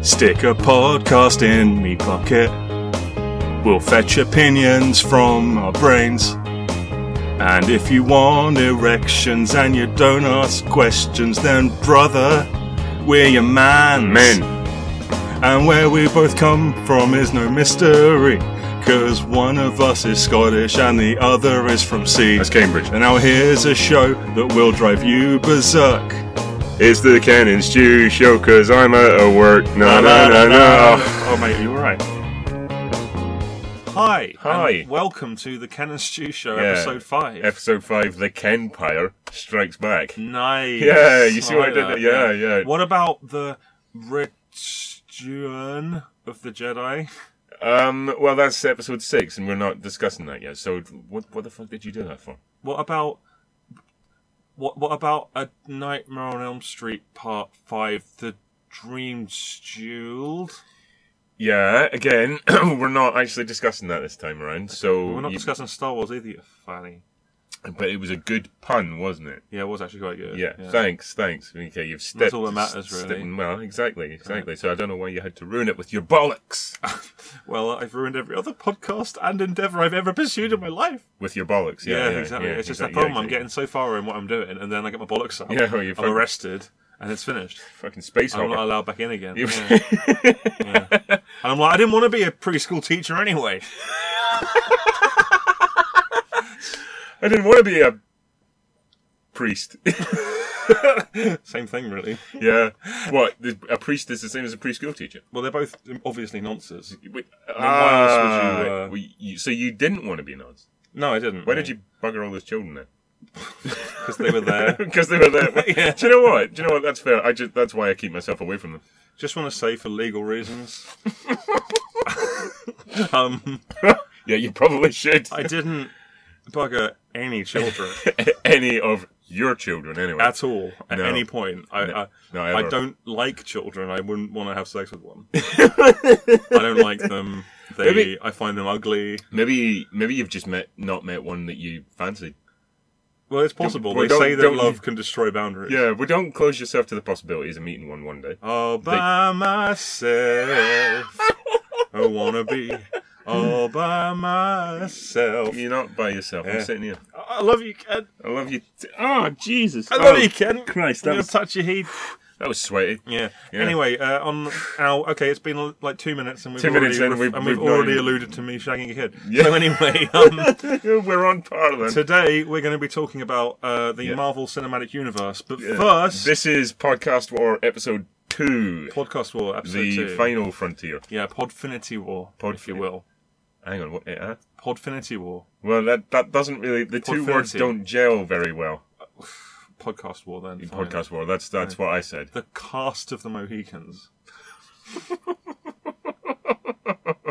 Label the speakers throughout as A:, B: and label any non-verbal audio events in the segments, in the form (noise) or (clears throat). A: Stick a podcast in me pocket. We'll fetch opinions from our brains. And if you want erections and you don't ask questions, then brother, we're your man.
B: Men.
A: And where we both come from is no mystery. Cause one of us is Scottish and the other is from sea.
B: That's Cambridge.
A: And now here's a show that will drive you berserk.
B: It's the Ken and Stew show, cause I'm out of work. No, no, no, no.
A: Oh, mate, you alright? Hi.
B: Hi.
A: and welcome to the Ken and Stew Show,
B: Yeah.
A: episode 5.
B: Episode 5, The Ken Pyre Strikes Back.
A: nice.
B: Yeah, you see
A: I
B: what I
A: like
B: did
A: that,
B: there? Yeah, yeah.
A: What about the Return of the Jedi?
B: Um, well, that's episode 6, and we're not discussing that yet, so what, what the fuck did you do that for?
A: What about. What, what about a Nightmare on Elm Street Part 5, The Dream Jeweled?
B: Yeah, again, (clears throat) we're not actually discussing that this time around, so.
A: We're not
B: you-
A: discussing Star Wars either, you fanny.
B: But it was a good pun, wasn't it?
A: Yeah, it was actually quite good.
B: Yeah, thanks, thanks. Okay, you've stepped.
A: all that matters,
B: stepped-
A: really.
B: well, exactly, exactly. So I don't know why you had to ruin it with your bollocks.
A: Well, I've ruined every other podcast and endeavor I've ever pursued in my life.
B: with your bollocks, yeah.
A: Yeah,
B: yeah,
A: exactly.
B: yeah,
A: it's just
B: exactly,
A: that problem.
B: yeah,
A: I'm getting so far in what I'm doing, and then I get my bollocks
B: (laughs)
A: out.
B: Yeah, well, you're
A: I'm
B: fucking-
A: arrested, and it's finished.
B: fucking space
A: I'm not
B: hopper.
A: allowed back in again.
B: You-
A: Yeah. Yeah.
B: (laughs)
A: And I'm like, I didn't want to be a preschool teacher anyway. (laughs)
B: I didn't want to be a priest. (laughs)
A: Same thing, really.
B: yeah, what? the- A priest is the same as a preschool teacher.
A: Well, they're both obviously nonsense.
B: Wait, uh,
A: why else would you,
B: ah,
A: uh,
B: well, you- so you didn't want to be nuns.
A: No, I didn't.
B: Why did you bugger all those children then?
A: Because they
B: (laughs)
A: were there.
B: Because they were there. Do you know what? Do you know what? That's fair. I just that's why I keep myself away from them.
A: Just want to say, for legal
B: (laughs)
A: reasons, um,
B: Yeah, you probably should. (laughs)
A: I didn't bugger any children.
B: Any of your children, anyway.
A: at all at
B: No.
A: any point. I I,
B: No,
A: I
B: ever.
A: don't like children. I wouldn't want to have sex
B: (laughs)
A: with one. I don't like them. They
B: Maybe-
A: I find them ugly.
B: Maybe, maybe you've just met not met one that you fancied.
A: Well, it's possible.
B: well,
A: they
B: don't-
A: say that
B: don't you-
A: love can destroy boundaries.
B: Yeah, well, don't close yourself to the possibilities of meeting one one day.
A: All
B: (laughs)
A: by myself, I wanna be all by myself.
B: You're not by yourself.
A: Yeah.
B: I'm sitting here.
A: I love you, Ken.
B: I love you. T- oh, Jesus.
A: I
B: oh,
A: love you, Ken.
B: Christ, that
A: You're
B: was,
A: touchy heat.
B: that was sweaty.
A: Yeah.
B: (sighs) Yeah.
A: Anyway, uh, on our okay, it's been uh, like two minutes, and we've
B: Two
A: already
B: minutes in,
A: ref-
B: we've-
A: and we've,
B: we've not
A: already
B: even-
A: alluded to me shagging a kid.
B: Yeah. (laughs)
A: So anyway,
B: (laughs)
A: um,
B: We're on par then.
A: today we're going to be talking about uh, the
B: Yeah.
A: Marvel Cinematic Universe. But
B: Yeah.
A: first,
B: This is Podcast War Episode 2.
A: podcast war episode
B: The
A: two.
B: Final Frontier.
A: yeah, Podfinity War, if you will.
B: Hang on, what? eh, huh?
A: Podfinity War,
B: Well, that, that doesn't really. The two
A: Podfinity.
B: words don't gel very well.
A: podcast war. Then fine.
B: Podcast War. That's that's what I said.
A: the cast of
B: (laughs)
A: the Mohicans,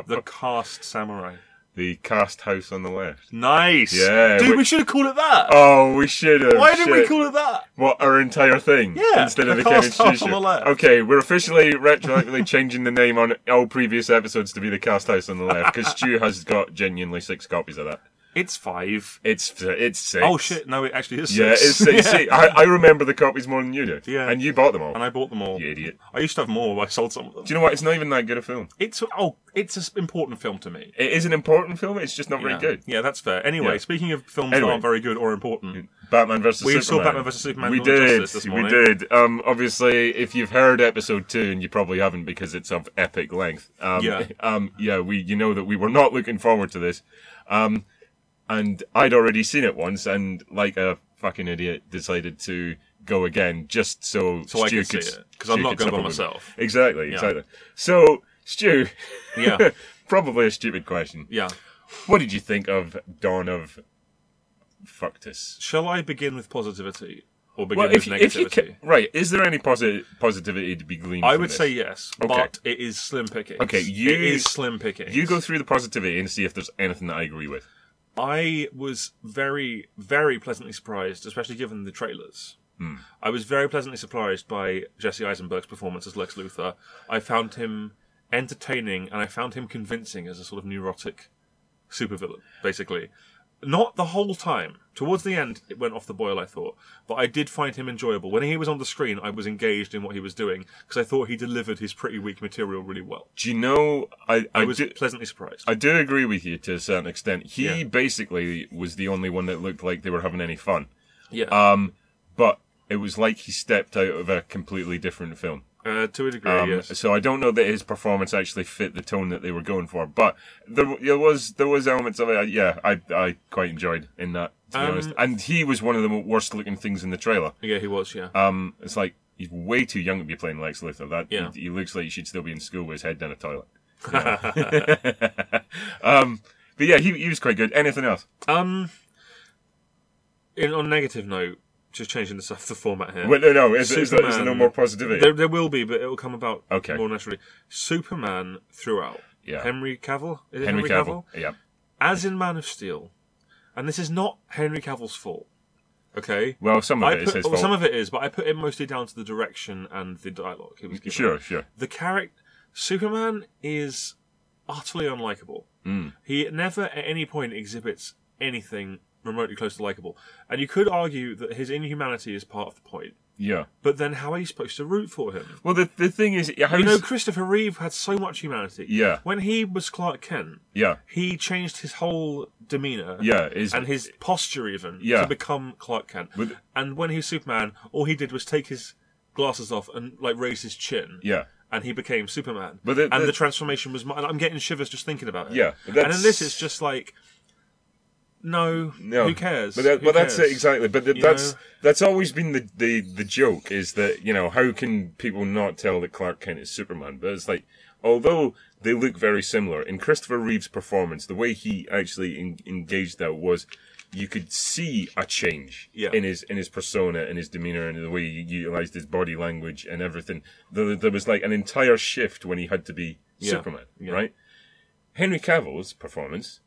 A: the cast samurai.
B: The cast house on the left.
A: Nice.
B: Yeah,
A: dude, we,
B: we-
A: should have called it that.
B: Oh, we should have.
A: Why did we
B: shit.
A: call it that?
B: What our entire thing
A: Yeah,
B: instead of
A: the
B: the
A: cast
B: Kevin
A: house
B: Stewart
A: on
B: show.
A: the left.
B: Okay, we're officially retroactively (laughs) changing the name on all previous episodes to be the cast house on the left because Stu has got genuinely six copies of that.
A: It's five.
B: It's uh, it's six.
A: Oh shit! No, it actually is.
B: Yeah, it's
A: six.
B: six. See, I, I remember the copies more than you do.
A: Yeah.
B: and you bought them all.
A: (laughs) and I bought them all.
B: you idiot.
A: I used to have more, but I sold some of them.
B: Do you know what? It's not even that good a film.
A: It's oh, it's an important film to me.
B: It is an important film. It's just not very
A: yeah.
B: good.
A: Yeah, that's fair. Anyway,
B: Yeah.
A: speaking of films that
B: Anyway. Mm.
A: aren't very good or important,
B: Batman versus
A: We saw
B: Superman.
A: Batman versus Superman
B: We
A: Dawn of
B: did.
A: Justice this
B: we
A: morning.
B: did. Um, obviously, if you've heard episode two, and you probably haven't because it's of epic length. Um,
A: Yeah.
B: (laughs) Um, yeah. We, you know that we were not looking forward to this. Um, and I'd already seen it once, and like a fucking idiot, decided to go again just so
A: So I
B: Stu
A: can see
B: could-
A: it, 'cause I'm
B: Stu
A: not
B: could
A: going
B: suffer
A: by
B: with it.
A: myself.
B: Exactly. Exactly. So Stu. (laughs)
A: Yeah.
B: probably a stupid question.
A: yeah.
B: What did you think of Dawn of Fuctus?
A: Shall I begin with positivity or begin
B: Well,
A: with
B: if, you-
A: negativity?
B: if you ca- right, is there any posi- positivity to be gleaned?
A: I
B: from
A: would
B: this?
A: say yes,
B: Okay.
A: but it is slim pickings.
B: Okay, you-
A: it is slim pickings.
B: you go through the positivity and see if there's anything that I agree with.
A: I was very, very pleasantly surprised, especially given the trailers.
B: Hmm.
A: I was very pleasantly surprised by Jesse Eisenberg's performance as Lex Luthor. I found him entertaining and I found him convincing as a sort of neurotic supervillain, basically. Not the whole time. Towards the end, it went off the boil, I thought. But I did find him enjoyable. When he was on the screen, I was engaged in what he was doing because I thought he delivered his pretty weak material really well.
B: Do you know? I I,
A: I was
B: do,
A: pleasantly surprised.
B: I do agree with you to a certain extent. He
A: Yeah.
B: basically was the only one that looked like they were having any fun.
A: yeah.
B: Um, but it was like he stepped out of a completely different film.
A: Uh, to a degree,
B: Um,
A: yes.
B: So I don't know that his performance actually fit the tone that they were going for, but there, there was there was elements of it. uh, Yeah, I I quite enjoyed in that to be
A: Um,
B: honest. And he was one of the worst looking things in the trailer.
A: Yeah, he was, yeah.
B: Um, it's like he's way too young to be playing Lex Luthor. That
A: Yeah.
B: he, he looks like he should still be in school with his head down a toilet. Yeah. (laughs) um, but yeah, he, he was quite good. Anything else?
A: Um, in, on a negative note, just changing the stuff, the format here.
B: Wait, no, no. Is, is, there, is there no
A: Superman.
B: more positivity?
A: there, there will be, but it will come about
B: Okay.
A: more naturally. Superman throughout.
B: Yeah.
A: Henry Cavill. Is it
B: Henry Cavill. Yeah.
A: As in Man of Steel, and this is not Henry Cavill's fault. Okay.
B: Well, some of
A: I
B: it is
A: put-
B: his
A: well,
B: fault.
A: some of it is, but I put it mostly down to the direction and the dialogue he was given.
B: Sure, sure.
A: The character Superman is utterly unlikable.
B: Hmm.
A: He never at any point exhibits anything remotely close to likable, and you could argue that his inhumanity is part of the point.
B: Yeah.
A: But then, how are you supposed to root for him?
B: Well, the the thing is, how's,
A: You know, Christopher Reeve had so much humanity.
B: Yeah.
A: When he was Clark Kent,
B: yeah,
A: he changed his whole demeanor.
B: yeah, is
A: And his posture, even,
B: Yeah.
A: to become Clark Kent.
B: With-
A: And when he was Superman, all he did was take his glasses off and like raise his chin
B: yeah,
A: and he became Superman.
B: But the-
A: and
B: the-
A: the transformation was. mi- I'm getting shivers just thinking about it.
B: Yeah, but
A: and
B: that's-
A: in this, it's just like, no,
B: no,
A: who cares?
B: But, that,
A: Who
B: but that's it
A: cares?
B: exactly. But th-
A: You
B: that's
A: know?
B: that's always been the, the the joke is that you know how can people not tell that Clark Kent is Superman? But it's like although they look very similar in Christopher Reeve's performance, the way he actually en- engaged that was. You could see a change
A: Yeah.
B: in his in his persona, in his demeanor, and the way he utilized his body language and everything. There, there was like an entire shift when he had to be
A: Yeah.
B: Superman,
A: Yeah.
B: right? Henry Cavill's performance,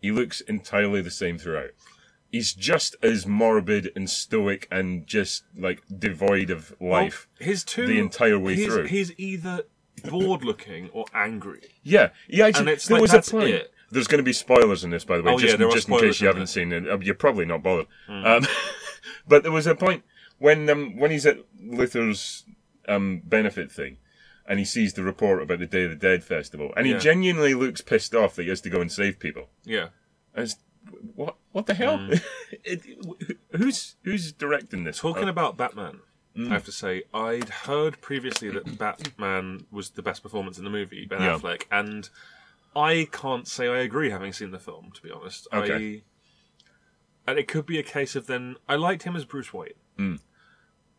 B: he looks entirely the same throughout. He's just as morbid and stoic and just like devoid of life.
A: Well, his two
B: the entire way
A: he's,
B: through.
A: He's either bored looking or angry.
B: yeah, yeah. Actually,
A: And it's
B: there
A: like,
B: was a
A: that's
B: point.
A: it.
B: There's going to be spoilers in this, by the way,
A: Oh,
B: just,
A: yeah, there are
B: just in case
A: spoilers
B: you
A: in
B: haven't
A: this. Hmm.
B: seen it. Uh, You're probably not bothered. Um, (laughs) but there was a point when um, when he's at Luther's um, benefit thing. And he sees the report about the Day of the Dead festival, and he
A: Yeah.
B: genuinely looks pissed off that he has to go and save people.
A: Yeah,
B: And it's, what what the
A: Hmm.
B: hell? (laughs) it, wh- who's who's directing this?
A: talking
B: Uh,
A: about Batman. I
B: Mm.
A: have to say, I'd heard
B: (clears throat)
A: previously that Batman was the best performance in the movie, Ben
B: Yeah.
A: Affleck, and I can't say I agree, having seen the film, to be honest.
B: Okay.
A: I, and it could be a case of then I liked him as Bruce Wayne.
B: Mm.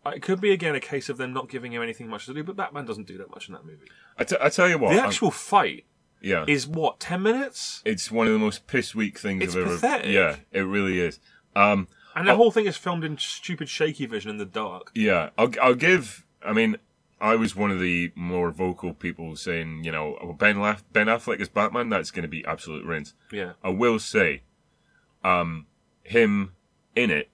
A: Uh, It could be again a case of them not giving him anything much to do, but Batman doesn't do that much in that movie.
B: I, t- I tell you what,
A: The
B: I'm-
A: actual fight
B: yeah,
A: is what ten minutes,
B: it's one of the most piss weak things
A: It's
B: I've ever.
A: pathetic.
B: Yeah, it really is. Um,
A: and the whole thing is filmed in stupid shaky vision in the dark.
B: yeah, I'll, I'll give. I mean, I was one of the more vocal people saying, you know, oh, Ben Laff- Ben Affleck as Batman. That's going to be absolute rinse.
A: Yeah,
B: I will say, um, him in it,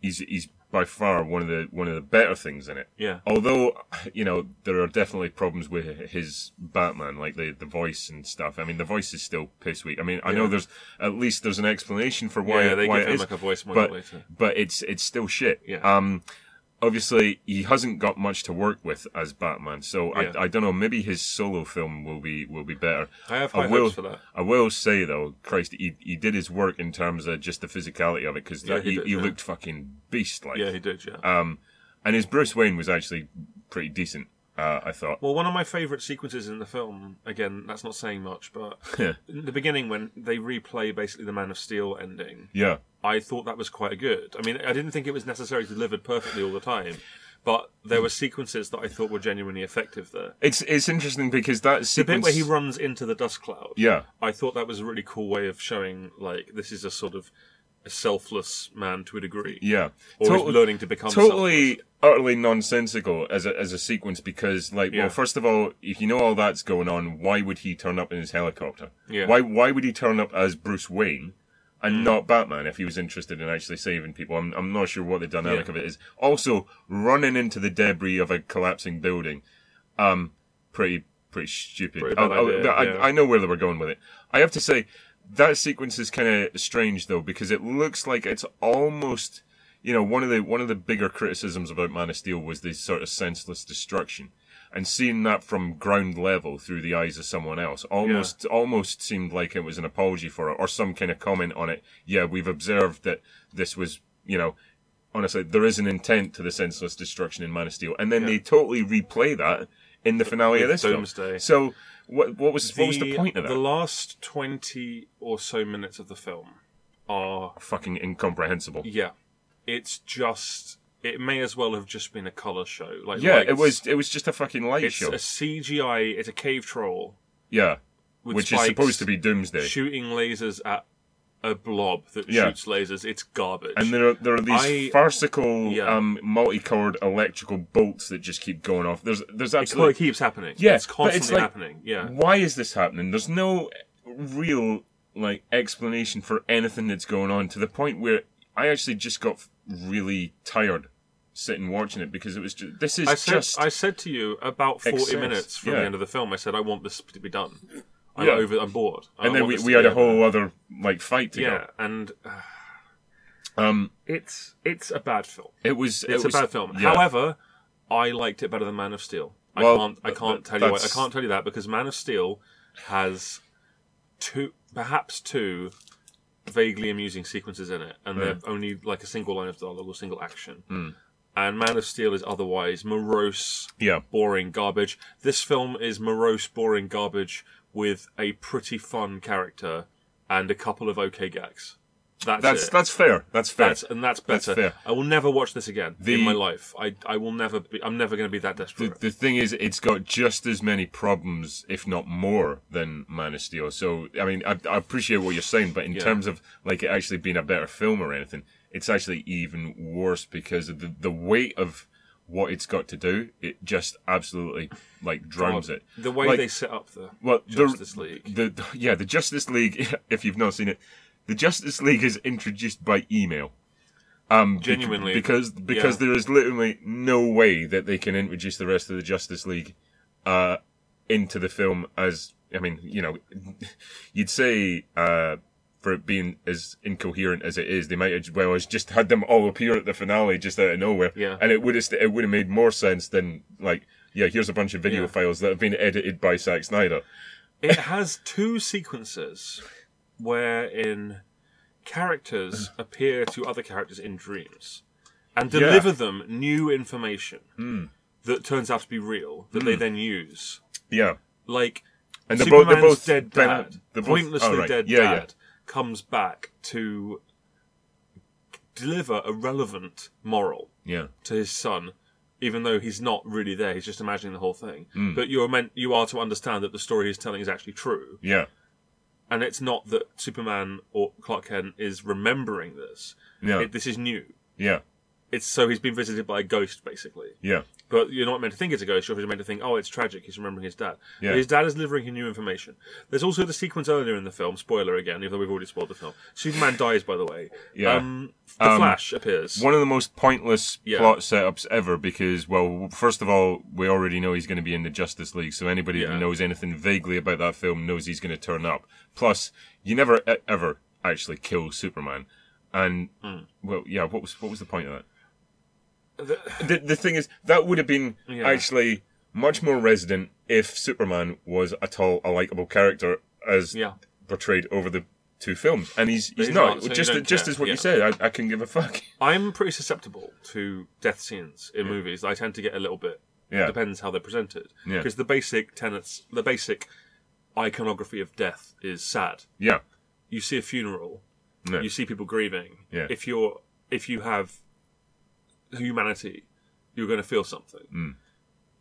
B: he's he's by far one of the one of the better things in it.
A: yeah,
B: Although you know there are definitely problems with his Batman, like the the voice and stuff. I mean, the voice is still piss weak. I mean, I know
A: Yeah.
B: there's at least there's an explanation for why
A: yeah. They
B: why
A: give
B: it
A: him
B: is,
A: like a voice model
B: but
A: later.
B: but it's it's still shit.
A: Yeah.
B: Um, obviously he hasn't got much to work with as Batman, so
A: Yeah.
B: I, I don't know. Maybe his solo film will be will be better.
A: I have
B: I
A: high
B: will-
A: hopes for that.
B: I will say though, Christ, he, he did his work in terms of just the physicality of it because
A: Yeah,
B: he,
A: he
B: he,
A: did, yeah.
B: looked fucking beast like.
A: Yeah, he did. Yeah.
B: Um, and his Bruce Wayne was actually pretty decent. Uh, I thought.
A: Well, one of my favourite sequences in the film, again, that's not saying much, but
B: (laughs) Yeah.
A: in the beginning when they replay basically the Man of Steel ending,
B: Yeah,
A: I thought that was quite good. I mean, I didn't think it was necessarily delivered perfectly all the time, but there were sequences that I thought were genuinely effective there.
B: it's it's interesting because that
A: The
B: sequence.
A: bit where he runs into the dust cloud,
B: yeah,
A: I thought that was a really cool way of showing, like, this is a sort of a selfless man to a degree.
B: yeah,
A: Or is
B: Total-
A: learning to become
B: totally utterly nonsensical as a, as a sequence because like
A: Yeah.
B: well first of all if you know all that's going on why would he turn up in his helicopter
A: Yeah. Mm.
B: why why would he turn up as bruce wayne and not batman if he was interested in actually saving people i'm, I'm not sure what the dynamic
A: Yeah.
B: of it is also running into the debris of a collapsing building um pretty pretty stupid
A: Pretty
B: I,
A: bad
B: I-
A: idea,
B: I-
A: yeah.
B: I know where they were going with it i have to say that sequence is kind of strange though because it looks like it's almost you know one of the one of the bigger criticisms about Man of Steel was this sort of senseless destruction and seeing that from ground level through the eyes of someone else almost almost seemed like it was an apology for it or some kind of comment on it yeah we've observed that this was you know honestly there is an intent to the senseless destruction in Man of Steel and then they totally replay that in the finale of
A: with
B: this film.
A: Doomsday.
B: so what what was what was the point of that
A: The last 20 or so minutes of the film are,
B: fucking incomprehensible
A: yeah, it's just, it may as well have just been a colour show. Like,
B: Yeah,
A: lights.
B: it was it was just a fucking light
A: It's
B: show.
A: a CGI, it's a cave troll
B: yeah,
A: with
B: which is
A: spikes
B: supposed to be Doomsday.
A: shooting lasers at a blob that
B: Yeah.
A: shoots lasers. It's garbage.
B: And there are, there are these
A: I-
B: farcical,
A: yeah.
B: um, multicolored electrical bolts that just keep going off. There's there's
A: It's like-
B: absolutely
A: it keeps happening.
B: Yeah,
A: it's
B: but
A: constantly
B: it's like-
A: happening. Yeah,
B: why is this happening? There's no real like explanation for anything that's going on to the point where I actually just got really tired sitting watching it because it was just this is
A: I said
B: just
A: I said to you about forty
B: Excess,
A: minutes from
B: yeah.
A: the end of the film. I said I want this to be done. I'm
B: Yeah.
A: over. I'm bored. I
B: and then
A: want
B: we,
A: this
B: we
A: to
B: had
A: be
B: a
A: over.
B: whole other like fight to
A: yeah, and uh,
B: go. Um,
A: it's it's a bad film.
B: it was it
A: It's
B: was,
A: a bad film.
B: yeah.
A: However, I liked it better than Man of Steel. I
B: Well,
A: can't I
B: th-
A: can't
B: th-
A: tell you why. I
B: that's-
A: can't tell you that because Man of Steel has two perhaps two vaguely amusing sequences in it and they're only like a single line of dialogue or single action.
B: Hmm.
A: And Man of Steel is otherwise morose,
B: yeah.
A: boring garbage. This film is morose, boring garbage with a pretty fun character and a couple of okay gags. That's
B: That's
A: it.
B: that's fair. That's fair.
A: That's and that's better.
B: fair.
A: I will never watch this again in
B: The-
A: my life. I I will never be. I'm never going to be that
B: the,
A: desperate.
B: the thing is, it's got just as many problems, if not more, than Man of Steel. So, I mean, I, I appreciate what you're saying, but in terms of like it actually being a better film or anything, it's actually even worse because of the, the weight of what it's got to do. It just absolutely like drowns it.
A: The way
B: Like,
A: they set up the
B: well, the-
A: Justice League.
B: The yeah, the Justice League. (laughs) If you've not seen it, the Justice League is introduced by email. Um, bec-
A: Genuinely,
B: because because there is literally no way that they can introduce the rest of the Justice League uh, into the film as I mean, you know, (laughs) you'd say uh, for it being as incoherent as it is, they might as well as just had them all appear at the finale just out of nowhere,
A: Yeah.
B: and it would have st- it would have made more sense than like. Yeah, here's a bunch of video
A: Yeah.
B: files that have been edited by Zack Snyder.
A: It has two sequences wherein characters appear to other characters in dreams and
B: Mm. Yeah. Mm.
A: deliver them new information that turns out to be real that they then use.
B: Yeah.
A: Like
B: And they're both-
A: Superman's
B: they're both
A: dead
B: Ben-
A: dad,
B: they're both-
A: pointlessly
B: oh, right.
A: dead
B: Yeah, yeah.
A: dad, comes back to deliver a relevant moral
B: Yeah.
A: to his son, even though he's not really there. He's just imagining the whole thing.
B: Hmm.
A: But you are meant you are to understand that the story he's telling is actually true,
B: Yeah.
A: and it's not that Superman or Clark Kent is remembering this.
B: Yeah.
A: It, this is new.
B: yeah.
A: It's so he's been visited by a ghost, basically.
B: Yeah.
A: But you're not meant to think it's a ghost. You're meant to think, oh, it's tragic. He's remembering his dad.
B: Yeah.
A: But his dad is delivering him new information. There's also the sequence earlier in the film. Spoiler again, even though we've already spoiled the film. Superman dies, by the way.
B: Yeah.
A: Um, the
B: Um,
A: Flash appears.
B: One of the most pointless
A: Yeah.
B: plot setups ever because, well, first of all, we already know he's going to be in the Justice League, so anybody
A: Yeah.
B: that knows anything vaguely about that film knows he's going to turn up. Plus, you never e- ever actually kill Superman, and well, yeah. What was what was the point of
A: The-
B: that? The, the thing is, that would have been
A: Yeah.
B: actually much more resonant if Superman was at all a likable character as
A: yeah.
B: portrayed over the two films, and he's he's,
A: he's
B: not.
A: not, so you
B: just
A: don't
B: just
A: care.
B: as what you
A: Yeah.
B: said, I, I can give a fuck. (laughs)
A: I'm pretty susceptible to death scenes in movies. I tend to get a little bit.
B: Yeah.
A: Depends how they're presented.
B: Yeah.
A: Because the basic tenets, the basic iconography of death is sad.
B: Yeah,
A: You see a funeral.
B: No.
A: You see people grieving.
B: Yeah.
A: If you're, if you have humanity, you're going to feel something.
B: Hmm.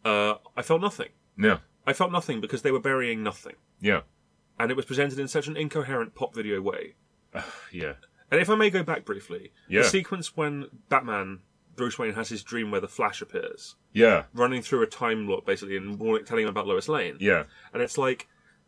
A: Uh, I felt nothing.
B: yeah,
A: I felt nothing because they were burying nothing,
B: yeah,
A: and it was presented in such an incoherent pop video way.
B: yeah.
A: And if I may go back briefly,
B: Yeah.
A: the sequence when Batman, Bruce Wayne, has his dream where the Flash appears,
B: Yeah,
A: running through a time warp basically and warning, telling him about Lois Lane.
B: yeah,
A: And it's like,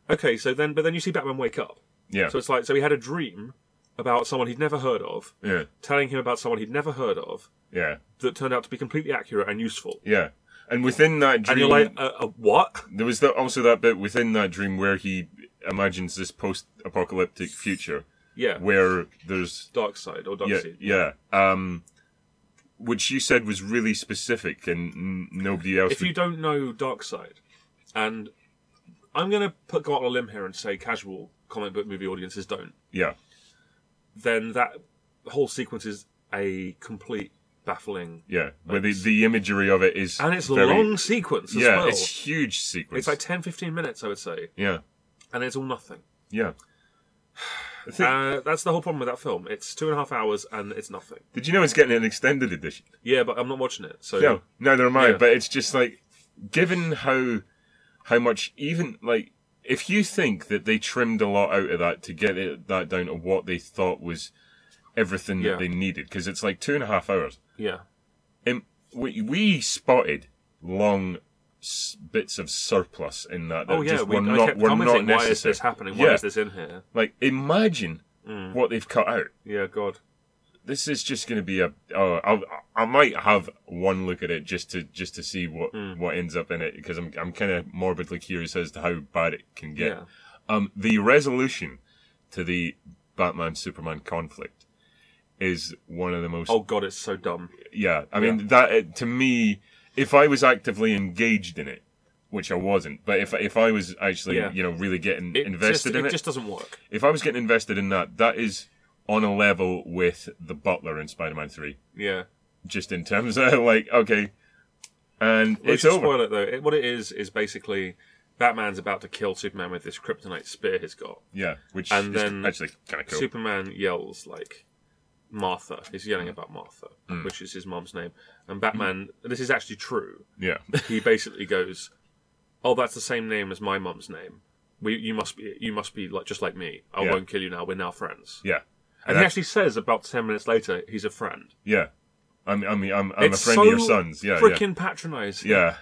A: okay, so then, but then you see Batman wake up.
B: yeah,
A: So it's like, so he had a dream about someone he'd never heard of,
B: yeah,
A: telling him about someone he'd never heard of
B: yeah,
A: that turned out to be completely accurate and useful.
B: yeah. And within that dream,
A: And you're like, uh, uh, what?
B: there was the, also that bit within that dream where he imagines this post-apocalyptic future
A: Yeah.
B: where there's
A: Dark Side or Dark
B: yeah,
A: Seed.
B: yeah, um, which you said was really specific and n- nobody else.
A: If you
B: would-
A: don't know Dark Side, and I'm going to put go out on a limb here and say casual comic book movie audiences don't,
B: yeah,
A: then that whole sequence is a complete baffling.
B: yeah, where the, the imagery of it is
A: And it's a
B: very-
A: long sequence as
B: Yeah,
A: well.
B: it's
A: It's,
B: huge sequence.
A: like 10, 15 minutes, I would say,
B: yeah,
A: and it's all nothing.
B: yeah. (sighs) I think-
A: Uh, that's the whole problem with that film. It's two and a half hours and it's nothing.
B: did you know it's getting an extended edition?
A: Yeah, but I'm not watching it. So
B: No, neither am I.
A: Yeah.
B: But it's just like, given how how much even like if you think that they trimmed a lot out of that to get it that down to what they thought was everything
A: Yeah.
B: that they needed, because it's like two and a half hours.
A: yeah,
B: And we, we spotted long s- bits of surplus in that. that
A: oh yeah,
B: just
A: we,
B: were
A: I
B: not,
A: kept
B: were not
A: commenting,
B: necessary.
A: why is this happening? Why
B: Yeah.
A: is this Mm. in here?
B: Like imagine what they've cut out
A: Yeah, God.
B: this is just going to be a. Oh, I'll, I might have one look at it just to just to see what
A: Hmm.
B: what ends up in it because I'm I'm kind of morbidly curious as to how bad it can get.
A: Yeah.
B: Um, the resolution to the Batman Superman conflict is one of the most.
A: Oh God, it's so dumb.
B: Yeah, I mean that uh, to me, if I was actively engaged in it, which I wasn't, but if if I was actually
A: Yeah.
B: you know really getting
A: It
B: invested
A: just,
B: in
A: it
B: it,
A: just doesn't work.
B: if I was getting invested in that, that is on a level with the Butler in Spider-Man Three
A: Yeah.
B: just in terms of (laughs) like okay, and
A: Well,
B: it's
A: we should
B: over.
A: Spoil it though. It, what it is is basically Batman's about to kill Superman with this kryptonite spear he's got.
B: Yeah, which
A: And
B: is
A: then
B: actually kind of cool.
A: Superman yells like Martha. He's
B: Mm.
A: yelling about Martha, which is his mom's name. And Batman, this is actually true.
B: yeah,
A: He basically goes, "Oh, that's the same name as my mom's name. We, you must be, you must be like just like me. I
B: Yeah.
A: won't kill you now. We're now friends."
B: yeah, And
A: And, he
B: that-
A: actually says about ten minutes later, he's a friend.
B: yeah. I'm I'm I'm, I'm a
A: It's
B: friend
A: so
B: of your son's. Yeah,
A: Freaking patronizing.
B: yeah,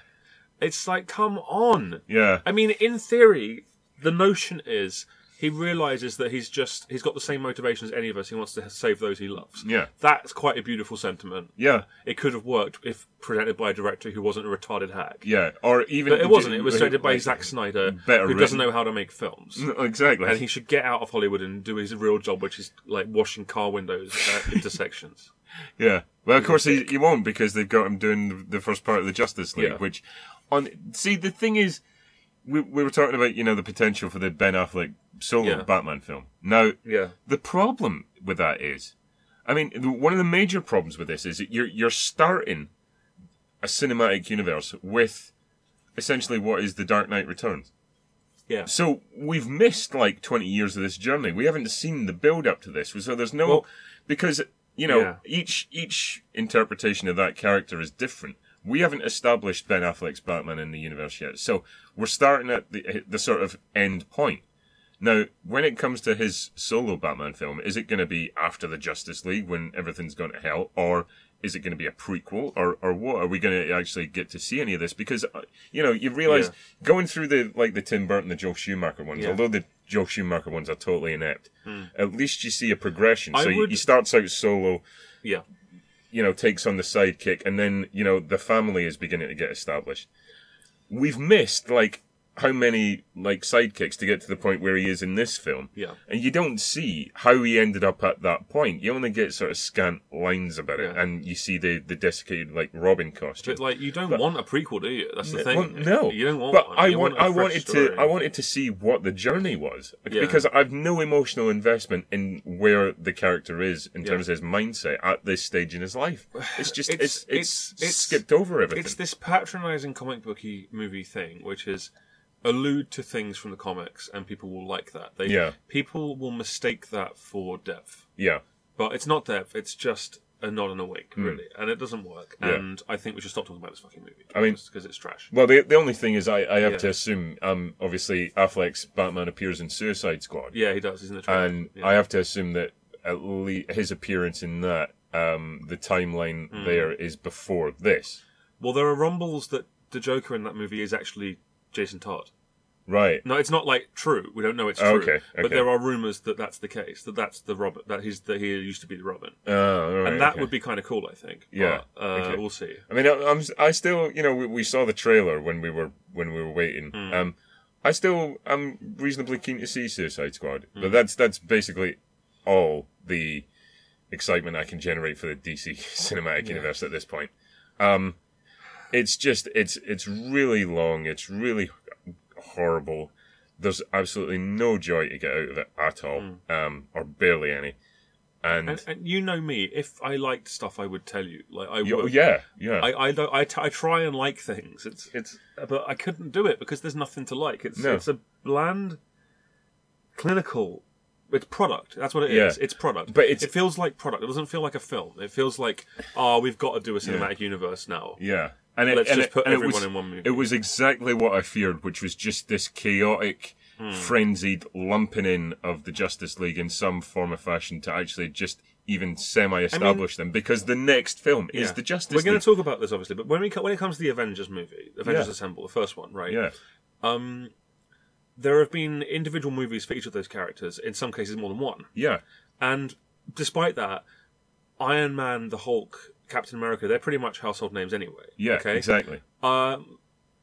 A: It's like, come on.
B: yeah,
A: I mean, in theory, the notion is he realizes that he's just he's got the same motivation as any of us. He wants to save those he loves.
B: Yeah.
A: that's quite a beautiful sentiment.
B: yeah, yeah,
A: It could have worked if presented by a director who wasn't a retarded hack.
B: yeah. Or even
A: But it wasn't. It was directed by
B: (laughs)
A: Zack Snyder,
B: better Mm.
A: who
B: written.
A: doesn't know how to make films.
B: Exactly.
A: And he should get out of Hollywood and do his real job, which is like washing car windows at (laughs) intersections.
B: Yeah. Well, of course he, he won't because they've got him doing the- the first part of the Justice League,
A: Yeah.
B: which on see the thing is, we we were talking about you know the potential for the Ben Affleck solo
A: Yeah.
B: Batman film. Now,
A: Yeah.
B: the problem with that is, I mean, the- one of the major problems with this is that you're you're starting a cinematic universe with essentially what is the Dark Knight Returns.
A: Yeah.
B: So we've missed like 20 years of this journey. We haven't seen the build up to this. So there's no
A: Well-
B: because you know
A: Yeah.
B: each each interpretation of that character is different. We haven't established Ben Affleck's Batman in the universe yet. So we're starting at the the sort of end point. Now, when it comes to his solo Batman film, is it going to be after the Justice League when everything's gone to hell, or is it going to be a prequel, or or what? Are we going to actually get to see any of this? Because uh, you know, you realize
A: Yeah.
B: going through the like the Tim Burton, the Joe Schumacher ones,
A: Yeah. Hmm.
B: although the Joe Schumacher ones are totally inept, at least you see a progression.
A: I
B: so he-
A: would-
B: he starts out solo,
A: Yeah.
B: you know, takes on the sidekick, and then you know the family is beginning to get established. We've missed like how many like sidekicks to get to the point where he is in this film,
A: Yeah.
B: and you don't see how he ended up at that point. You only get sort of scant lines about it,
A: Yeah.
B: and you see the the desiccated like Robin costume.
A: But like, you don't want a prequel, do you? That's the thing.
B: Well, no,
A: you don't want.
B: But
A: one.
B: I
A: You
B: want,
A: a
B: I
A: fresh
B: wanted
A: story.
B: to, I wanted to see what the journey was
A: Yeah.
B: because I've no emotional investment in where the character is in
A: Yeah.
B: terms of his mindset at this stage in his life. It's just,
A: It's-
B: it's,
A: it's-
B: it's,
A: it's-
B: skipped over everything.
A: It's this patronizing comic booky movie thing, which is allude to things from the comics, and people will like that. They,
B: Yeah.
A: People will mistake that for depth,
B: yeah,
A: but it's not depth. It's just a nod and a wink, really, and it doesn't work.
B: Hmm. Yeah.
A: And I think we should stop talking about this fucking movie.
B: I mean-
A: because it's trash.
B: Well, the the only thing is, I, I have
A: Yeah.
B: to assume. Um, obviously, Affleck's Batman appears in Suicide Squad,
A: Yeah, he does. He's in the trailer.
B: and
A: yeah.
B: I have to assume that at least his appearance in that, um, the timeline
A: Hmm.
B: there is before this,
A: well, there are rumbles that the Joker in that movie is actually Jason Todd.
B: right?
A: No, it's not like true. We don't know it's true,
B: Oh, okay,
A: but
B: okay.
A: there are rumors that that's the case. That that's the Robin. That he's that he used to be the Robin.
B: Oh, all right,
A: and that
B: okay.
A: would be kind of cool, I think.
B: Yeah,
A: But, uh,
B: okay.
A: We'll see.
B: I mean, I, I'm I still, you know, we, we saw the trailer when we were when we were waiting. Um, I still am reasonably keen to see Suicide Squad, but that's that's basically all the excitement I can generate for the DC (laughs) cinematic universe at this point. Um, it's just it's it's really long. It's really horrible. There's absolutely no joy to get out of it at all, um, or barely any. And,
A: And, and you know me, if I liked stuff, I would tell you. Like I
B: you-
A: would.
B: yeah, yeah.
A: I I, don't, I, t- I try and like things. It's
B: it's
A: but I couldn't do it because there's nothing to like. It's
B: No.
A: it's a bland, clinical. It's product. That's what it is.
B: Yeah.
A: It's product.
B: But it's-
A: it feels like product. It doesn't feel like a film. It feels like oh, we've got to do a cinematic universe now.
B: Yeah, and it,
A: Let's
B: and
A: just
B: it-
A: put
B: and it
A: everyone
B: was,
A: in one movie.
B: It was exactly what I feared, which was just this chaotic,
A: Hmm.
B: frenzied lumping in of the Justice League in some form or fashion to actually just even semi-establish them, because the next film is
A: Yeah.
B: the
A: We're
B: Justice
A: going
B: League.
A: to talk about this obviously, but when we co- when it comes to the Avengers movie, Avengers
B: Yeah.
A: Assemble, the first one, right?
B: yeah,
A: Um, there have been individual movies for each of those characters. In some cases, more than one.
B: yeah,
A: And despite that, Iron Man, the Hulk, Captain America, they're pretty much household names anyway.
B: yeah,
A: Okay.
B: exactly.
A: Uh,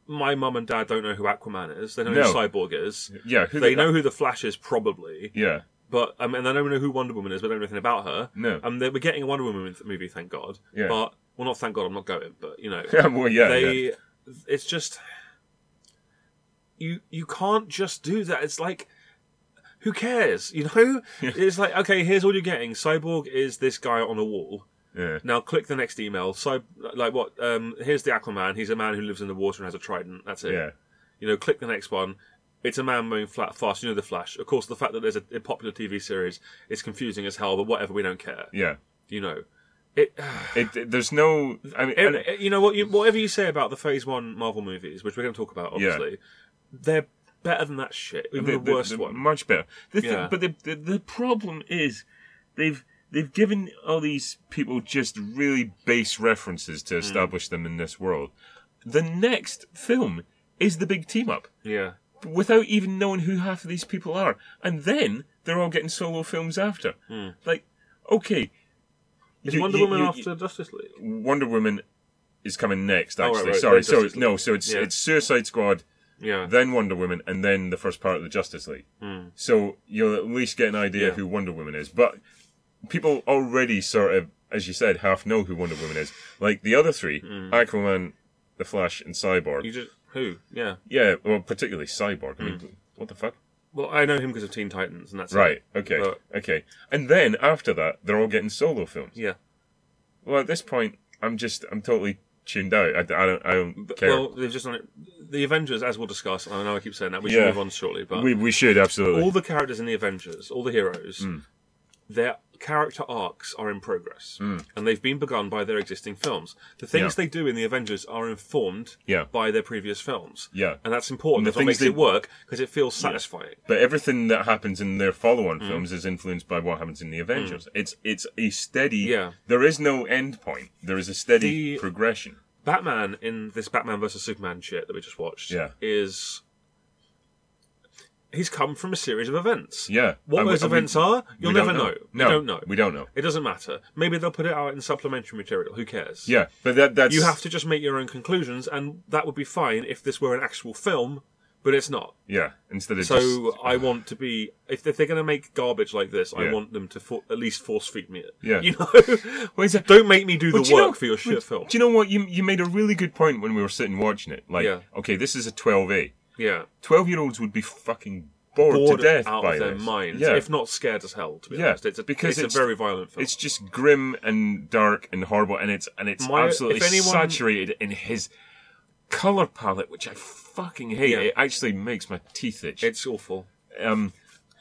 A: my mum and dad don't know who Aquaman is. They know
B: No.
A: who Cyborg is.
B: Yeah, who
A: They know who the Flash is, probably.
B: Yeah,
A: But I mean, they don't know who Wonder Woman is, but they don't know anything about her.
B: No.
A: Um, they, we're getting a Wonder Woman th- movie, thank God.
B: Yeah.
A: But well, not thank God. I'm not going. But you know,
B: yeah, (laughs) well, yeah,
A: they.
B: yeah.
A: It's just you. You can't just do that. It's like. Who cares? You know, it's like okay. Here's all you're getting. Cyborg is this guy on a wall.
B: yeah.
A: Now click the next email. So, like what? Um, here's the Aquaman. He's a man who lives in the water and has a trident. That's it.
B: Yeah,
A: You know, click the next one. It's a man moving flat fast. You know the Flash. Of course, the fact that there's a, a popular TV series is confusing as hell. But whatever, we don't care.
B: yeah.
A: You know, it.
B: It, it- there's no. I mean, and-
A: it- uh, you know what? You, whatever you say about the Phase One Marvel movies, which we're going to talk about,
B: Yeah.
A: obviously, they're better than that shit. Even the, worst one.
B: Much better. The thing-
A: Yeah.
B: but the, the the problem is they've they've given all these people just really base references
A: Hmm.
B: to establish them in this world. The next film is the big team up
A: yeah.
B: without even knowing who half of these people are, and then they're all getting solo films after. Like, okay,
A: Hmm. Is
B: you-
A: Wonder
B: you-
A: Woman
B: you-
A: after Justice League?
B: Wonder Woman is coming next.
A: right,
B: Actually,
A: right.
B: sorry,
A: That's
B: so
A: Justice
B: no, so it's
A: Yeah.
B: it's Suicide Squad
A: Yeah.
B: then Wonder Woman, and then the first part of the Justice League. So you'll at least get an idea
A: Hmm. Yeah.
B: who Wonder Woman is. But people already sort of, as you said, half know who Wonder Woman is. Like the other three, Aquaman, The Flash, and Cyborg.
A: Hmm. you Hmm. just who? Yeah.
B: yeah, well, particularly Cyborg. I mean, what the fuck?
A: Well, I know him because of Teen Titans, and that's it.
B: Right, okay,
A: But-
B: okay. And then after that, they're all getting solo films.
A: Yeah.
B: Well, at this point, I'm just, I'm totally tuned out. I, I don't, I don't
A: But-
B: care.
A: Well, they've just done it. The Avengers, as we'll discuss, I know I keep saying that, we should
B: Yeah.
A: move on shortly, but
B: we, we should, absolutely.
A: all the characters in the Avengers, all the heroes,
B: Hmm.
A: their character arcs are in progress, and they've been begun by their existing films. The things
B: Hmm. Yeah.
A: they do in the Avengers are informed
B: Yeah.
A: by their previous films,
B: Yeah.
A: and that's important.
B: the
A: that's what
B: things
A: makes
B: they-
A: it work because it feels satisfying.
B: But everything that happens in their follow-on
A: Mm.
B: films is influenced by what happens in the Avengers. It's it's a steady.
A: Yeah.
B: There is no end point. There is a steady
A: The-
B: progression.
A: Batman in this Batman versus Superman shit that we just watched
B: Yeah.
A: is. He's come from a series of events.
B: Yeah.
A: What
B: And we-
A: those
B: and we-
A: events are,
B: we
A: you'll
B: don't
A: never know.
B: No,
A: We don't know.
B: We don't know.
A: It doesn't matter. Maybe they'll put it out in supplementary material. Who cares?
B: Yeah, but that that's
A: You have to just make your own conclusions, and that would be fine if this were an actual film, but it's not.
B: Yeah, instead of
A: So uh,
B: just, uh,
A: I want to be. If, if they're going to make garbage like this,
B: Yeah.
A: I want them to for, at least force feed me it.
B: Yeah.
A: You know? (laughs)
B: is it-
A: Don't make me do the
B: But
A: work
B: you know-
A: for your shit
B: but
A: film.
B: Do you know what you you made a really good point when we were sitting watching it? Like,
A: Yeah.
B: okay, this is a 12A.
A: yeah.
B: 12-year-olds would be fucking bored,
A: Bored
B: to death
A: out
B: by
A: of their
B: this.
A: minds,
B: Yeah.
A: if not scared as hell, to be
B: Yeah,
A: honest. It's a,
B: because
A: it's,
B: it's-
A: a very violent film.
B: It's just grim and dark and horrible, and it's and it's
A: My-
B: absolutely
A: if anyone-
B: saturated in his color palette, which I fucking hate.
A: Yeah.
B: It actually makes my teeth itch.
A: It's awful.
B: um,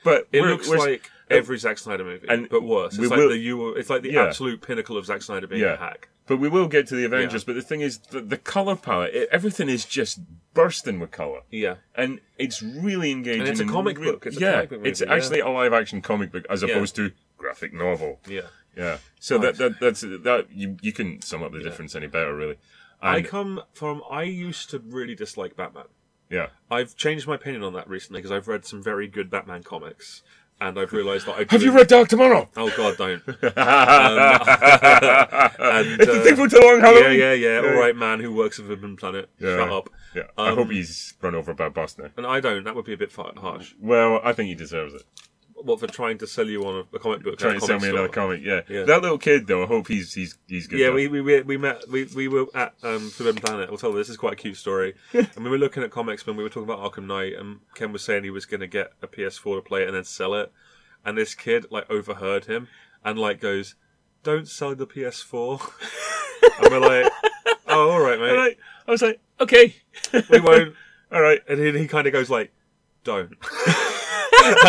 B: but
A: It
B: we're-
A: looks
B: we're- uh,
A: like every Zack Snyder movie,
B: and
A: but worse. It's
B: we
A: like
B: will-
A: the you. It's like the
B: Yeah.
A: absolute pinnacle of Zack Snyder being
B: Yeah.
A: a hack.
B: But we will get to the Avengers. But the thing is, the, the color palette, it, everything is just bursting with color.
A: Yeah,
B: And it's really engaging.
A: And it's a comic book. It's a
B: yeah,
A: comic book
B: it's
A: movie, yeah.
B: actually a live-action comic book as opposed to graphic novel.
A: yeah.
B: Yeah. So that, that that's that you you couldn't sum up the difference any better, really.
A: I
B: And-
A: come from. I used to really dislike Batman.
B: yeah.
A: I've changed my opinion on that recently because I've read some very good Batman comics, and I've realised that I
B: (laughs) Have you
A: couldn't-
B: read Dark
A: (laughs)
B: Tomorrow?
A: Oh God,
B: (laughs)
A: don't. (laughs) and,
B: it's the
A: uh,
B: thing from Too Long Halloween.
A: yeah, yeah, yeah. All right, Um, man who works for Forbidden Planet.
B: Yeah.
A: Shut up.
B: Yeah, I hope he's run over by a bus now.
A: And I don't. That would be a bit fa- harsh.
B: Well, I think he deserves it.
A: What for trying to sell you on a, a comic book?
B: Trying
A: at a
B: to sell
A: comic
B: me
A: store.
B: another comic, yeah.
A: Yeah.
B: That little kid, though, I hope he's he's he's good.
A: Yeah,
B: though.
A: we, we- we we met we, we were at um, Forbidden Planet. I'll tell you, this is quite a
B: (laughs)
A: cute story. and we were looking at comics when we were talking about Arkham Knight, and Ken was saying he was going to get a PS4 to play it and then sell it. And this kid like overheard him and like goes, "Don't sell the PS4." (laughs) and we're like, "Oh, all right,
B: All
A: mate,
B: right. I was like, okay,
A: we won't."
B: (laughs) all right,
A: And he, he kind of goes like, "Don't." (laughs) and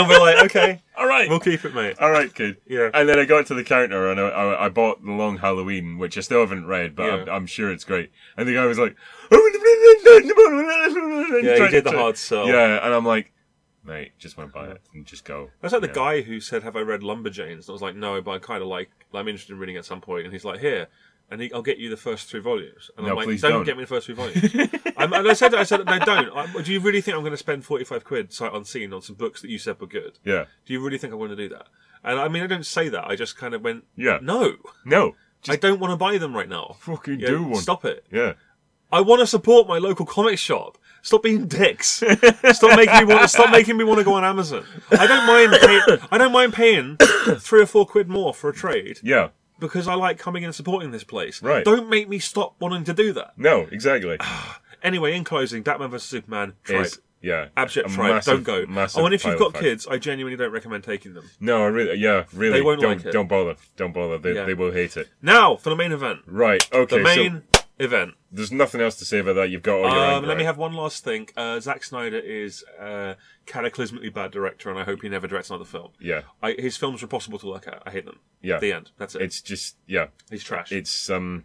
A: we're like, "Okay,
B: all right,
A: we'll keep it, mate."
B: all right, kid.
A: Yeah.
B: And then I got to the counter and I, I, I bought the Long Halloween, which I still haven't read, but I'm,
A: Yeah.
B: I'm sure it's great. And the guy was like, (laughs)
A: Yeah,
B: yeah,
A: he did the hard sell.
B: Yeah, and I'm like, mate, just want to buy it and just go.
A: (laughs) That's like the
B: Yeah.
A: guy who said, "Have I read Lumberjanes?" And I was like, "No, but I kind of like. I'm interested in reading at some point." And he's like, "Here," and he, I'll get you the first three volumes. And
B: No,
A: I'm like,
B: please
A: don't,
B: don't.
A: get me the first three volumes." (laughs) I'm, and I said, "I said, no, don't. I, do you really think I'm going to spend forty five quid sight unseen on some books that you said were good?
B: Yeah,
A: Do you really think I want to do that?" And I mean, I don't say that. I just kind of went,
B: yeah.
A: "No,
B: No,
A: I don't want to buy them right now.
B: fucking
A: Yeah,
B: do one.
A: Stop it."
B: Yeah.
A: I want to support my local comic shop. Stop being dicks. Stop making me want. Stop making me want to go on Amazon. I don't mind. Pay, I don't mind paying (coughs) three or four quid more for a trade
B: Yeah.
A: because I like coming and supporting this place.
B: Right.
A: Don't make me stop wanting to do that.
B: No, exactly.
A: Ah, Anyway, in closing, Batman vs Superman. Tripe.
B: It's- yeah.
A: Abject
B: A
A: tripe.
B: massive-
A: don't go.
B: massive
A: Oh, and if you've
B: pile
A: got
B: of fact.
A: kids, I genuinely don't recommend taking them.
B: No, I really, yeah, really.
A: They won't
B: don't,
A: like it.
B: Don't bother. Don't bother. They,
A: Yeah.
B: they will hate it.
A: Now for the main event.
B: Right. Okay.
A: The
B: So
A: main event.
B: there's nothing else to say about that. You've got all your
A: Um,
B: anger
A: let me
B: out.
A: have one last thing. Uh, Zack Snyder is a cataclysmically bad director, and I hope he never directs another film.
B: Yeah.
A: I, his films are impossible to look at. I hate them.
B: Yeah.
A: The end. That's it.
B: It's just yeah.
A: He's trash.
B: It's um.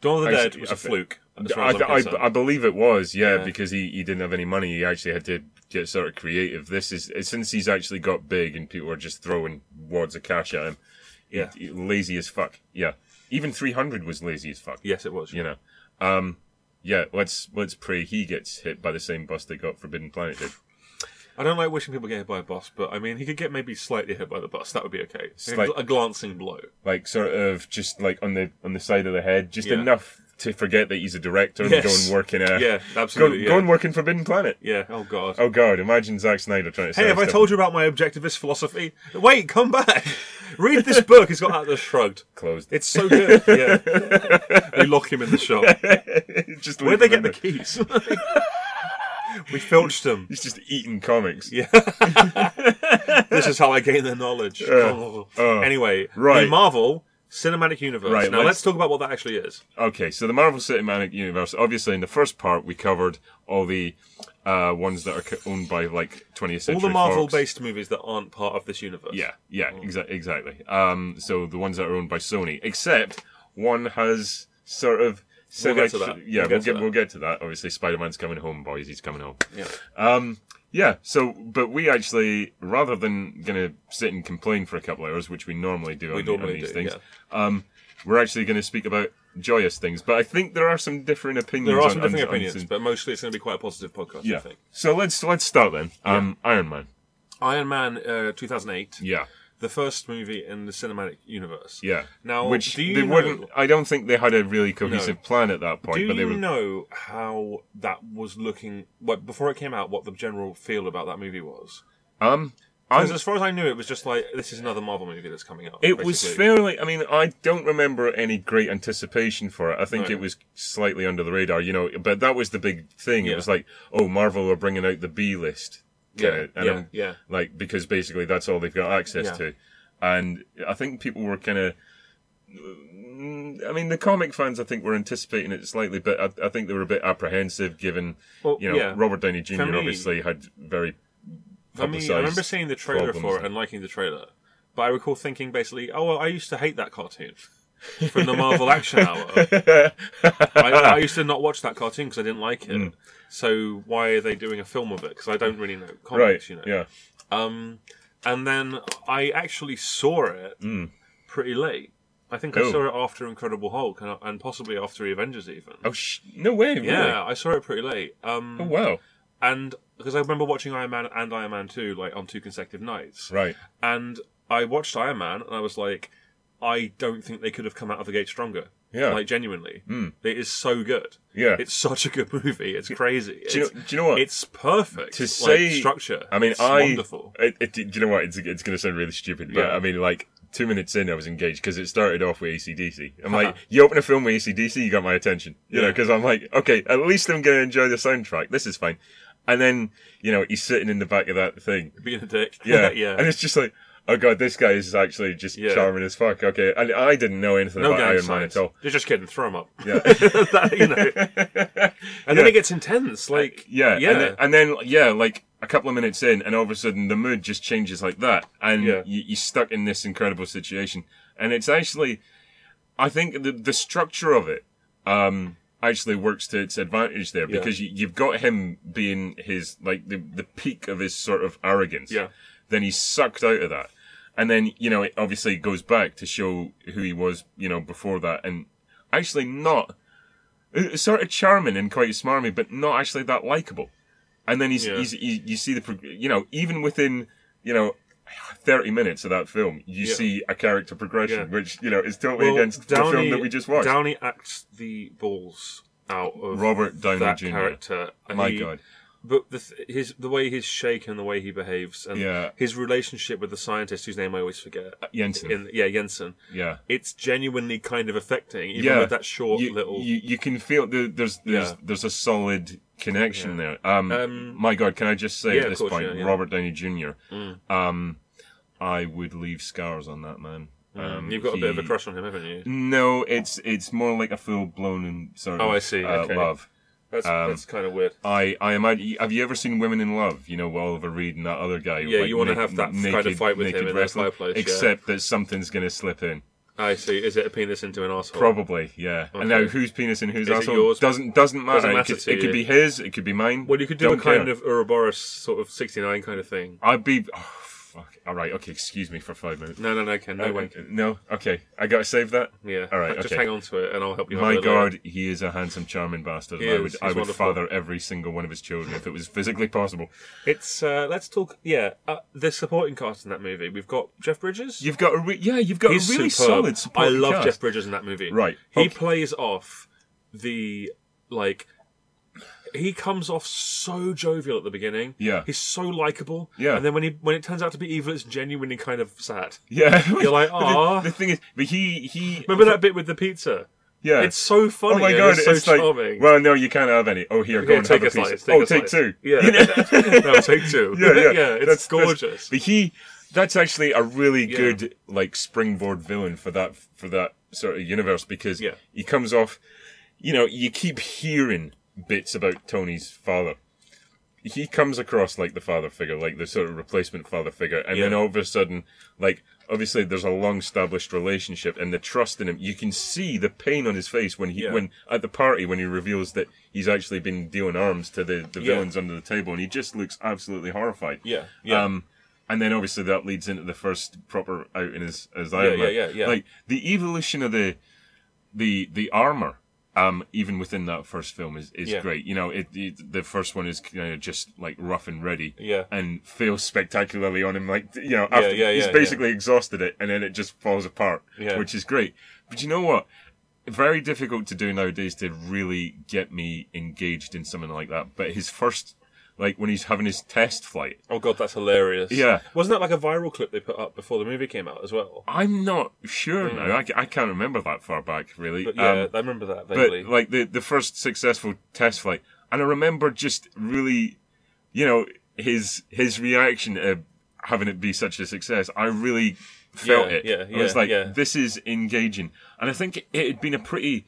A: Dawn of the
B: I-
A: Dead was
B: I-
A: a fluke. As far
B: I,
A: as I'm
B: I,
A: concerned.
B: I believe it was yeah,
A: Yeah.
B: because he, he didn't have any money. He actually had to get sort of creative. This is eh, since he's actually got big and people are just throwing wads of cash at him.
A: Yeah.
B: he- lazy as fuck. Yeah. Even three hundred was lazy as fuck.
A: yes, it was.
B: You know. Um. Yeah. Let's let's pray he gets hit by the same bus that got Forbidden Planet did.
A: I don't like wishing people get hit by a bus, but I mean, he could get maybe slightly hit by the bus. That would be okay. A
B: Slight-
A: gl- a glancing blow.
B: like sort of just like on the on the side of the head, just
A: Yeah.
B: enough to forget that he's a director and (laughs) go
A: Yes.
B: and work in a
A: Yeah,
B: go,
A: absolutely.
B: go
A: yeah.
B: and work in Forbidden Planet.
A: yeah. Oh God.
B: Oh god, imagine Zack Snyder trying to.
A: Hey, have I told you about my objectivist philosophy? Wait, come back. (laughs) Read this book. It's got Atlas Shrugged.
B: closed?
A: It's so good. Yeah. they lock him in the shop.
B: (laughs) just
A: Where'd
B: leave
A: they
B: him
A: get
B: in
A: the
B: there.
A: keys? (laughs) we filched them.
B: He's just eating comics.
A: Yeah. this is how I gain the knowledge. Oh.
B: uh,
A: anyway,
B: right.
A: the Marvel Cinematic Universe.
B: Right,
A: now
B: let's-
A: let's... talk about what that actually is.
B: Okay, so the Marvel Cinematic Universe. Obviously, in the first part, we covered all the uh, ones that are co- owned by like 20th century.
A: All the Marvel
B: Fox.
A: based movies that aren't part of this universe.
B: Yeah, yeah, exa- exactly. Um, so the ones that are owned by Sony, except one has sort of.
A: We'll get to that.
B: Yeah, we'll
A: We'll get to
B: get,
A: that.
B: we'll get to that. Obviously, Spider Man's coming home, boys. He's coming home.
A: Yeah.
B: Um, yeah. So, but we actually, rather than gonna sit and complain for a couple hours, which we normally do, on, the- on
A: normally
B: these
A: do,
B: things, um, we're actually gonna speak about joyous things. But I think there are some different opinions.
A: There are
B: on-
A: some
B: on-
A: different
B: on
A: opinions,
B: some-
A: but mostly it's going to be quite a positive podcast, I
B: yeah.
A: think.
B: So let's let's start then. Um, Iron Man.
A: Iron Man uh, 2008,
B: Yeah.
A: the first movie in the cinematic universe.
B: Yeah.
A: Now,
B: which
A: do you
B: they
A: know-
B: wouldn't. I don't think they had a really cohesive plan at that point.
A: Do
B: but they
A: you
B: were.
A: know how that was looking, what, before it came out, what the general feel about that movie was?
B: um, I,
A: Because as far as I knew, it was just like, this is another Marvel movie that's coming out.
B: it was
A: basically.
B: fairly. I mean, I don't remember any great anticipation for it. I think
A: No.
B: it was slightly under the radar, you know. But that was the big thing. It
A: Yeah.
B: was like, oh, Marvel are bringing out the B list. kinda,
A: Yeah,
B: and
A: yeah,
B: I'm-
A: yeah.
B: Like because basically that's all they've got access
A: Yeah.
B: to, and I think people were kind of. I mean, the comic fans, I think, were anticipating it slightly, but I, I think they were a bit apprehensive given
A: Well,
B: you know,
A: yeah.
B: Robert Downey Jr.
A: For me-
B: obviously had
A: (laughs)
B: very.
A: I mean,
B: publicised
A: I remember seeing the trailer
B: problems
A: for
B: and-
A: it and liking the trailer, but I recall thinking basically, "Oh, well, I used to hate that cartoon (laughs) from the Marvel Action Hour. I, I used to not watch that cartoon because I didn't like it.
B: Mm.
A: So why are they doing a film of it? Because I don't really know
B: right,
A: comics, you know.
B: yeah,
A: Um, and then I actually saw it pretty late. I think
B: Mm. Oh.
A: I saw it after Incredible Hulk and, and possibly after the Avengers, even.
B: oh sh- no way, Oh, really?
A: yeah, I saw it pretty late. Um,
B: oh wow,
A: and because I remember watching Iron Man and Iron Man Two like on two consecutive nights,
B: Right.
A: and I watched Iron Man and I was like, I don't think they could have come out of the gate stronger.
B: Yeah. Hmm.
A: like genuinely, it is so good.
B: Yeah.
A: It's such a good movie. It's crazy.
B: do, you
A: it's,
B: know, do you know what?
A: it's perfect.
B: to
A: like,
B: say
A: structure.
B: I mean,
A: it's
B: I.
A: wonderful. (laughs)
B: It, it, do you know what? It's, it's going to sound really stupid, but
A: Yeah.
B: I mean, like two minutes in, I was engaged because it started off with ACDC. I'm like, you open a film with ACDC, you got my attention. You know,
A: Uh-huh. Yeah.
B: because I'm like, okay, at least I'm going to enjoy the soundtrack. This is fine. And then you know he's sitting in the back of that
A: (laughs)
B: thing.
A: Being a dick.
B: Yeah,
A: yeah.
B: And it's just like, oh god, this guy is actually just
A: Yeah.
B: charming as fuck. Okay, and I didn't know anything
A: no
B: about
A: gang
B: Iron Man
A: signs.
B: at all.
A: You're just kidding. Throw them up.
B: Yeah.
A: (laughs)
B: (laughs)
A: That, you know. And then it gets intense. Like
B: Uh, Yeah,
A: yeah,
B: And, then, and then yeah, like a couple of minutes in, and all of a sudden the mood just changes like that, and
A: Yeah.
B: you, you're stuck in this incredible situation. And it's actually, I think the the structure of it um, actually works to its advantage there
A: Yeah.
B: because you, you've got him being his like the the peak of his sort of arrogance.
A: Yeah.
B: Then he's sucked out of that, and then you know it obviously goes back to show who he was, you know, before that, and actually not it's sort of charming and quite smarmy, but not actually that likable. And then he's,
A: Yeah.
B: he's he, you see the prog- you know even within you know thirty minutes of that film, you
A: Yeah.
B: see a character progression,
A: Yeah.
B: which you know is totally
A: Well,
B: against the film that we just watched.
A: Downey acts the balls out of
B: Robert Downey
A: that
B: Jr..
A: character. and
B: My
A: he-
B: God,
A: But the th- his the way he's shaken, the way he behaves, and
B: Yeah. Uh,
A: his relationship with the scientist whose name I always forget.
B: Jensen,
A: In, yeah, Jensen.
B: yeah.
A: It's genuinely kind of affecting, even
B: Yeah.
A: with that short
B: you,
A: little.
B: You, you can feel the, there's there's
A: Yeah.
B: there's a solid connection there. Um,
A: Um,
B: my God, can I just say
A: yeah,
B: at
A: of
B: this
A: course,
B: point,
A: yeah, Mm. yeah.
B: Robert Downey Jr. Um, I would leave scars on that man. Um,
A: Mm. You've got a bit of a
B: he-
A: crush on him, haven't you?
B: No, it's it's more like a full blown and sort of
A: Oh, I see.
B: uh,
A: Okay.
B: love.
A: That's
B: Um,
A: that's kind of weird.
B: I I imagine. Have you ever seen Women in Love? You know, with Oliver Reed and that other guy.
A: Yeah, you wanna have that kind of fight with him in that
B: wrestling,
A: fireplace, yeah.
B: Except that something's going to slip in.
A: I see. Is it a penis into an asshole?
B: Probably, yeah. And now,
A: Okay.
B: whose penis and whose
A: Is it
B: asshole
A: yours?
B: doesn't doesn't matter.
A: Doesn't matter
B: it could,
A: to
B: it could
A: you.
B: be his. It could be mine.
A: Well, you could do
B: Don't
A: a kind
B: care.
A: of Ouroboros sort of 69 kind of thing.
B: I'd be. Oh, fuck. All right. Okay. Excuse me for five minutes.
A: No, no, no, Ken, no
B: Uh,
A: way.
B: no. Okay. I gotta save that.
A: Yeah.
B: All right,
A: Just
B: okay.
A: hang on to it and I'll help you.
B: My
A: have a little-
B: God, he is a handsome, charming bastard.
A: He
B: and I
A: is,
B: would,
A: he's
B: I would
A: wonderful.
B: father every single one of his children if it was physically possible.
A: It's, uh, let's talk, yeah, uh, the supporting cast in that movie. We've got Jeff Bridges.
B: You've got a re- yeah, you've got
A: He's
B: a really
A: superb.
B: solid
A: I
B: supporting
A: love
B: cast.
A: Jeff Bridges in that movie.
B: Right,
A: He
B: okay.
A: plays off the, like, he comes off so jovial at the beginning.
B: Yeah.
A: He's so likable.
B: Yeah.
A: And then when he when it turns out to be evil, it's genuinely kind of sad.
B: Yeah,
A: (laughs) You're
B: (laughs)
A: like,
B: But
A: "Aw."
B: The, the thing is, but he he
A: Remember that bit with the pizza?
B: yeah.
A: It's so funny.
B: oh my
A: and
B: god,
A: it's so
B: like
A: charming.
B: well, no, you can't have any. Oh, here, go
A: Yeah,
B: and
A: take
B: have
A: a
B: a piece.
A: slice. Take
B: oh,
A: a
B: take
A: slice.
B: two.
A: Yeah.
B: You know?
A: (laughs) no, take two.
B: (laughs) yeah, yeah,
A: it's
B: That's- that's-
A: gorgeous.
B: but he, that's actually a really good like springboard villain for that for that sort of universe because
A: Yeah.
B: he comes off. You know, you keep hearing bits about Tony's father. He comes across like the father figure, like the sort of replacement father figure, and then
A: Yeah.
B: all of a sudden, like obviously there's a long established relationship and the trust in him. You can see the pain on his face when he
A: Yeah.
B: when at the party when he reveals that he's actually been dealing arms to the, the
A: Yeah.
B: villains under the table, and he just looks absolutely horrified.
A: yeah, yeah.
B: Um, and then obviously that leads into the first proper outing as as Iron
A: yeah,
B: Man.
A: yeah, yeah.
B: Like the evolution of the the the armor, um, even within that first film is is
A: Yeah.
B: great. You know, it, it the first one is kind of just like rough and ready,
A: Yeah.
B: and fails spectacularly on him. Like you know, after,
A: yeah,
B: he's
A: yeah,
B: basically exhausted it, and then it just falls apart,
A: Yeah.
B: which is great. But you know what? Very difficult to do nowadays to really get me engaged in something like that. But his first, like when he's having his test flight,
A: oh god, that's hilarious.
B: Yeah.
A: wasn't that like a viral clip they put up before the movie came out as well?
B: I'm not sure now. I, ca- I can't remember that far back, really.
A: Hmm. But yeah,
B: Um,
A: I remember that vaguely.
B: but like the, the first successful test flight, and I remember just really, you know, his his reaction to having it be such a success. I really felt
A: Yeah,
B: it.
A: yeah,
B: I was
A: yeah,
B: like,
A: yeah.
B: this is engaging, and I think it had been a pretty.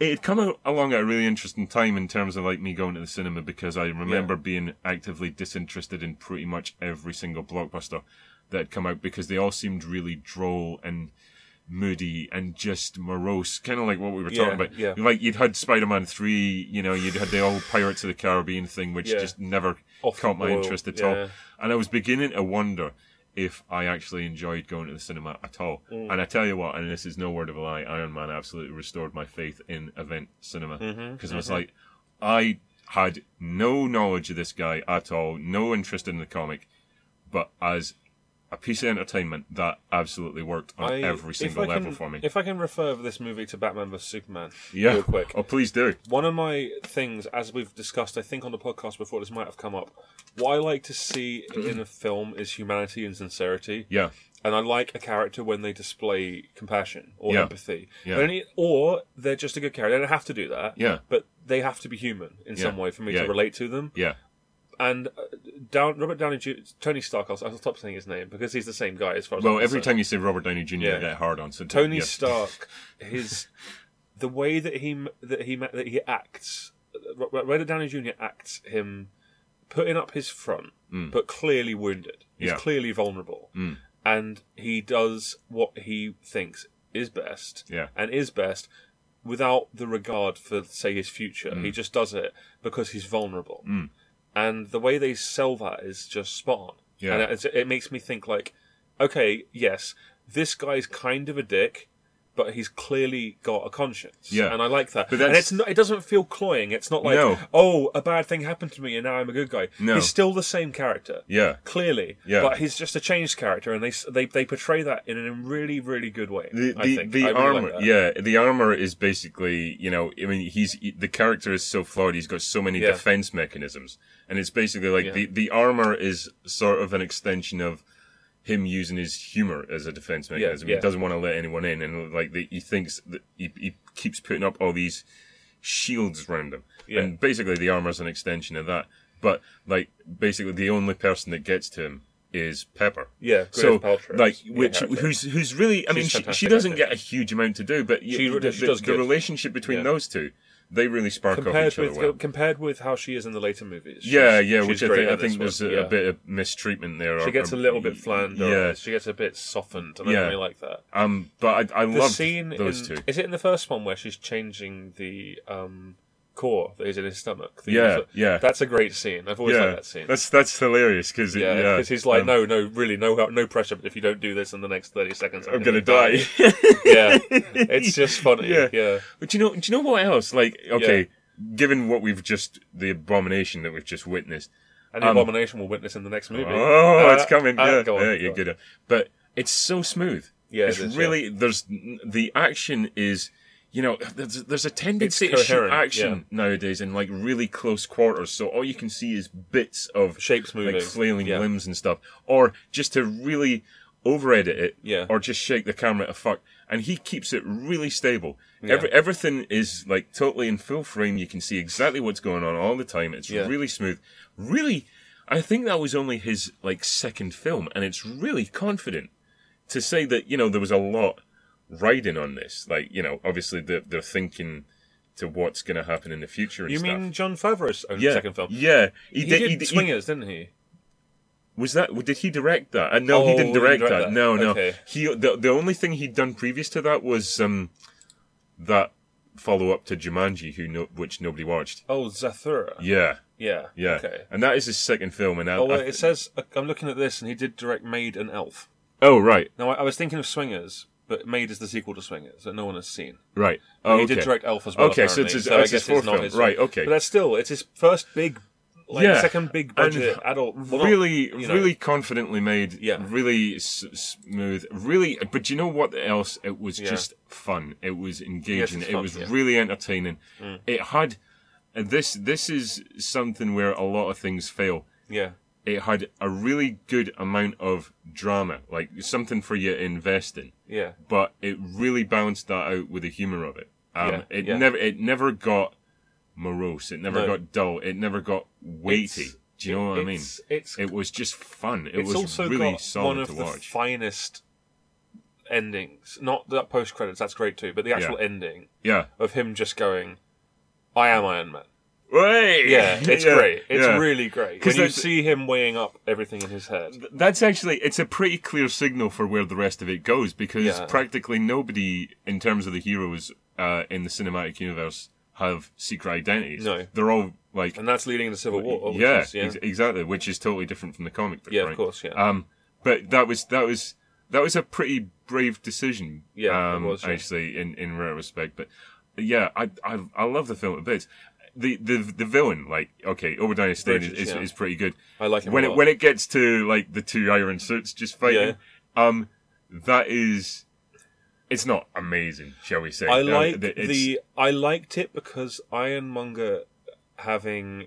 B: It had come out along at a really interesting time in terms of like me going to the cinema because I remember being actively disinterested in pretty much every single blockbuster that had come out because they all seemed really droll and moody and just morose, kind of like what we were
A: Yeah,
B: talking about.
A: yeah.
B: Like you'd had Spider Man three, you know, you'd had the old Pirates of the Caribbean thing, which
A: Yeah.
B: just never
A: Off the
B: caught my
A: boil,
B: interest at
A: yeah.
B: all. And I was beginning to wonder if I actually enjoyed going to the cinema at all.
A: Mm.
B: And I tell you what, and this is no word of a
A: Mm-hmm.
B: lie, Iron Man absolutely restored my faith in event cinema because I was like, I had no knowledge of this guy at all, no interest in the comic, but as a piece of entertainment that absolutely worked on
A: I-
B: every
A: if
B: single
A: I
B: level
A: can-
B: for me.
A: If I can refer this movie to Batman vs Superman,
B: yeah.
A: real quick.
B: Oh, please do.
A: One of my things, as we've discussed, I think on the podcast before, this might have come up. What I like to see
B: Mm-hmm.
A: in a film is humanity and sincerity,
B: Yeah.
A: and I like a character when they display compassion or
B: Yeah.
A: empathy.
B: Yeah.
A: They don't need- or they're just a good character. They don't have to do that.
B: Yeah.
A: But they have to be human in some
B: Yeah.
A: way for me
B: Yeah.
A: to relate to them.
B: Yeah.
A: And uh, down, Robert Downey Jr., Tony Stark, I'll, I'll stop saying his name because he's the same guy as far as I'm
B: Well, every
A: concerned.
B: time you say Robert Downey Jr., I
A: Yeah.
B: get hard on. So
A: Tony
B: yeah.
A: Stark, his (laughs) the way that he m- that he ma- that he acts, R- R- Robert Downey Jr. acts him putting up his front, but clearly wounded. He's
B: Mm. Yeah. Mm.
A: clearly vulnerable, and he does what he thinks is best,
B: Yeah.
A: and is best without the regard for say his future. He
B: Mm.
A: just does it because he's vulnerable, and the way they sell that is just spot on.
B: Yeah.
A: and it's, it makes me think like, okay, yes, this guy's kind of a dick, but he's clearly got a conscience.
B: Yeah.
A: and I like that.
B: But
A: and
B: that's-
A: it's not, it doesn't feel cloying. It's not like,
B: No.
A: oh, a bad thing happened to me and now I'm a good guy.
B: No.
A: he's still the same character.
B: Yeah.
A: Clearly,
B: Yeah.
A: but he's just a changed character, and they s- they, they portray that in a really really good way.
B: the
A: I
B: the,
A: think.
B: the
A: I really
B: armor
A: like that.
B: yeah the armor is basically you know i mean he's he- the character is so flawed he's got so many
A: Yeah.
B: defense mechanisms and it's basically like
A: Yeah.
B: the the armor is sort of an extension of him using his humor as a defense mechanism
A: yeah.
B: he doesn't want to let anyone in and like the, he thinks that he, he keeps putting up all these shields around him
A: Yeah.
B: and basically the armor's an extension of that but like basically the only person that gets to him is pepper
A: Yeah, Gwyneth
B: so
A: Paltrow
B: like
A: is the
B: which
A: character.
B: who's who's really i
A: She's
B: mean she, she
A: fantastic, I
B: doesn't
A: think.
B: get a huge amount to do, but y-
A: She re-
B: the,
A: she
B: the-
A: does
B: the
A: good.
B: relationship between
A: Yeah.
B: those two, they really spark off
A: compared
B: each other
A: with
B: well.
A: compared with how she is in the later movies. she's-
B: yeah, yeah,
A: she's
B: which I
A: great
B: think, I
A: at this
B: think
A: one.
B: there's a, a
A: Yeah.
B: bit of mistreatment there. or-
A: She gets a
B: or-
A: little bit flanned.
B: Yeah,
A: Yeah, she gets a bit softened, and I
B: Yeah.
A: really like that.
B: um, but I, I
A: the
B: love
A: scene
B: those
A: in,
B: two.
A: Is it in the first one where she's changing the um, core that is in his stomach? The-
B: Yeah, yeah.
A: That's a great scene. I've always
B: yeah,
A: liked that scene.
B: that's that's hilarious because
A: yeah,
B: yeah,
A: because he's like,
B: um,
A: no, no, really, no, no pressure. But if you don't do this in the next thirty seconds, I'm,
B: I'm gonna die.
A: (laughs) yeah,
B: (laughs)
A: it's just funny.
B: Yeah.
A: Yeah,
B: But do you know? Do you know what else? Like, okay, given what we've just the abomination that we've just witnessed,
A: and the abomination will witness in the next movie.
B: Um, Oh,
A: Uh,
B: it's coming.
A: uh,
B: yeah,
A: go on,
B: yeah,
A: go
B: you're
A: on.
B: good. But it's so smooth.
A: Yeah, it
B: it's
A: is, yeah.
B: really there's the action is you know there's there's a tendency
A: It's
B: to shoot
A: coherent,
B: action nowadays in like really close quarters, so all you can see is bits of
A: Shapes moving.
B: like flailing
A: yeah.
B: limbs and stuff, or just to really over edit it,
A: Yeah.
B: or just shake the camera a fuck. And he keeps it really stable. Every, everything is like totally in full frame. You can see exactly what's going on all the time. It's
A: Yeah.
B: really smooth. Really, I think that was only his like second film, and it's really confident to say that you know there was a lot riding on this. Like you know, obviously they're, they're thinking to what's going to happen in the future. And
A: You
B: stuff.
A: mean John Favreau's own
B: yeah,
A: second film?
B: Yeah,
A: He,
B: did-
A: did,
B: he d- he-
A: Swingers, didn't he?
B: was that? Did he direct that? Uh, no, he
A: Oh,
B: didn't
A: he
B: direct,
A: didn't direct
B: that.
A: that.
B: No, no.
A: Okay.
B: He the, the only thing he'd done previous to that was um that follow up to Jumanji, who no, which nobody watched.
A: Oh, Zathura.
B: Yeah,
A: Yeah.
B: yeah.
A: Okay.
B: And that is his second film. And I,
A: Oh,
B: I-
A: well, it says I'm looking at this, and he did direct Maid and Elf.
B: oh, right,
A: Now, I, I was thinking of Swingers, but Maid is the sequel to Swingers that no one has seen.
B: right. Oh,
A: he
B: okay.
A: did direct Elf as well.
B: Okay, so it's
A: apparently,
B: his- oh,
A: I
B: it's his
A: guess
B: fourth
A: not
B: film.
A: his-
B: Right, okay.
A: But that's still it's his first big, like
B: Yeah.
A: second big budget
B: And
A: adult. well, not-
B: really,
A: you know.
B: really confidently made.
A: Yeah.
B: Really s- smooth. Really, but you know what else? It was
A: Yeah.
B: just fun. It was engaging.
A: it's
B: it
A: fun,
B: was
A: yeah. Mm.
B: really entertaining. It had and this. This is something where a lot of things fail.
A: yeah,
B: It had a really good amount of drama, like something for you to invest in
A: yeah,
B: but it really balanced that out with the humor of it. Um,
A: Yeah,
B: it
A: yeah.
B: never it never got morose. It never
A: No.
B: got dull. It never got weighty.
A: It's-
B: Do you know what I mean?
A: it's- it's-
B: it was just fun. It
A: it's
B: was
A: also
B: really
A: got
B: solid
A: one of
B: to
A: the
B: watch.
A: finest endings. Not that post credits, that's great too, but the actual ending
B: yeah.
A: of him just going, "I am
B: (laughs)
A: Iron Man."
B: Hey!
A: Yeah, it's
B: Yeah,
A: great. It's
B: yeah.
A: really great.
B: 'Cause
A: When you
B: that's-
A: see him weighing up everything in his head.
B: That's actually it's a pretty clear signal for where the rest of it goes because
A: Yeah.
B: practically nobody in terms of the heroes uh, in the cinematic universe have secret identities.
A: No.
B: They're all like
A: And that's leading into Civil War. which
B: yeah,
A: is- yeah.
B: ex- exactly, which is totally different from the comic book.
A: Yeah, of
B: right?
A: course, yeah.
B: Um, but that was that was that was a pretty brave decision.
A: Yeah, it
B: um,
A: was, yeah.
B: actually, in in rare respect. But yeah, I I I love the film a bit. the, the the villain, like okay, Obadiah Stane is,
A: Bridges,
B: is,
A: yeah.
B: is pretty good.
A: I like him
B: when
A: a
B: it
A: lot.
B: when it gets to like the two iron suits just fighting. Um, that is, it's not amazing, shall we say?
A: I
B: Uh,
A: like
B: that it's-
A: the I liked it because Ironmonger having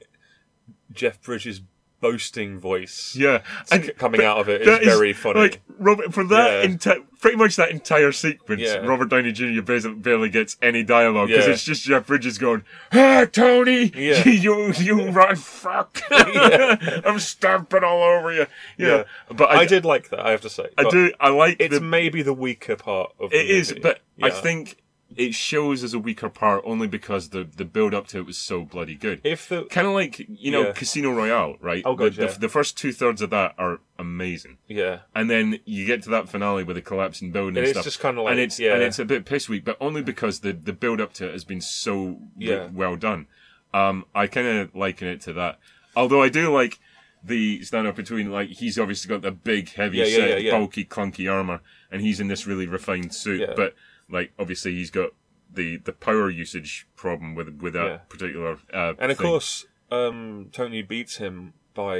A: Jeff Bridges boasting voice
B: yeah,
A: c- coming out of it is
B: that
A: very funny.
B: Like Robert, for that
A: Yeah.
B: enti- pretty much that entire sequence,
A: Yeah.
B: Robert Downey Jr. barely, barely gets any dialogue because
A: Yeah.
B: it's just Jeff Bridges going, "Hey, Tony, (laughs)
A: Yeah.
B: you
A: (laughs)
B: you rotten fuck, (laughs) I'm stamping all over you." Yeah,
A: Yeah.
B: but
A: I,
B: I,
A: did like that. I have to say,
B: I
A: But
B: do. I like
A: It's
B: the,
A: maybe the weaker part of the
B: It is,
A: movie.
B: but I
A: Yeah.
B: think it shows as a weaker part only because the the build up to it was so bloody good.
A: if the
B: Kind of like you know
A: Yeah.
B: Casino Royale, right?
A: Oh, God,
B: the, the-
A: yeah.
B: the first two thirds of that are amazing,
A: yeah
B: and then you get to that finale with the collapsing building
A: And
B: and
A: it's
B: stuff.
A: just kinda like-
B: and it's
A: yeah.
B: and it's a bit piss weak, but only because the the build up to it has been so
A: Yeah.
B: w- well done. Um, I kind of liken it to that, although I do like the stand up between like he's obviously got the big heavy
A: Yeah, yeah,
B: set
A: yeah, yeah.
B: bulky clunky armor and he's in this really refined suit
A: Yeah.
B: but like obviously he's got the the power usage problem with with that
A: Yeah.
B: particular uh
A: and of
B: thing.
A: course um, Tony beats him by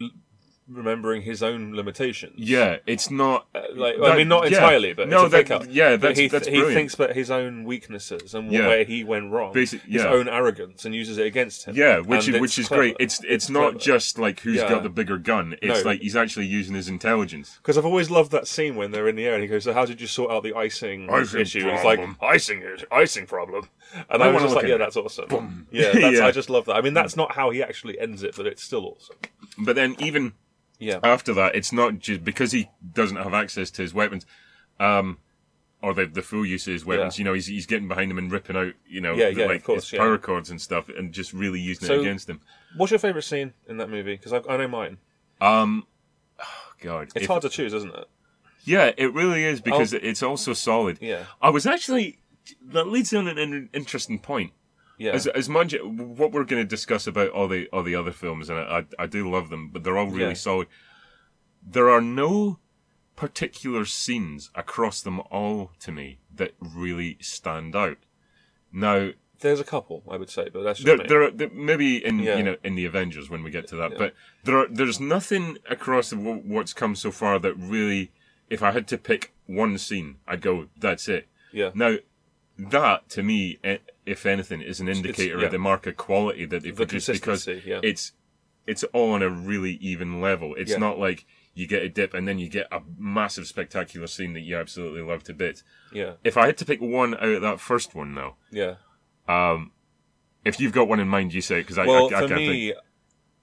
A: l- remembering his own limitations.
B: yeah it's not
A: Uh, like I
B: That-
A: mean, not
B: yeah.
A: entirely, but
B: No,
A: it's a
B: that-
A: pickup.
B: yeah,
A: But
B: that's-
A: he,
B: that's
A: he
B: brilliant.
A: thinks about his own weaknesses and wh-
B: Yeah.
A: where he went wrong,
B: Basic-
A: his
B: yeah.
A: own arrogance, and uses it against him.
B: yeah which
A: And
B: is which
A: it's
B: is great
A: clever.
B: it's it's, not
A: clever.
B: just like who's
A: Yeah.
B: got the bigger gun it's
A: No.
B: like he's actually using his intelligence
A: because I've always loved that scene when they're in the air and he goes, "So how did you sort out the icing,
B: Icing
A: issue?"
B: problem.
A: It's like icing is- icing problem, and
B: I
A: I,
B: wanna
A: was just
B: look
A: like,
B: at
A: "Yeah,
B: it. Mm.
A: that's awesome."
B: (laughs)
A: Yeah, that's, I just love that. I mean, that's not how he actually ends it, but it's still awesome.
B: but then even
A: Yeah,
B: after that, it's not just because he doesn't have access to his weapons, um, or the the full use of his weapons.
A: Yeah.
B: You know, he's he's getting behind them and ripping out, you know,
A: Yeah,
B: the,
A: yeah,
B: like
A: of course,
B: his
A: yeah.
B: power cords and stuff, and just really using it
A: So-
B: against him.
A: What's your favourite scene in that movie? Because I, I know mine.
B: Um, oh God,
A: It's
B: If-
A: hard to choose, isn't it?
B: Yeah, it really is because it's also solid.
A: Yeah.
B: I was actually that leads on an in- interesting point.
A: Yeah.
B: As, as much what we're going to discuss about all the all the other films, and I, I, I do love them, but they're all really
A: Yeah.
B: solid. There are no particular scenes across them all to me that really stand out. Now
A: There's a couple, I would say, but that's just
B: there,
A: me.
B: there, are, there maybe in
A: Yeah.
B: you know in the Avengers when we get to that, but there are, there's nothing across the, wh- what's come so far that really, if I had to pick one scene, I'd go that's it.
A: yeah.
B: Now, that to me, i- if anything, is an indicator
A: yeah.
B: of the mark of quality that they
A: The
B: produce because
A: consistency, yeah.
B: it's it's all on a really even level. It's
A: Yeah.
B: not like you get a dip and then you get a massive spectacular scene that you absolutely love to bits.
A: yeah.
B: If I had to pick one out of that first one, though,
A: Yeah.
B: if you've got one in mind, you say because I,
A: Well,
B: I, I
A: for
B: can't think.
A: me,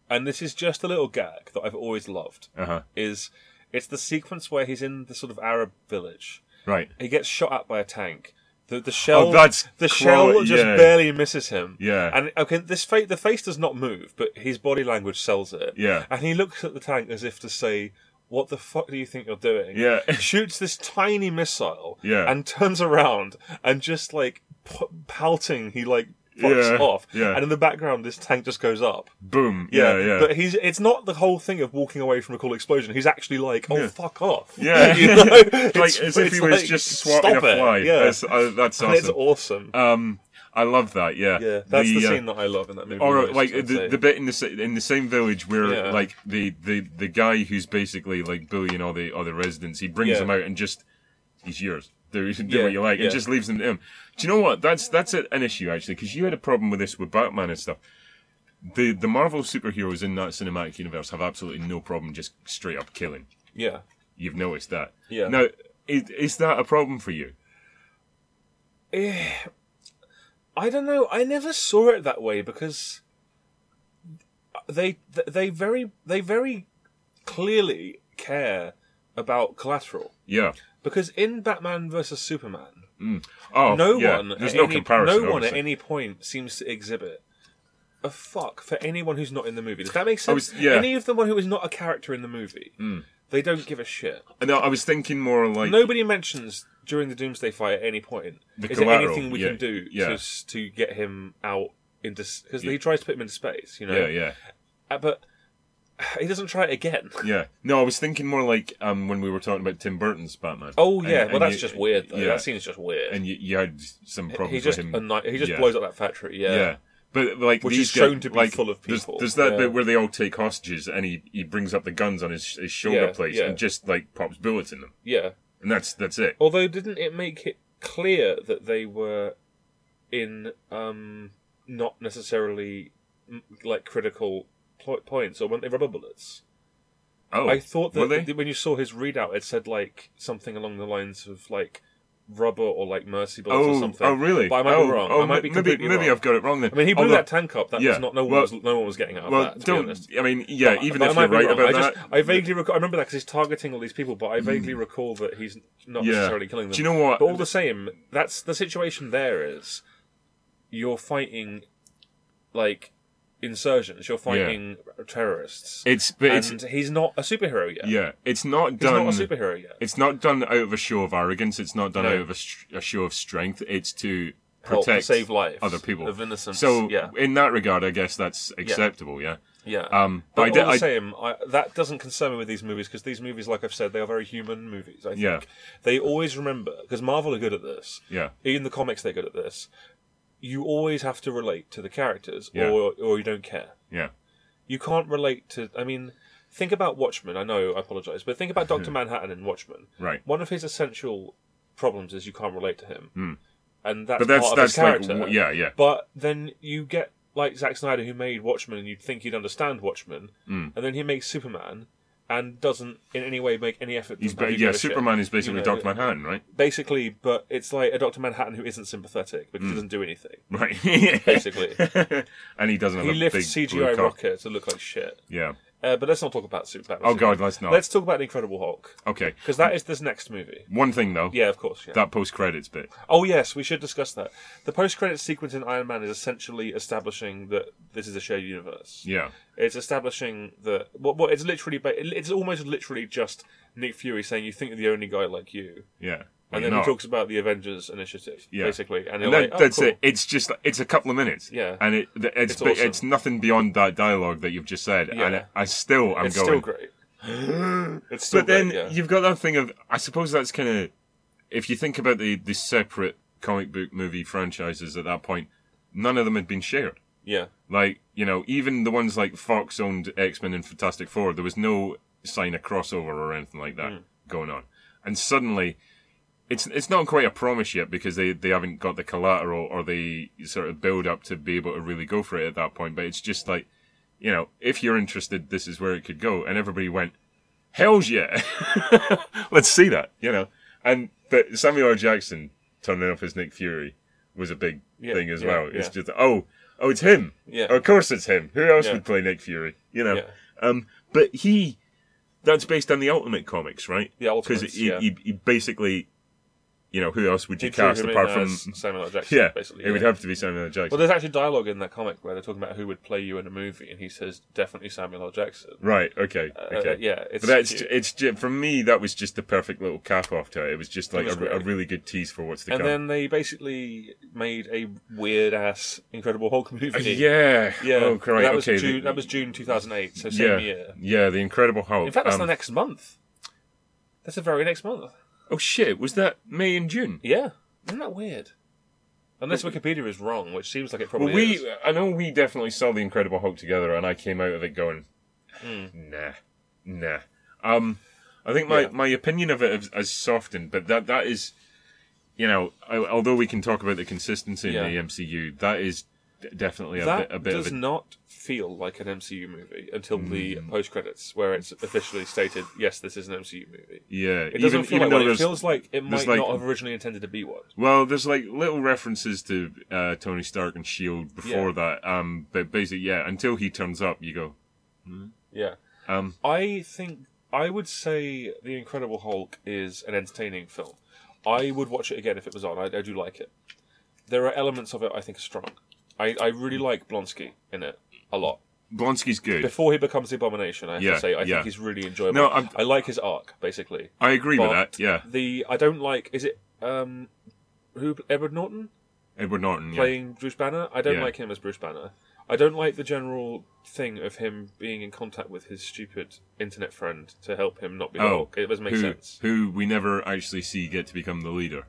A: and this is just a little gag that I've always loved,
B: Uh-huh.
A: is it's the sequence where he's in the sort of Arab village.
B: Right.
A: He gets shot at by a tank. The, the shell,
B: Oh, that's
A: the shell
B: quality,
A: just
B: yeah.
A: barely misses him.
B: Yeah.
A: and okay, this face, the face does not move, but his body language sells it.
B: Yeah.
A: and he looks at the tank as if to say, "What the fuck do you think you're doing?"
B: Yeah.
A: (laughs) shoots this tiny missile.
B: Yeah.
A: and turns around and just like p- pouting, he like fucks
B: Yeah,
A: off.
B: yeah.
A: and in the background, this tank just goes up.
B: Boom. Yeah. Yeah.
A: But he's it's not the whole thing of walking away from a cool explosion. He's actually like, oh,
B: Yeah.
A: fuck off.
B: Yeah. (laughs)
A: (laughs) You know?
B: like
A: It's-
B: as if
A: it's
B: he was
A: like,
B: just swatting a
A: stop it.
B: fly.
A: Yeah.
B: That's, uh, that's
A: And (laughs) it's
B: awesome.
A: awesome.
B: Um, I love that. Yeah.
A: yeah, that's the,
B: uh,
A: scene that I love in that movie.
B: or
A: most,
B: like
A: I'd
B: the,
A: say.
B: the bit in the sa- in the same village where
A: Yeah.
B: like the, the the guy who's basically like bullying all the all the residents, he brings
A: Yeah.
B: them out and just he's yours. Do, (laughs) do
A: Yeah,
B: what you like.
A: yeah.
B: It just leaves them to him. Do you know what? That's that's a- an issue actually because you had a problem with this with Batman and stuff. The the Marvel superheroes in that cinematic universe have absolutely no problem just straight up killing.
A: yeah,
B: You've noticed that.
A: Yeah.
B: Now, is, is that a problem for you?
A: Eh, I don't know. I never saw it that way because they th- they very they very clearly care about collateral
B: Yeah.
A: because in Batman versus Superman,
B: Oh,
A: no
B: yeah.
A: one
B: There's
A: at
B: no
A: any,
B: comparison.
A: no one at
B: obviously.
A: any point seems to exhibit a fuck for anyone who's not in the movie. Does that make
B: I
A: sense?
B: was- yeah.
A: Any of the one who is not a character in the movie, they don't give a shit.
B: No, I was thinking more like
A: Nobody mentions during the Doomsday fight at any point.
B: The
A: is there
B: collateral,
A: anything we
B: yeah,
A: can do
B: yeah.
A: to to to get him out into because he tries to put him into space? You know,
B: yeah, yeah.
A: Uh, but he doesn't try it again. (laughs)
B: Yeah. No, I was thinking more like um, when we were talking about Tim Burton's Batman.
A: Oh yeah,
B: And-
A: well
B: and
A: that's
B: you-
A: just weird. Though.
B: Yeah.
A: That scene's just weird.
B: and you, you had some problems
A: he just
B: with him.
A: anni- he just
B: Yeah.
A: blows up that factory. Yeah.
B: Yeah. But like
A: Which
B: these
A: is shown
B: guys-
A: to be
B: like,
A: full of
B: there's-
A: people.
B: There's, that
A: Yeah.
B: bit where they all take hostages, and he, he brings up the guns on his, his shoulder
A: Yeah,
B: plates
A: yeah. Oh,
B: and just like pops bullets in them,
A: yeah.
B: and that's that's it.
A: Although, didn't it make it clear that they were in um, not necessarily m- like critical pl- points, or weren't they rubber bullets?
B: Oh,
A: I thought
B: were
A: that
B: they?
A: that when you saw his readout, it said like something along the lines of like rubber or like mercy bullets
B: oh,
A: or something.
B: oh, really?
A: But I might
B: oh,
A: be wrong.
B: Oh,
A: I might
B: ma-
A: be
B: maybe
A: completely
B: maybe
A: wrong.
B: I've got it wrong then.
A: I mean, he blew
B: Although-
A: that tank up. That
B: yeah.
A: was not no one
B: Well-
A: was no one was getting out
B: Well,
A: of that. To
B: don't.
A: be honest.
B: I mean, yeah. even
A: But
B: if
A: I
B: you're
A: might be
B: right
A: wrong.
B: about
A: I
B: that, Hmm.
A: just, I vaguely recall. I remember that because he's targeting all these people, but I vaguely recall that he's not
B: Yeah.
A: necessarily killing them.
B: Do you know what?
A: But all the same, that's the situation. There is, you're fighting, like, insurgents. You're fighting terrorists,
B: it's but it's
A: and he's not a superhero yet.
B: yeah. It's not
A: he's
B: done.
A: not a superhero yet.
B: It's not done out of a show of arrogance. It's not done
A: No.
B: out of a, sh- a show of strength. It's to
A: Help
B: protect,
A: save lives
B: other people.
A: of innocence.
B: So
A: yeah,
B: in that regard, I guess that's acceptable. Yeah.
A: yeah.
B: Um, but,
A: but
B: I
A: all
B: did.
A: the
B: I,
A: same, I, that doesn't concern me with these movies because these movies, like I've said, they are very human movies. I think
B: Yeah.
A: they always remember because Marvel are good at this.
B: yeah.
A: in the comics they're good at this. You always have to relate to the characters,
B: Yeah.
A: or or you don't care.
B: Yeah.
A: You can't relate to. I mean, think about Watchmen. I know, I apologize, but think
B: (laughs)
A: about Doctor Manhattan in Watchmen.
B: Right.
A: One of his essential problems is you can't relate to him, and that's,
B: Hmm. But that's
A: part
B: that's
A: of
B: like
A: his character.
B: w- yeah yeah
A: But then you get like Zack Snyder, who made Watchmen, and you'd think you'd understand Watchmen,
B: Hmm.
A: and then he makes Superman and doesn't in any way make any effort. to
B: he's
A: have
B: ba-
A: you
B: yeah
A: give a shit
B: Superman is basically
A: You know,
B: Doctor Manhattan right (laughs)
A: basically, but it's like a Doctor Manhattan who isn't sympathetic
B: Hmm.
A: because he doesn't do anything.
B: right Yeah.
A: Basically.
B: (laughs) and he doesn't have
A: He
B: a big
A: lifts
B: blue
A: CGI
B: cock.
A: Rocket to look like shit.
B: yeah
A: Uh, but let's not talk about Super Batman.
B: oh god let's not
A: let's talk about the Incredible Hulk
B: okay
A: because that is this next movie.
B: one thing though
A: Yeah, of course. Yeah.
B: that post credits bit
A: Oh yes, we should discuss that. The post-credit sequence in Iron Man is essentially establishing that this is a shared universe.
B: yeah
A: It's establishing that well, well, it's literally ba- it's almost literally just Nick Fury saying you think you're the only guy like you,
B: yeah
A: and
B: Why
A: then
B: not?
A: he talks about the Avengers Initiative
B: Yeah.
A: basically, and,
B: And
A: you're
B: that-
A: like, oh,
B: that's
A: cool.
B: it. It's just it's a couple of minutes.
A: Yeah.
B: and it th- it's
A: It's
B: but
A: awesome.
B: it's nothing beyond that dialogue that you've just said.
A: Yeah.
B: And I still I'm
A: it's
B: going.
A: still
B: (gasps)
A: great. it's still
B: but then
A: great, yeah.
B: you've got that thing of I suppose that's kind of if you think about the the separate comic book movie franchises at that point, none of them had been shared.
A: yeah,
B: Like you know, even the ones like Fox owned X Men and Fantastic Four, there was no sign of crossover or anything like
A: Hmm.
B: that going on. And suddenly, it's it's not quite a promise yet because they, they haven't got the collateral or the sort of build up to be able to really go for it at that point. But it's just like, you know, if you're interested, this is where it could go. And everybody went, "Hell's yeah, (laughs) let's see that," you know. And but Samuel L. Jackson turning up as Nick Fury was a big
A: Yeah,
B: thing as
A: yeah,
B: well. It's
A: yeah.
B: just oh oh it's him.
A: Yeah.
B: Of course it's him. Who else
A: Yeah.
B: would play Nick Fury? You know.
A: yeah,
B: Um, but he, that's based on the Ultimate comics, right?
A: The Ultimates,
B: Because he,
A: yeah.
B: he, he basically, you know, who else would you
A: He drew
B: cast
A: him in
B: apart
A: as
B: from?
A: Samuel L.
B: (laughs)
A: Jackson?
B: Yeah,
A: basically.
B: it would
A: yeah.
B: have to be Samuel L. Jackson.
A: Well, there's actually dialogue in that comic where they're talking about who would play you in a movie, and he says definitely Samuel L. Jackson.
B: right? Okay.
A: Uh,
B: okay.
A: yeah, it's
B: But that's
A: cute.
B: ju- it's ju- for me. That was just the perfect little cap off to it. It was just like
A: was
B: a, a
A: great.
B: really good tease for what's to
A: and
B: come.
A: then they basically made a weird ass Incredible Hulk (laughs)
B: (laughs)
A: movie.
B: yeah,
A: yeah.
B: Oh, correct.
A: That was
B: okay.
A: June.
B: the-
A: That was June 2008, so same
B: yeah,
A: year.
B: yeah. The Incredible Hulk.
A: In fact, that's
B: Um,
A: the next month. That's the very next month.
B: Oh shit! Was that May and June?
A: Yeah, isn't that weird? Unless Wikipedia is wrong, which seems like it probably
B: Well, we
A: is.
B: I know we definitely saw the Incredible Hulk together, and I came out of it going,
A: Hmm.
B: nah, nah. Um, I think my,
A: Yeah.
B: my opinion of it has, has softened, but that that is, you know, I, although we can talk about the consistency
A: Yeah.
B: in the MCU, that is d- definitely a
A: that
B: bit, a bit
A: does
B: of a Hmm.
A: not feel like an MCU movie until the post credits, where it's officially stated, "Yes, this is an MCU movie."
B: yeah.
A: It doesn't feel like one. It
B: there's-
A: feels like it
B: there's
A: might
B: like-
A: not have originally intended to be one.
B: Well, there's like little references to uh, Tony Stark and Shield before that, um, but basically, yeah, until he turns up, you go,
A: Yeah,
B: um,
A: I think I would say the Incredible Hulk is an entertaining film. I would watch it again if it was on. I, I do like it. There are elements of it I think are strong. I, I really like Blonsky in it a lot.
B: Blonsky's good.
A: Before he becomes the Abomination, I have
B: Yeah,
A: to say I
B: yeah.
A: think he's really enjoyable.
B: No, I'm-
A: I like his arc basically.
B: I agree with
A: But
B: that. Yeah,
A: The I don't like. Is it um, who Edward Norton?
B: Edward Norton. Yeah.
A: playing Bruce Banner. I don't
B: Yeah.
A: like him as Bruce Banner. I don't like the general thing of him being in contact with his stupid internet friend to help him not be the
B: Oh,
A: Hulk. It doesn't make
B: who,
A: sense.
B: Who we never actually see get to become the leader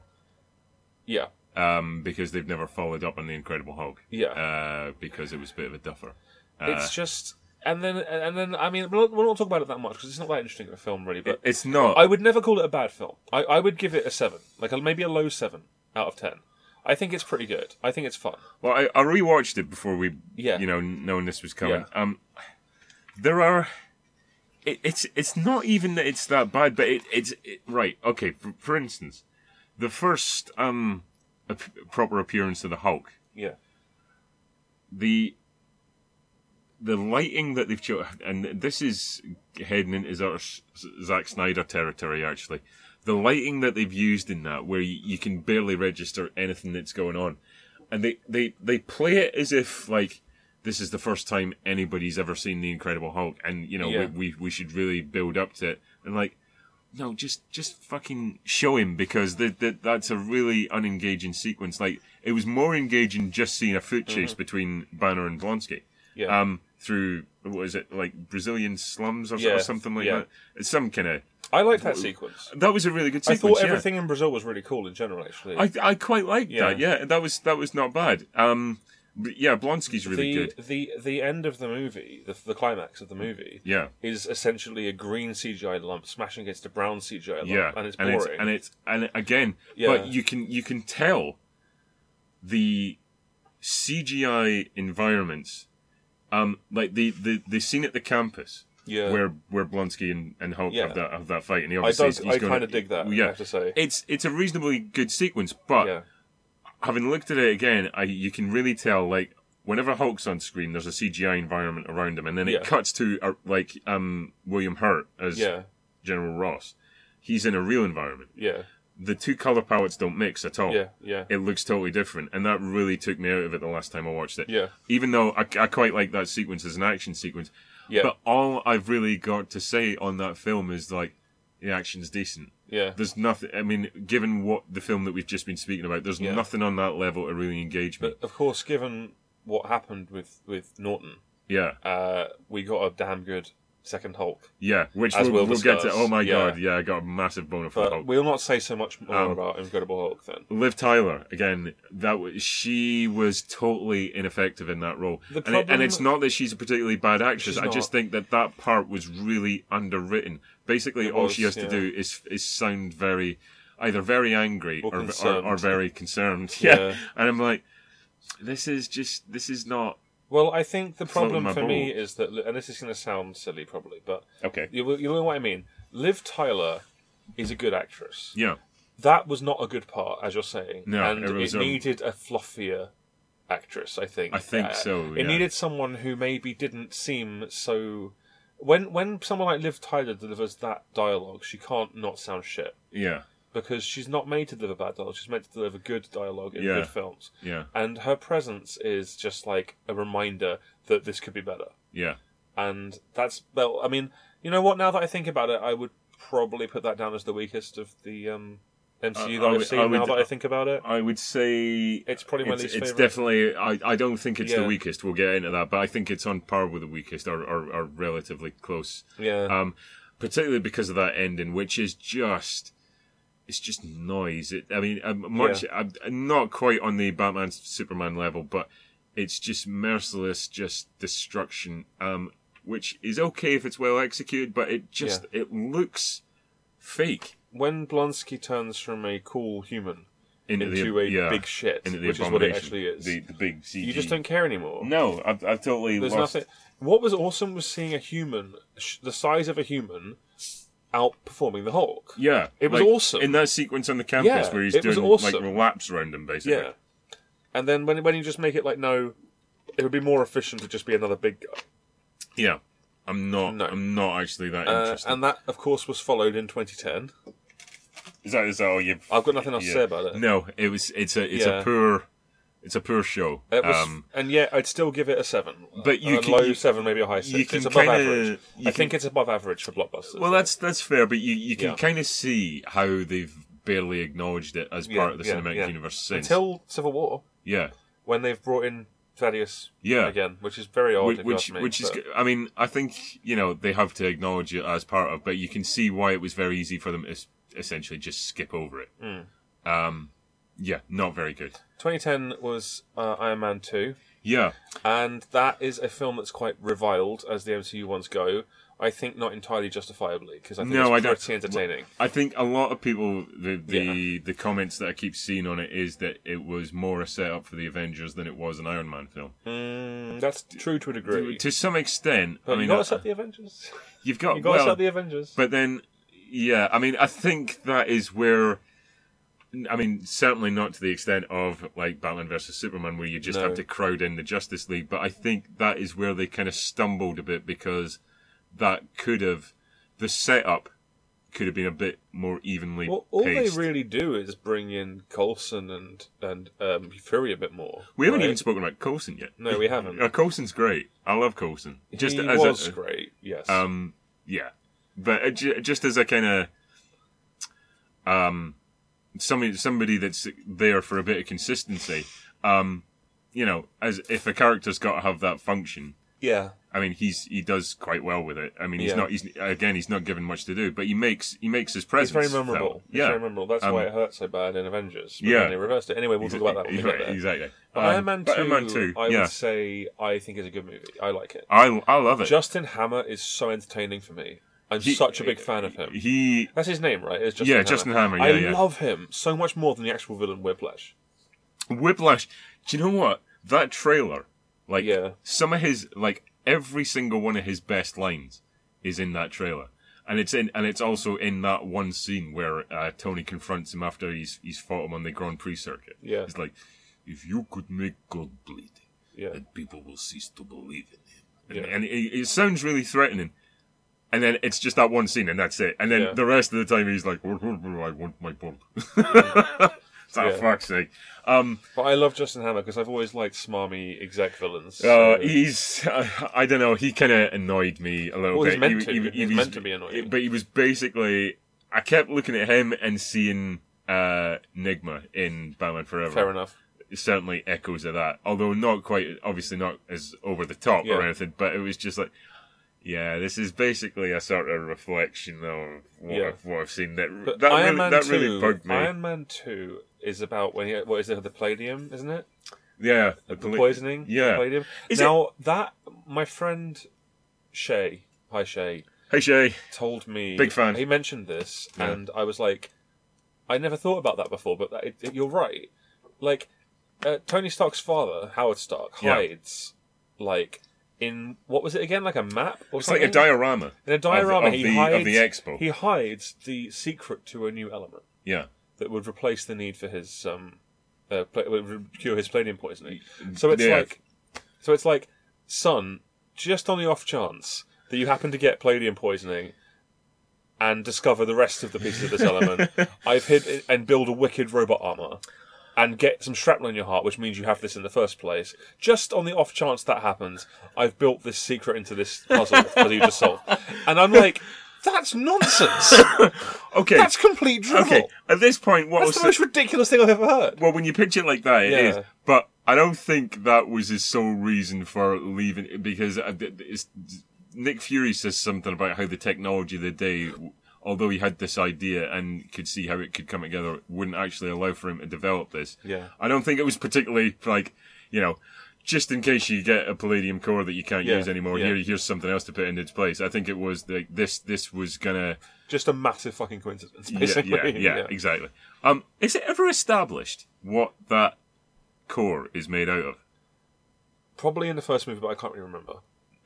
A: Yeah,
B: um, because they've never followed up on the Incredible Hulk.
A: yeah.
B: Uh, because it was a bit of a duffer. Uh,
A: it's just, and then, and then, I mean, we'll, we'll not talk about it that much because it's not that interesting of a film, really. But
B: it- it's not.
A: I would never call it a bad film. I, I would give it a seven, like a, maybe a low seven out of ten. I think it's pretty good. I think it's fun.
B: Well, I, I rewatched it before we,
A: Yeah.
B: you know, n- knowing this was coming. Um, there are, it, it's it's not even that it's that bad, but it, it's it, right. Okay, for, for instance, the first um ap- proper appearance of the Hulk,
A: Yeah,
B: the the lighting that they've chosen, and this is heading into Zar- Zack Snyder territory, actually. The lighting that they've used in that, where you, you can barely register anything that's going on, and they, they they play it as if like this is the first time anybody's ever seen the Incredible Hulk, and you know
A: Yeah.
B: we, we we should really build up to it, and like no, just just fucking show him because the, the, that's a really unengaging sequence. Like it was more engaging just seeing a foot
A: Mm-hmm.
B: chase between Banner and Blonsky.
A: yeah,
B: Um, through what is it like Brazilian slums or, so-
A: Yeah,
B: or something like
A: yeah.
B: that? It's some kind of
A: I like that sequence.
B: that was a really good
A: I
B: sequence.
A: thought
B: yeah.
A: everything in Brazil was really cool in general. Actually,
B: I I quite liked
A: Yeah.
B: that. Yeah, that was that was not bad. Um, but yeah, Blonsky's really
A: the,
B: good.
A: The the end of the movie, the, the climax of the movie,
B: Yeah.
A: is essentially a green CGI lump smashing against a brown CGI lump,
B: yeah,
A: and it's
B: and
A: boring.
B: It's, and it's and it- again,
A: Yeah.
B: but you can you can tell the CGI environments, um, like the the, the scene at the campus
A: yeah,
B: where where Blonsky and, and Hulk
A: Yeah.
B: have that have that fight, and he
A: I
B: obviously
A: dug,
B: is- he's
A: I
B: gonna-
A: kind of dig that. I
B: Yeah,
A: have to say,
B: it's it's a reasonably good sequence, but
A: yeah,
B: having looked at it again, I you can really tell like whenever Hulk's on screen, there's a CGI environment around him, and then it
A: Yeah.
B: cuts to uh, like um William Hurt as
A: yeah,
B: General Ross. He's in a real environment
A: yeah,
B: the two color palettes don't mix at all.
A: yeah, yeah,
B: It looks totally different, and that really took me out of it the last time I watched it.
A: yeah,
B: Even though I, I quite like that sequence as an action sequence,
A: yeah,
B: but all I've really got to say on that film is like the action's decent.
A: yeah,
B: There's nothing. I mean, given what the film that we've just been speaking about, there's
A: Yeah.
B: nothing on that level to really engage me.
A: But of course, given what happened with with Norton,
B: yeah,
A: uh, we got a damn good second Hulk.
B: yeah. Which
A: As
B: we'll,
A: we'll
B: we'll get to.
A: discuss,
B: Oh my
A: yeah.
B: god, yeah. I got a massive boner for
A: But
B: Hulk.
A: we'll not say so much more
B: Um,
A: about Incredible Hulk then.
B: Liv Tyler again. That was, she was totally ineffective in that role,
A: The
B: and, it- and
A: problem-
B: it's not that she's a particularly bad actress.
A: She's
B: I just
A: not.
B: think that that part was really underwritten. Basically,
A: It
B: all
A: was,
B: she has
A: yeah.
B: to do is is sound very, either very angry
A: Or
B: or, or,
A: concerned.
B: or very concerned. Yeah.
A: Yeah.
B: (laughs) and I'm like, this is just this is not
A: Well, I think the
B: Floating
A: problem
B: my
A: for me
B: balls.
A: is that, and this is going to sound silly probably, but
B: okay.
A: you, will- you know what I mean. Liv Tyler is a good actress.
B: Yeah,
A: That was not a good part, as you're saying.
B: No,
A: and
B: it
A: it,
B: was, um,
A: needed a fluffier actress. I think. Uh,
B: I think so,
A: It
B: yeah.
A: needed someone who maybe didn't seem so. When when someone like Liv Tyler delivers that dialogue, she can't not sound shit
B: yeah,
A: because she's not made to deliver bad dialogue. She's meant to deliver good dialogue in
B: Yeah.
A: good films,
B: yeah,
A: and her presence is just like a reminder that this could be better
B: yeah.
A: and that's well. I mean, you know what? Now that I think about it, I would probably put that down as the weakest of the um,
B: Uh, I-
A: MCU
B: I
A: that I've
B: would-
A: seen.
B: I would-
A: now that I think about it,
B: I would say
A: it's probably my
B: it's,
A: least
B: it's
A: favorite.
B: definitely I, I don't think it's the
A: Yeah.
B: weakest we'll get into that but i think it's on par with the weakest or, or, or relatively close
A: yeah,
B: um particularly because of that ending which is just it's just noise it, i mean i much I'm not quite on the batman superman level but it's just merciless just destruction um which is okay if it's well executed but it just it looks fake
A: when Blonsky turns from a cool human
B: into,
A: into
B: the,
A: a
B: yeah,
A: big shit,
B: into the
A: which is what it
B: abomination,
A: actually is,
B: the, the big CG.
A: you just don't care anymore.
B: no i've, I've totally
A: There's
B: lost
A: nothing. What was awesome was seeing a human, sh- the size of a human, outperforming the Hulk.
B: Yeah,
A: It was
B: like,
A: awesome.
B: in that sequence on the campus
A: Yeah,
B: where he's
A: it
B: doing
A: was
B: like
A: awesome.
B: laps around him, basically.
A: Yeah. And then when when you just make it like no, it would be more efficient to just be another big guy.
B: Yeah. I'm not.
A: No.
B: I'm not actually that
A: Uh,
B: interested.
A: and that, of course, was followed in 2010.
B: is that is that all you?
A: I've got nothing else
B: yeah.
A: to say about it.
B: No, it was. It's a. It's a
A: Yeah.
B: poor. It's a poor show.
A: It was,
B: um,
A: and yet I'd still give it a seven.
B: But you
A: a
B: can-
A: low
B: you-
A: seven, maybe a high six.
B: you can
A: it's above
B: kinda-
A: average. I
B: you can-
A: think it's above average for blockbusters.
B: well, that's that's fair, but you you can
A: Yeah.
B: kind of see how they've barely acknowledged it as
A: Yeah,
B: part of the
A: yeah,
B: cinematic
A: yeah.
B: universe since.
A: until Civil War.
B: Yeah.
A: when they've brought in Thaddeus
B: Yeah.
A: again, which is very odd.
B: Which,
A: if
B: which,
A: you ask me,
B: which is,
A: but-
B: g- I mean, I think you know they have to acknowledge it as part of, but you can see why it was very easy for them to es- essentially just skip over it.
A: Hmm.
B: Um, yeah, not very good.
A: 2010 was uh, Iron Man 2,
B: Yeah,
A: and that is a film that's quite reviled as the MCU ones go. I think not entirely justifiably because I think
B: No, I
A: it's
B: don't-
A: pretty entertaining.
B: I think a lot of people the the, the comments that I keep seeing on it is that it was more a setup for the Avengers than it was an Iron Man film.
A: Mm, that's true to a degree.
B: To some extent,
A: but
B: I mean,
A: you got to
B: uh,
A: set the Avengers. (laughs)
B: you've got,
A: You got to
B: well,
A: set the Avengers.
B: But then, yeah, I mean, I think that is where. I mean, certainly not to the extent of like Batman versus Superman, where you just
A: No.
B: have to crowd in the Justice League. But I think that is where they kind of stumbled a bit because that could have the setup could have been a bit more evenly
A: Well, all
B: paced.
A: they really do is bring in Colson and and um, Fury a bit more.
B: we haven't
A: right?
B: even spoken about Coulson yet.
A: No, we haven't.
B: (laughs) Uh, Coulson's great. I love Coulson. Just
A: he
B: as
A: was
B: a,
A: great. Yes.
B: Um, yeah, but uh, ju- just as a kind of um, somebody somebody that's there for a bit of consistency, um, you know, as if a character's got to have that function.
A: yeah.
B: I mean, he's he does quite well with it. I mean, he's
A: Yeah.
B: not. He's again, he's not given much to do, but he makes he makes his presence.
A: It's very
B: felt.
A: memorable. It's
B: Yeah,
A: very memorable. That's
B: Um,
A: why it hurt so bad in Avengers. But
B: yeah.
A: then they reversed it. Anyway, we'll talk about that when we get there.
B: exactly.
A: But
B: Um,
A: Iron Man
B: but
A: Two, I
B: yeah,
A: would say I think is a good movie. I like it.
B: I I love it.
A: Justin Hammer is so entertaining for me. I'm
B: Uh, He-
A: such a big fan of him.
B: He
A: That's his name, right? It's Justin
B: Yeah,
A: Hammer.
B: Justin Hammer,
A: I
B: yeah, yeah.
A: love him so much more than the actual villain Whiplash.
B: Whiplash. Do you know what that trailer? Like
A: Yeah.
B: some of his like every single one of his best lines is in that trailer, and it's in and it's also in that one scene where uh, Tony confronts him after he's he's fought him on the Grand Prix circuit.
A: Yeah.
B: it's like if you could make God bleed,
A: Yeah.
B: then people will cease to believe in him. And,
A: Yeah.
B: and it, it sounds really threatening. And then it's just that one scene, and that's it. And then
A: Yeah.
B: the rest of the time, he's like, (laughs) "I want my pump." (laughs) it's like,
A: Yeah.
B: fuck's sake. Um,
A: But I love Justin Hammer because I've always liked smarmy exec villains.
B: Uh,
A: so-
B: he's, (laughs) I don't know, he kind of annoyed me a little
A: Well,
B: bit.
A: he's meant
B: He-
A: to.
B: he- he
A: He's
B: was-
A: meant to be annoying.
B: But he was basically, I kept looking at him and seeing uh, Nigma in Batman Forever.
A: fair enough.
B: Certainly echoes of that, although not quite, obviously not as over the top or
A: Yeah.
B: anything, but it was just like, yeah, this is basically a sort of reflection of what,
A: Yeah.
B: I've, what I've seen. That,
A: But
B: that,
A: Iron
B: really,
A: Man
B: that
A: 2,
B: really bugged me.
A: Iron Man Two is about when he, what is it the Palladium, isn't it?
B: yeah.
A: The,
B: poli-
A: poisoning.
B: Yeah.
A: Palladium.
B: Is
A: now that my friend Shay, hi Shay,
B: Hey, Shay.
A: told me
B: Big fan.
A: He mentioned this,
B: Yeah.
A: and I was like, I never thought about that before, but that, it, it- you're right. Like uh, Tony Stark's father, Howard Stark,
B: Yeah.
A: hides like in what was it again? Like a map or
B: It's
A: something?
B: like a diorama.
A: In a diorama,
B: of
A: he
B: the-
A: hides
B: of the expo.
A: He hides the secret to a new element
B: Yeah.
A: that would replace the need for his um, uh, pla- would re- cure his palladium poisoning. So it's
B: Mm-hmm. Yeah.
A: like, so it's like, son, just on the off chance that you happen to get palladium poisoning and discover the rest of the pieces of
B: (laughs)
A: this element, I've hid it and build a wicked robot armor. And get some shrapnel in your heart, which means you have this in the first place. Just on the off chance that happens, I've built this secret into this puzzle that you just solved. And I'm like, that's nonsense.
B: (laughs) Okay.
A: That's complete drivel.
B: Okay, at this point, what
A: Oh. That's
B: was
A: the most ridiculous thing I've ever heard.
B: well when you picture it like that, it is.
A: Yeah.
B: But I don't think that was his sole reason for leaving because uh, th- th- it's, Nick Fury says something about how the technology of the day, although he had this idea and could see how it could come together, wouldn't actually allow for him to develop this.
A: Yeah.
B: I don't think it was particularly like you know. Just in case you get a palladium core that you can't
A: Yeah,
B: use anymore,
A: yeah.
B: here here's something else to put in its place. I think it was like this. This was gonna
A: Just a massive fucking coincidence, (laughs)
B: yeah,
A: basically.
B: yeah, yeah, exactly. Um, is it ever established what that core is made out of?
A: Probably in the first movie, but I can't really remember.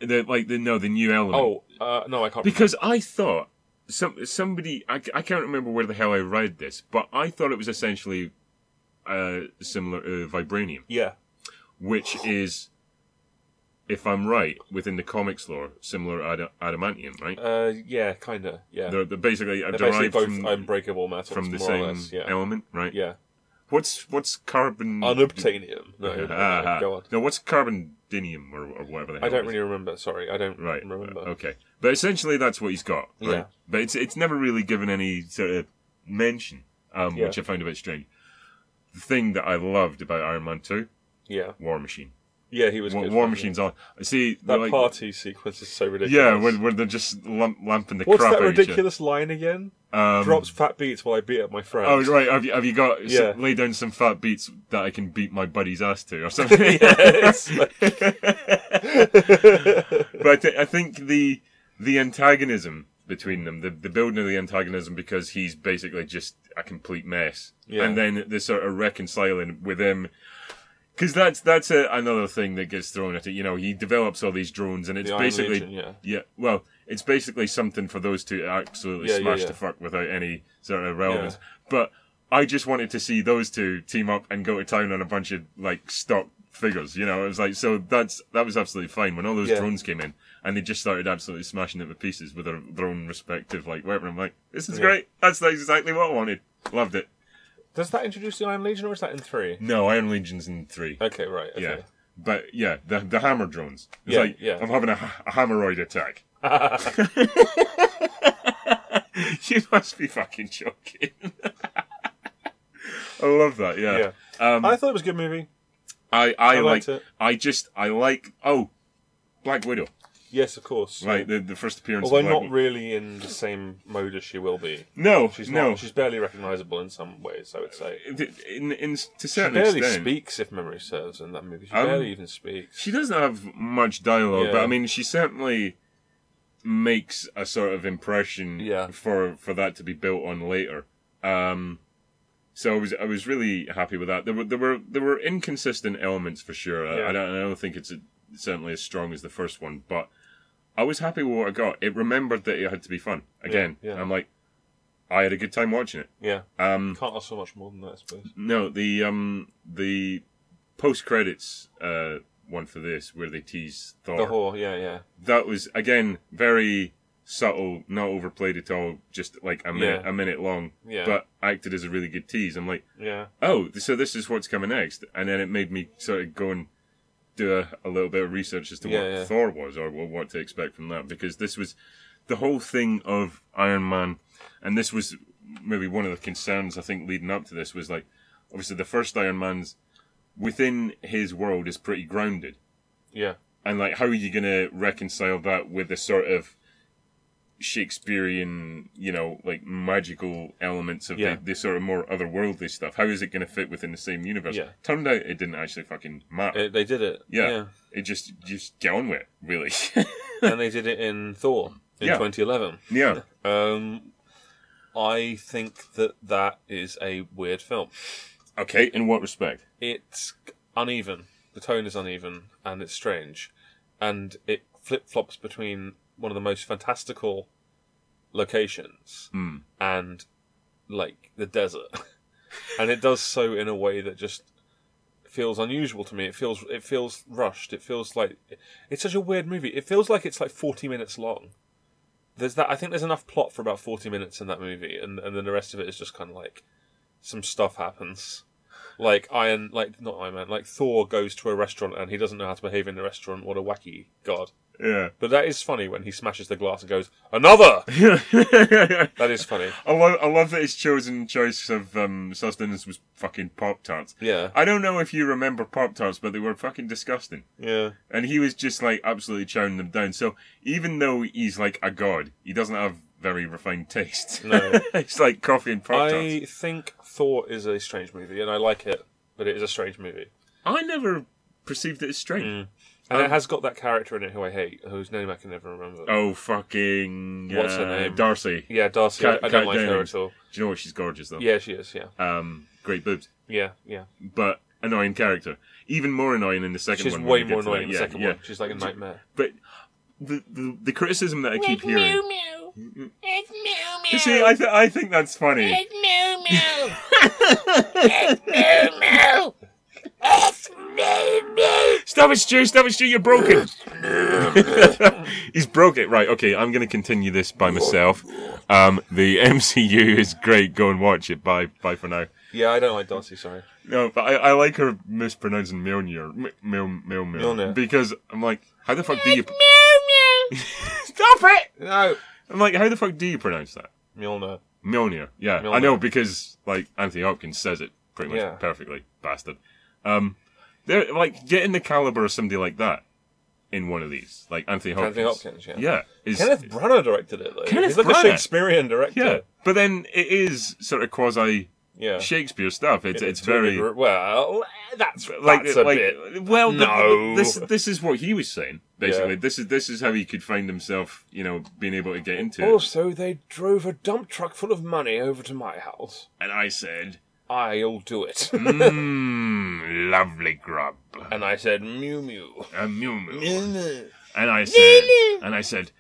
B: The, like the no, the new element.
A: Oh, uh, no, I can't
B: because I thought some somebody I, I can't remember where the hell I read this, but I thought it was essentially uh, similar uh, vibranium,
A: remember. (sighs)
B: which is, if I'm right, within the comics lore, similar ad- adamantium, right?
A: Yeah. Uh, yeah, kind of. Yeah. They're,
B: they're, they're basically uh,
A: basically
B: derived
A: both
B: from,
A: unbreakable metals,
B: from the
A: more
B: same
A: or less. Yeah.
B: element, right?
A: yeah.
B: What's what's carbon?
A: Unobtainium.
B: (laughs)
A: No, no,
B: Ah,
A: go on.
B: No, what's carbondinium or, or whatever the hell
A: I don't
B: it is?
A: really remember. Sorry, I don't
B: right. uh,
A: remember.
B: Okay, but essentially that's what he's got. Right?
A: Yeah.
B: But it's it's never really given any sort of mention, um,
A: Yeah.
B: which I found a bit strange. thing that I loved about Iron Man Two:
A: Yeah,
B: War Machine.
A: yeah, he was.
B: War,
A: good
B: War
A: fun,
B: Machine's on. See
A: yeah. That
B: like,
A: party sequence is so ridiculous.
B: Yeah, where, where they're just lump, lumping the
A: What's
B: crap
A: that
B: out of each other.
A: ridiculous line again?
B: Um,
A: Drops fat beats while I beat up my friend.
B: Oh
A: (laughs)
B: right, have you have you got s-
A: Yeah.
B: lay down some fat beats that I can beat my buddy's ass
A: (laughs)
B: to or something?
A: Yes.
B: (laughs) but I, thi- I think the the antagonism between them, the, the building of the antagonism, because he's basically just a complete mess,
A: Yeah.
B: and then the sort of reconciling with him. Because that's that's a, another thing that gets thrown at it. You know, he develops all these drones, and it's
A: Iron
B: basically
A: Legion, yeah.
B: Well, it's basically something for those two to absolutely
A: Yeah, yeah,
B: smash
A: yeah.
B: the fuck without any sort of relevance. But I just wanted to see those two team up and go to town on a bunch of like stock figures. You know, it was like so that's that was absolutely fine when all those
A: Yeah.
B: drones came in and they just started absolutely smashing it to pieces with their, their own respective like weapon. I'm like, this is great. That's like, exactly what I wanted. Loved it.
A: Does that introduce the Iron Legion, or is that in three?
B: No, Iron Legion's in three.
A: Okay, right. Okay.
B: Yeah. But yeah, the the hammer drones. It's
A: Yeah,
B: like
A: yeah.
B: I'm having a, ha- a hammeroid attack. (laughs)
A: (laughs)
B: you must be fucking joking. (laughs) I love that. Yeah. Um,
A: I thought it was a good movie.
B: I I,
A: I
B: like.
A: liked it.
B: I just I like. Oh, Black Widow.
A: Yes, of course.
B: Like the, the first appearance.
A: Although
B: of Black
A: not
B: Widow.
A: really in the same mode as she will be.
B: no,
A: She's
B: no.
A: not. She's barely recognisable in some ways. I would say.
B: in, in, to a
A: She
B: certain
A: barely
B: extent,
A: speaks, if memory serves, in that movie. She
B: Um,
A: barely even speaks.
B: she doesn't have much dialogue, but
A: Yeah.
B: I mean, she certainly makes a sort of impression
A: Yeah.
B: for for that to be built on later. Um, so I was I was really happy with that. There were there were there were inconsistent elements for sure. I,
A: Yeah.
B: I, don't, I don't think it's a, certainly as strong as the first one, but I was happy with what I got. It remembered that it had to be fun again.
A: yeah.
B: I'm like, I had a good time watching it.
A: Yeah.
B: Um,
A: Can't ask for much more than that, I suppose.
B: no, the um the post credits uh one for this where they tease Thor.
A: The whore. Yeah, yeah.
B: that was again very subtle, not overplayed at all, just like a minute
A: Yeah.
B: a minute long.
A: Yeah.
B: But acted as a really good tease. I'm like,
A: Yeah.
B: oh, th- so this is what's coming next, and then it made me sort of go and do a, a little bit of research as to
A: Yeah,
B: what
A: yeah.
B: Thor was or wh- what to expect from that because this was the whole thing of Iron Man, and this was maybe one of the concerns I think leading up to this was like obviously the first Iron Man's within his world is pretty grounded
A: Yeah.
B: and like how are you gonna reconcile that with the sort of Shakespearean, you know, like magical elements of
A: Yeah.
B: the, the sort of more otherworldly stuff? How is it gonna fit within the same universe?
A: Yeah.
B: Turned out it didn't actually fucking matter.
A: It, they did it.
B: yeah. It just just get on with it, really. (laughs)
A: yeah. and they did it in Thor in
B: Yeah.
A: 2011.
B: yeah.
A: Um, I think that that is a weird film.
B: Okay, in what respect?
A: It's uneven. The tone is uneven, and it's strange, and it flip flops between one of the most fantastical locations
B: Hmm.
A: and like the desert, (laughs) and it does so in a way that just feels unusual to me. It feels it feels rushed. It feels like it's such a weird movie. It feels like it's like forty minutes long. There's that. I think there's enough plot for about forty minutes in that movie, and and then the rest of it is just kind of like some stuff happens. Like Iron, like not Iron Man, like Thor goes to a restaurant and he doesn't know how to behave in the restaurant. What a wacky god!
B: (laughs) Yeah.
A: But that is funny when he smashes the glass and goes
B: (laughs)
A: another.
B: I
A: That is funny.
B: love I love that his chosen choice of um, sustenance was fucking Pop Tarts.
A: Yeah,
B: I don't know if you remember Pop Tarts, but they were fucking disgusting.
A: yeah,
B: and he was just like absolutely chowing them down. So even though he's like a god, he doesn't have very refined taste.
A: No.
B: (laughs) it's like coffee and pop tarts.
A: I think Thor is a strange movie, and I like it, but it is a strange movie,
B: I never perceived it as strange.
A: Mm. and it has got that character in it who I hate, whose name I can never remember.
B: Um, Oh fucking
A: What's her
B: uh,
A: name?
B: Darcy.
A: Yeah, Darcy. I-
B: Kat-
A: I don't
B: Kat
A: like her
B: Dennings.
A: at all.
B: Do you know what? She's gorgeous though.
A: Yeah, she is. Yeah,
B: Um, great boobs,
A: yeah, yeah.
B: but annoying character. Even more annoying in the second
A: She's
B: one. when
A: way
B: we get
A: more
B: to
A: annoying
B: that.
A: in the
B: yeah,
A: second
B: yeah.
A: one. She's like a nightmare.
B: But the, the the criticism that I keep
C: It's meow
B: hearing.
C: meow. It's meow meow.
B: You see, I th- I think that's funny.
C: It's meow
B: (laughs)
C: meow. It's meow meow. It's meow meow.
B: Stop it, Stu! Stop it, Stu! You're broken. (laughs) He's broke it. Right. Okay. I'm going to continue this by myself. Um, the (laughs) MCU is great. Go and watch it. Bye. Bye for now.
A: Yeah, I don't like Darcy. Sorry.
B: No, but I, I like her mispronouncing Mjolnir, M- Mil, Mil, Mil,
A: Mjolnir.
B: because I'm like, how the fuck do you?
C: Meow meow.
B: Stop it!
A: No,
B: I'm like, how the fuck do you pronounce that?
A: Mjolnir.
B: Mjolnir. Yeah, I
A: Mjolnir.
B: know because like Anthony Hopkins says it pretty much
A: Yeah.
B: perfectly, bastard. Um, they're like getting the caliber of somebody like that in one of these, like Anthony Hopkins.
A: Anthony Hopkins, yeah.
B: is-
A: Kenneth Branagh directed it though.
B: Kenneth
A: He's like
B: Branagh.
A: a Shakespearean director.
B: yeah, but then it is sort of quasi
A: yeah.
B: Shakespeare stuff. It's
A: To-
B: it's
A: to a
B: very
A: degree- well. That's
B: like
A: that's a
B: like-
A: bit.
B: well th-
A: No.
B: this this is what he was saying basically
A: Yeah.
B: this is this is how he could find himself you know being able to get into it
A: Also, they drove a dump truck full of money over to my house.
B: and I said
A: I'll do it.
B: Mm. mmm (laughs) lovely grub
A: (laughs) and I said, Mew
B: (laughs)
A: Mew.
B: a mew mew and I said and I said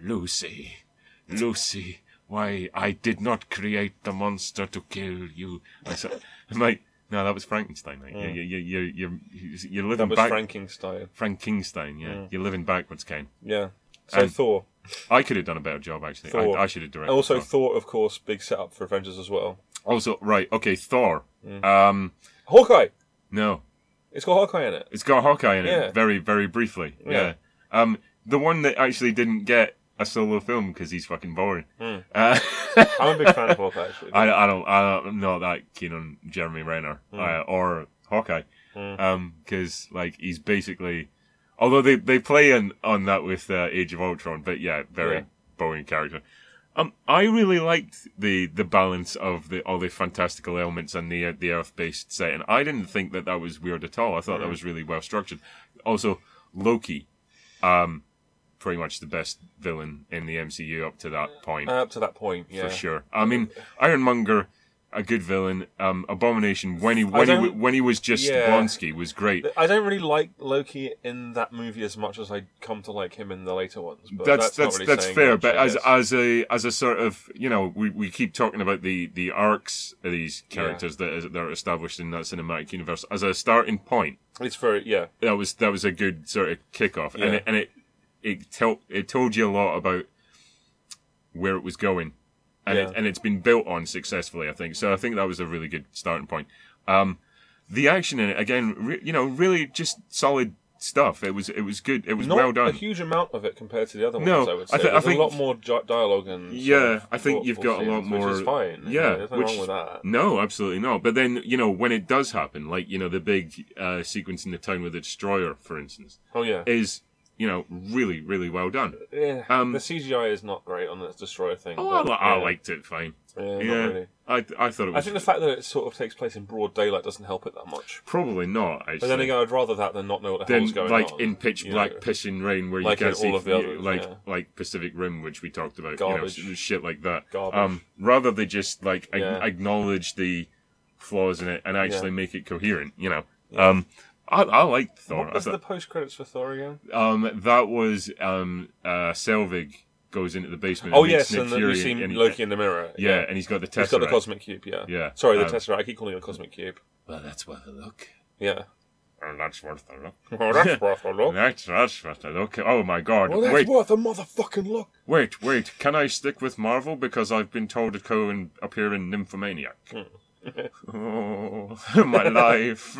B: Lucy Lucy why I did not create the monster to kill you I said I'm like no that was Frankenstein mate you you you you you're, you're living
A: That was
B: back
A: Frankenstein.
B: Frankenstein yeah you're living backwards Kane
A: Yeah. So
B: And-
A: Thor.
B: I could have done a better job actually.
A: Thor.
B: I, I should have directed.
A: Also,
B: Thor.
A: Thor, of course, big setup for Avengers as well.
B: also right, okay, Thor. Um,
A: Hawkeye.
B: no,
A: It's got Hawkeye in it.
B: it's got Hawkeye in it,
A: Yeah.
B: very, very briefly. Yeah.
A: Yeah.
B: Um, the one that actually didn't get a solo film because he's fucking boring.
A: Hmm.
B: Uh, (laughs)
A: I'm a big fan of Hawkeye, actually. Hmm.
B: I, I don't, I don't, I'm not that keen on Jeremy Renner uh, or Hawkeye, Um 'cause because like he's basically, although they they play on on that with uh, Age of Ultron, but yeah, very
A: Yeah.
B: boring character. Um, I really liked the the balance of the all the fantastical elements and the uh, the Earth based setting. I didn't think that that was weird at all. I thought that
A: Hmm.
B: was really well structured. Also, Loki, um, pretty much the best villain in the MCU up to that point
A: Uh, Up to that point, yeah.
B: for sure. I mean, Ironmonger, a good villain. Um, Abomination when he when he
A: don't-
B: wa- when he was just
A: Yeah.
B: Blonsky was great.
A: I don't really like Loki in that movie as much as I come to like him in the later ones. But
B: That's
A: that's not
B: that's
A: really
B: that's
A: saying
B: fair,
A: much,
B: but
A: I
B: as
A: guess.
B: as a as a sort of you know we, we keep talking about the the arcs of these characters that is, that are established in that cinematic universe as a starting point.
A: it's very yeah.
B: that was that was a good sort of kickoff,
A: Yeah.
B: and it, and it it tell it told you a lot about where it was going, and it,
A: Yeah.
B: and it's been built on successfully, I think. So I think that was a really good starting point. Um, the action in it again, re- you know, really just solid stuff. It was it was good. It was
A: Not
B: well
A: a
B: done.
A: huge amount of it compared to the other ones.
B: No,
A: I would
B: I
A: say
B: thi- I
A: there's
B: think-
A: a lot more jo- dialogue and sort
B: Yeah,
A: of
B: I think you've
A: thoughtful
B: got a lot
A: scenes, Which is
B: more-
A: fine.
B: yeah,
A: there's nothing
B: which-
A: wrong with that.
B: No, absolutely not. But then you know when it does happen, like you know the big uh, sequence in the town with the destroyer, for instance,
A: Oh yeah,
B: is you know really really well done.
A: yeah.
B: um,
A: the CGI is not great on this destroyer thing.
B: Oh, I,
A: but,
B: li- I
A: yeah.
B: liked it fine.
A: Yeah, not
B: Yeah,
A: really.
B: I th- I thought it was
A: I think the fact that it sort of takes place in broad daylight doesn't help it that much.
B: probably not. Actually,
A: But then again, I'd rather that than not know what the
B: Than,
A: hell's going
B: like
A: on.
B: in pitch
A: you
B: black,
A: know.
B: pissing rain, where
A: Like
B: you
A: in
B: can't see
A: all of the
B: you-
A: others,
B: like
A: yeah.
B: like Pacific Rim, which we talked about,
A: Garbage.
B: you know, s- shit like that. Um,
A: Garbage.
B: rather they just like ag-
A: Yeah.
B: acknowledge the flaws in it and actually
A: Yeah.
B: make it coherent. You know, um, I I liked Thor.
A: What
B: I
A: was the
B: thought,
A: post credits for Thor again?
B: um, that was um, uh, Selvig goes into the basement.
A: Oh
B: and meets
A: yes,
B: Nick
A: and the,
B: Fury
A: you see
B: and he-
A: Loki in the mirror.
B: Yeah, and he's got the tesseract.
A: he's got the cosmic cube. Yeah,
B: Yeah,
A: Sorry, the
B: um,
A: tesseract. I keep calling it a cosmic cube.
B: Well, that's worth a look.
A: Yeah.
B: Oh, that's worth a look.
A: (laughs) Well, that's worth a (laughs) look.
B: That's, that's what I look. Oh my god.
A: Oh. Well, that's
B: wait,
A: worth a motherfucking look.
B: wait, wait. Can I stick with Marvel? Because I've been told to go and appear in Nymphomaniac.
A: Hmm.
B: (laughs) oh, my
A: (laughs)
B: life.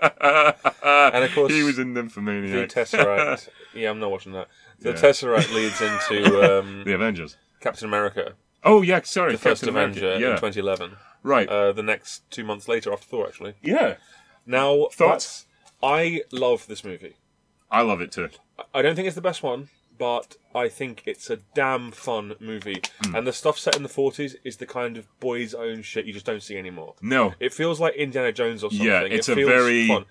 B: and
A: of course,
B: He was in
A: The
B: Nymphomaniac.
A: (laughs) Tesseract. yeah, I'm not watching that. The
B: Yeah.
A: Tesseract leads (laughs) into um,
B: the Avengers.
A: Captain America,
B: Oh, yeah, sorry.
A: the first
B: Captain
A: Avenger
B: America.
A: in
B: Yeah.
A: 2011.
B: right.
A: Uh, the next two months later, after Thor, actually.
B: yeah.
A: Now,
B: Thoughts?
A: that's- I love this movie.
B: I love it too.
A: I don't think it's the best one, but I think it's a damn fun movie.
B: Hmm.
A: And the stuff set in the 40s is the kind of boys' own shit you just don't see anymore.
B: No.
A: It feels like Indiana Jones or something.
B: Hmm. Yeah, it's
A: it
B: a
A: feels
B: very-
A: fun.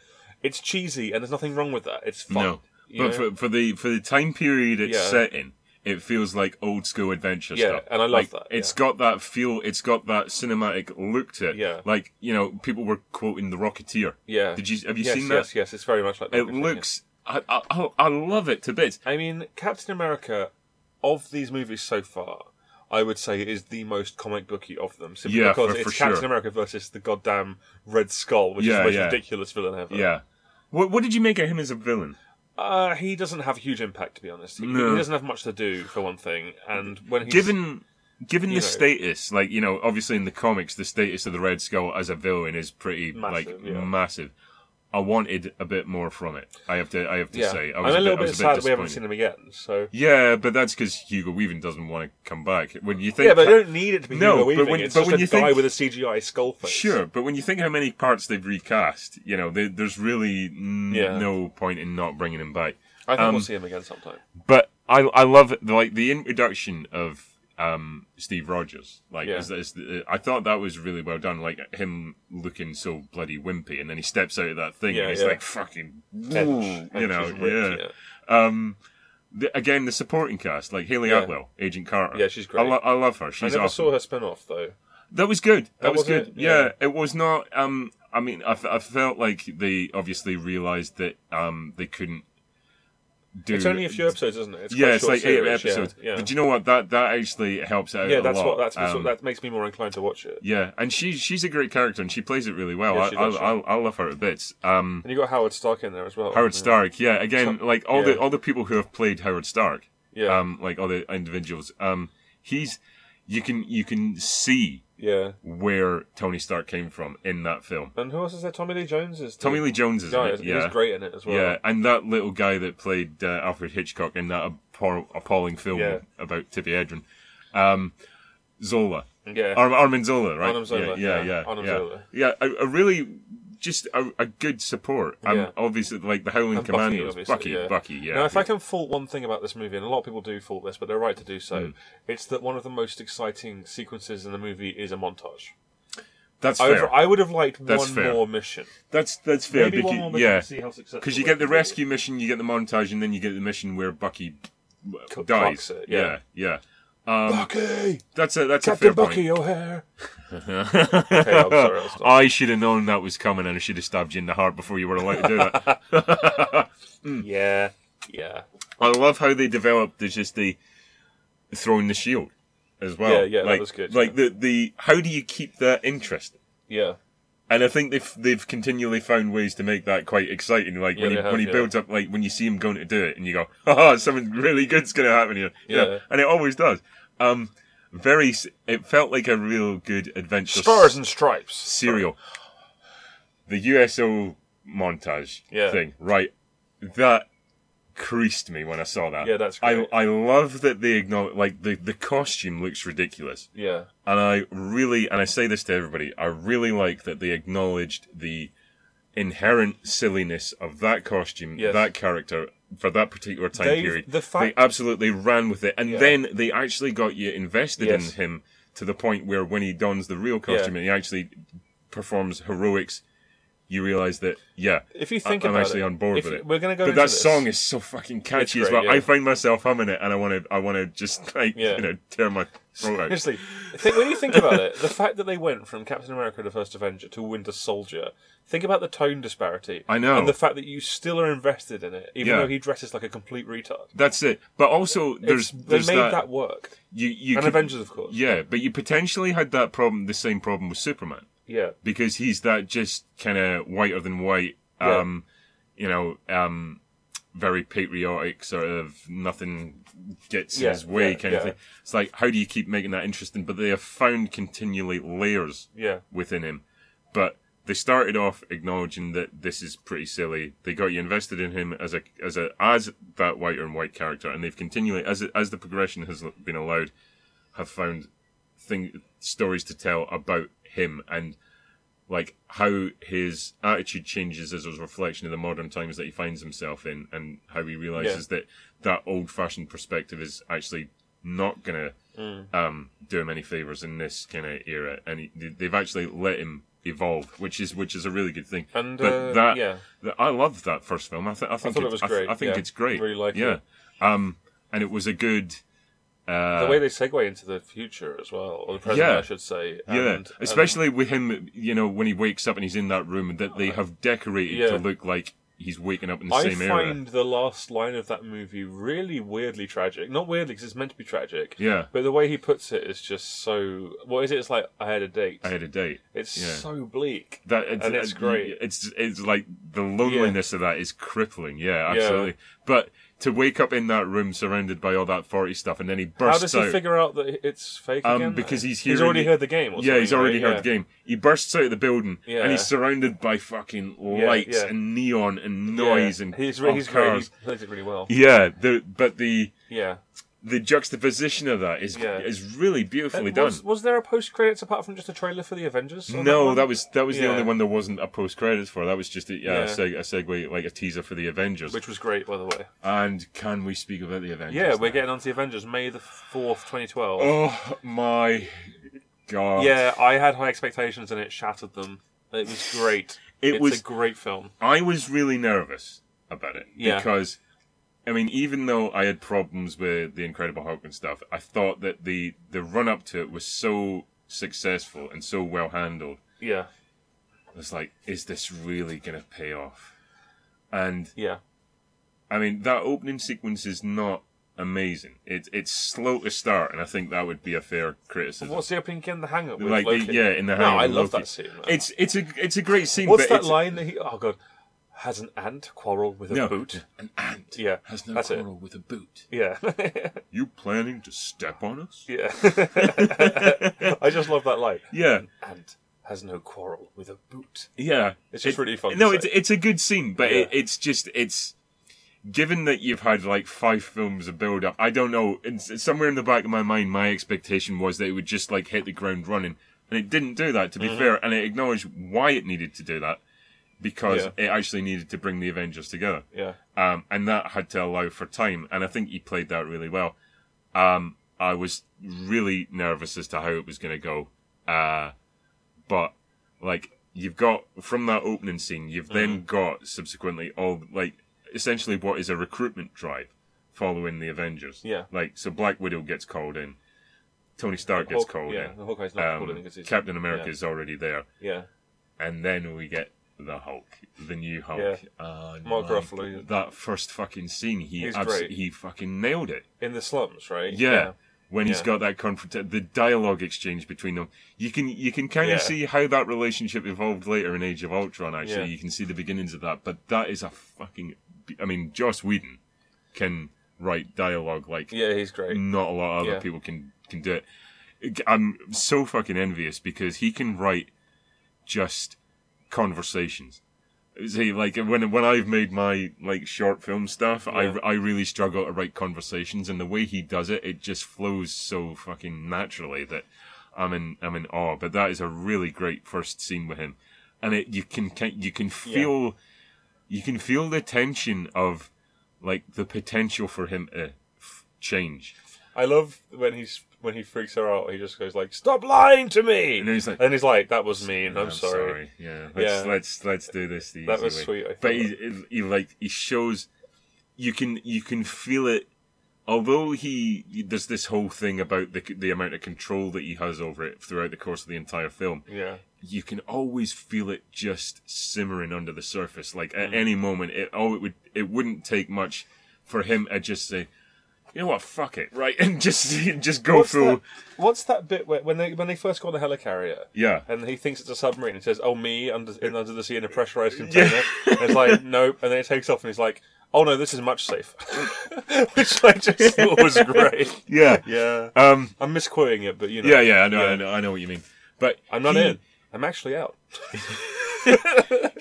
A: It's cheesy, and there's nothing wrong with that. It's fun.
B: No.
A: you
B: But
A: know?
B: for, for the for the time period it's
A: Yeah.
B: set in, it feels like old school adventure
A: Yeah,
B: stuff.
A: and I love
B: like,
A: that,
B: It's
A: yeah.
B: got that feel. It's got that cinematic look to it.
A: Yeah.
B: Like you know, people were quoting The Rocketeer.
A: yeah.
B: Did you have you
A: yes,
B: seen
A: Yes,
B: that?
A: yes. It's very much like that.
B: It looks. I, I I- I love it to bits.
A: I mean, Captain America, of these movies so far, I would say is the most comic booky of them. Simply
B: Yeah,
A: because
B: for-
A: it's
B: for
A: Captain
B: sure.
A: America versus the goddamn Red Skull, which is
B: Yeah,
A: the most
B: yeah.
A: ridiculous villain ever.
B: Yeah. What what did you make of him as a villain?
A: Uh, he doesn't have a huge impact, to be honest. He,
B: No.
A: he doesn't have much to do, for one thing. And when he's.
B: Given given the
A: you know-
B: status, like you know, obviously in the comics, the status of the Red Skull as a villain is pretty
A: Massive,
B: like
A: yeah.
B: massive. I wanted a bit more from it. I have to. I have to
A: Yeah,
B: say. I
A: I'm
B: was
A: a little
B: I
A: bit,
B: was
A: sad that we haven't
B: disappointed.
A: seen them again. So
B: Yeah, but that's because Hugo Weaving doesn't want to come back. When you think,
A: yeah, but I don't need it to be
B: No,
A: Hugo
B: but
A: Weaving.
B: when-
A: it's
B: but
A: just
B: when
A: a
B: you
A: guy
B: think-
A: with a CGI skull face.
B: sure, but when you think how many parts they've recast, you know, they, there's really n-
A: Yeah.
B: no point in not bringing him back.
A: I think
B: Um,
A: we'll see him again sometime.
B: But I, I love the, like the introduction of um, Steve Rogers. Like,
A: Yeah.
B: is, is the, I thought that was really well done. Like him looking so bloody wimpy, and then he steps out of that thing,
A: Yeah,
B: and he's
A: yeah.
B: like fucking,
A: Edge,
B: you know,
A: Edge is ripped,
B: yeah. Um, the, again, the supporting cast, like Haley
A: Yeah.
B: Atwell, Agent Carter.
A: Yeah, she's great.
B: I, lo- I love her.
A: I
B: She's
A: never
B: awesome.
A: saw her spin off though.
B: That was good. That,
A: That
B: was
A: was
B: good.
A: it?
B: Yeah.
A: Yeah.
B: it was not. Um, I mean, I, f- I felt like they obviously realized that um they couldn't do.
A: It's only a few episodes, isn't it? It's
B: yeah,
A: quite
B: it's
A: short
B: like eight
A: series, yeah,
B: episodes.
A: Yeah,
B: But do you know what? That that actually helps out.
A: Yeah,
B: a
A: that's
B: lot.
A: what that's what-
B: Um,
A: that makes me more inclined to watch it.
B: Yeah, and she she's a great character and she plays it really well.
A: Yeah, she
B: I,
A: does,
B: I, I I love her a bit. Um,
A: And you got Howard Stark in there as well.
B: Howard
A: yeah.
B: Stark. Yeah, again, like all the
A: yeah.
B: all the people who have played Howard Stark.
A: Yeah,
B: Um, like all the individuals. Um, he's you can you can see
A: yeah.
B: where Tony Stark came from in that film.
A: And who else is there? Tommy Lee Jones is. the
B: Tommy Lee Jones is in
A: guy,
B: it,
A: isn't he?
B: yeah,
A: He's great in it as well.
B: yeah, and that little guy that played uh, Alfred Hitchcock in that appall- appalling film
A: Yeah.
B: about Tippi Hedren, um, Zola,
A: yeah.
B: Ar- Armin Zola, right?
A: Arnim Zola,
B: yeah, yeah,
A: yeah,
B: yeah,
A: Arnim
B: yeah.
A: Zola.
B: Yeah, a, a really just a, a good support. Um,
A: Yeah.
B: Obviously, like the Howling
A: And Bucky,
B: Commandos, Bucky,
A: obviously,
B: Bucky, yeah.
A: yeah. Now, if I can fault one thing about this movie, and a lot of people do fault this, but they're right to do so,
B: Mm.
A: it's that one of the most exciting sequences in the movie is a montage.
B: that's
A: I would,
B: fair.
A: I would have liked
B: That's
A: one
B: fair.
A: more mission.
B: that's that's fair.
D: Maybe one
B: because-
D: more mission
B: yeah,
D: to see how successful.
B: because you
D: it
B: get the
D: is.
B: rescue mission, you get the montage, and then you get the mission where Bucky w-
A: Cu-
B: dies.
A: clocks it,
B: yeah,
A: yeah.
B: yeah. Um,
A: Bucky,
B: that's a that's a fair
A: Captain
B: point. (laughs)
A: Bucky O'Hare.
B: okay,
A: I'm sorry, I'll stop.
B: Uh, I should have known that was coming, and I should have stabbed you in the heart before you were allowed to do
A: (laughs)
B: that. Um,
A: Yeah, yeah,
B: I love how they developed the, just the throwing the shield as well.
A: Yeah, yeah, that
B: like,
A: was good,
B: Like the the how do you keep that interest?
A: yeah.
B: And I think they've they've continually found ways to make that quite exciting. Like
A: Yeah,
B: when he
A: they have,
B: when he
A: yeah.
B: builds up, like when you see him going to do it, and you go, (laughs) "Oh, something really good's going to happen here." Yeah.
A: Yeah.
B: and it always does. Um, very. s- It felt like a real good adventure.
A: Stars and Stripes.
B: serial. The USO montage
A: Yeah.
B: thing, right? That creased me when I saw that.
A: Yeah, that's
B: I
A: great.
B: I love that they acknowledge like the the costume looks ridiculous,
A: Yeah,
B: and I really and I say this to everybody, I really like that they acknowledged the inherent silliness of that costume,
A: Yes.
B: that character for that particular time
A: They-
B: period.
A: the fact-
B: they absolutely ran with it, and
A: Yeah.
B: then they actually got you invested
A: Yes.
B: in him to the point where when he dons the real costume and he actually performs heroics, you realize that yeah,
A: if you think
B: I, am
A: about
B: actually
A: it,
B: on board
A: if
B: with
A: you-
B: it.
A: We're gonna go.
B: but
A: into
B: that
A: this.
B: song is so fucking catchy
A: It's
B: as well.
A: great, yeah.
B: I find myself humming it, and I want to, I want to just like
A: Yeah.
B: you know tear my
A: (laughs)
B: throat out.
A: Seriously, think, when you think about it, the fact that they went from Captain America: The First Avenger to Winter Soldier, think about the tone disparity.
B: I know.
A: and the fact that you still are invested in it, even
B: Yeah.
A: though he dresses like a complete retard.
B: That's it. But also, there's
A: It's-
B: there's
A: they made
B: that,
A: that, work.
B: you you
A: And
B: could-
A: Avengers, of course.
B: yeah, but you potentially had that problem, the same problem with Superman.
A: Yeah,
B: because he's that just kind of whiter than white,
A: Yeah.
B: um, you know, um, very patriotic sort of nothing gets in
A: Yeah,
B: his way
A: yeah,
B: kind of
A: yeah.
B: thing. It's like how do you keep making that interesting? But they have found continually layers
A: yeah,
B: within him. But they started off acknowledging that this is pretty silly. They got you invested in him as a as a as that whiter and white character, and they've continually as it- as the progression has been allowed, have found thing stories to tell about him and like how his attitude changes as a reflection of the modern times that he finds himself in, and how he realizes that that old fashioned perspective is actually not gonna
A: Mm.
B: um, do him any favors in this kind of era, and he, they- they've actually let him evolve, which is which is a really good thing.
A: And,
B: But
A: uh,
B: that,
A: yeah.
B: that- I loved that first film. I, th- I think
A: thought it
B: it's-
A: was
B: I th-
A: great,
B: I, think
A: yeah.
B: it's great.
A: Really liked
B: yeah.
A: it.
B: Um, and it was a good. Uh,
A: the way they segue into the future as well, or the present,
B: Yeah.
A: I should say.
B: yeah,
A: and- um,
B: especially with him, you know, when he wakes up and he's in that room that they have decorated
A: Yeah.
B: to look like he's waking up in the
A: I
B: same
A: find
B: era.
A: the last line of that movie really weirdly tragic. Not weirdly, because it's meant to be tragic.
B: Yeah.
A: But the way he puts it is just so. What is it? It's like I had a date.
B: I had a date.
A: it's
B: yeah.
A: so bleak.
B: That it's,
A: And it's
B: uh,
A: great.
B: It's it's like the loneliness of that is crippling. Yeah,
A: Yeah.
B: absolutely. But to wake up in that room surrounded by all that forty stuff, and then he bursts
A: How does he
B: out.
A: figure out that it's fake
B: Um,
A: again?
B: because he's
A: he's
B: hearing
A: already
B: it-
A: heard the game. Or
B: yeah, he's
A: something,
B: already
A: right?
B: heard
A: Yeah.
B: the game. He bursts out of the building,
A: Yeah.
B: and he's surrounded by fucking
A: Yeah,
B: lights
A: yeah.
B: and neon and
A: Yeah.
B: noise and
A: he's
B: of
A: re- he's great.
B: cars.
A: He plays it really well.
B: Yeah, the, but the
A: Yeah.
B: the juxtaposition of that is
A: Yeah.
B: is really beautifully
A: And
B: done.
A: Was, was there a post credits apart from just a trailer for the Avengers? on
B: no,
A: one?
B: that was that was the
A: Yeah.
B: only one there wasn't a post credits for. That was just a, yeah,
A: Yeah.
B: A, seg- a segue, like a teaser for the Avengers.
A: which was great, by the way.
B: and can we speak about the Avengers?
A: Yeah, we're
B: now?
A: getting onto the Avengers May the fourth, twenty twelve.
B: Oh my god!
A: Yeah, I had high expectations and it shattered them. It was great.
B: It
A: it's
B: was-
A: a great film.
B: I was really nervous about it
A: Yeah.
B: because, I mean, even though I had problems with the Incredible Hulk and stuff, I thought that the the run up to it was so successful and so well handled.
A: Yeah,
B: I was like, is this really going to pay off? And
A: yeah,
B: I mean, that opening sequence is not amazing. It, it's slow to start, and I think that would be a fair criticism.
A: What's the opening again? The hangout. With
B: like,
A: Loki?
B: yeah, in the
A: No,
B: hangout
A: I
B: with
A: love
B: Loki.
A: that scene. man.
B: It's it's a it's a great scene.
A: What's
B: but
A: that
B: it's,
A: line that he? Oh god, has an ant quarrel with a
B: No,
A: boot?
B: an ant
A: Yeah,
B: has no
A: that's it.
B: quarrel with a boot.
A: Yeah, (laughs)
B: You planning to step on us?
A: yeah. (laughs) I just love that line.
B: Yeah,
A: Ant has no quarrel with a boot.
B: yeah.
A: It's just really fun. to
B: No,
A: say.
B: it's it's a good scene, but it,
A: Yeah.
B: it's just it's. Given that you've had like five films of build up, I don't know. It's, somewhere in the back of my mind, my expectation was that it would just like hit the ground running, and it didn't do that. To
A: Mm-hmm.
B: be fair, and I acknowledge why it needed to do that, because
A: Yeah.
B: it actually needed to bring the Avengers together.
A: yeah,
B: um, and that had to allow for time. And I think he played that really well. Um, I was really nervous as to how it was going to go, uh, but like you've got from that opening scene, you've
A: Mm-hmm.
B: then got subsequently all like essentially what is a recruitment drive following the Avengers.
A: Yeah.
B: like so Black Widow gets called in, Tony Stark Oh, gets
A: Hawk-
B: called
A: yeah,
B: in,
A: the Hawkeye's not called in
B: Um,
A: because he's-
B: Captain America
A: yeah.
B: is already there,
A: yeah.
B: and then we get. The Hulk, the new Hulk.
A: Yeah.
B: Oh,
A: Mark
B: my
A: Ruffalo, yeah.
B: that first fucking scene, he
A: He's
B: abs-
A: great.
B: he fucking nailed it.
A: In the slums, right?
B: Yeah. When he's
A: Yeah.
B: got that confront, the dialogue exchange between them, you can you can kind
A: Yeah.
B: of see how that relationship evolved later in Age of Ultron. Actually,
A: Yeah.
B: you can see the beginnings of that. But that is a fucking. be- I mean, Joss Whedon can write dialogue like
A: yeah, he's great.
B: not a lot of other
A: Yeah.
B: people can can do it. I'm so fucking envious because he can write just conversations. See, like when when I've made my like short film stuff,
A: Yeah.
B: I I really struggle to write conversations, and the way he does it, it just flows so fucking naturally that I'm in I'm in awe. But that is a really great first scene with him, and it you can, can you can feel you can feel the tension of like the potential for him to f- change.
A: I love when he's when he freaks her out. He just goes like, "Stop lying to me!"
B: And then he's like-
A: and he's like "That was mean. I'm, sorry.
B: Yeah, let's
A: Yeah.
B: let's let's do this. The
A: That
B: easy
A: was
B: way.
A: sweet, I
B: but
A: thought.
B: he, he, he like he shows you can you can feel it. Although he there's this whole thing about the the amount of control that he has over it throughout the course of the entire film,
A: Yeah,
B: you can always feel it just simmering under the surface. Like at
A: Mm-hmm.
B: any moment, it oh it would it wouldn't take much for him to just say, you know what, fuck it, (laughs) right, and just just go
A: what's
B: through.
A: that, what's that bit where, when they when they first got the helicarrier?
B: Yeah,
A: And he thinks it's a submarine. and says, "Oh, me under in under the sea in a pressurized container." and it's (laughs) like, "Nope." And then it takes off, and he's like, "Oh no, this is much safer," (laughs) which I (laughs) just thought was great.
B: yeah,
A: (laughs) Yeah,
B: um,
A: I'm misquoting it, but you know,
B: yeah, yeah. I know, I know, I know what you mean. But
A: I'm not
B: he,
A: in. I'm actually out.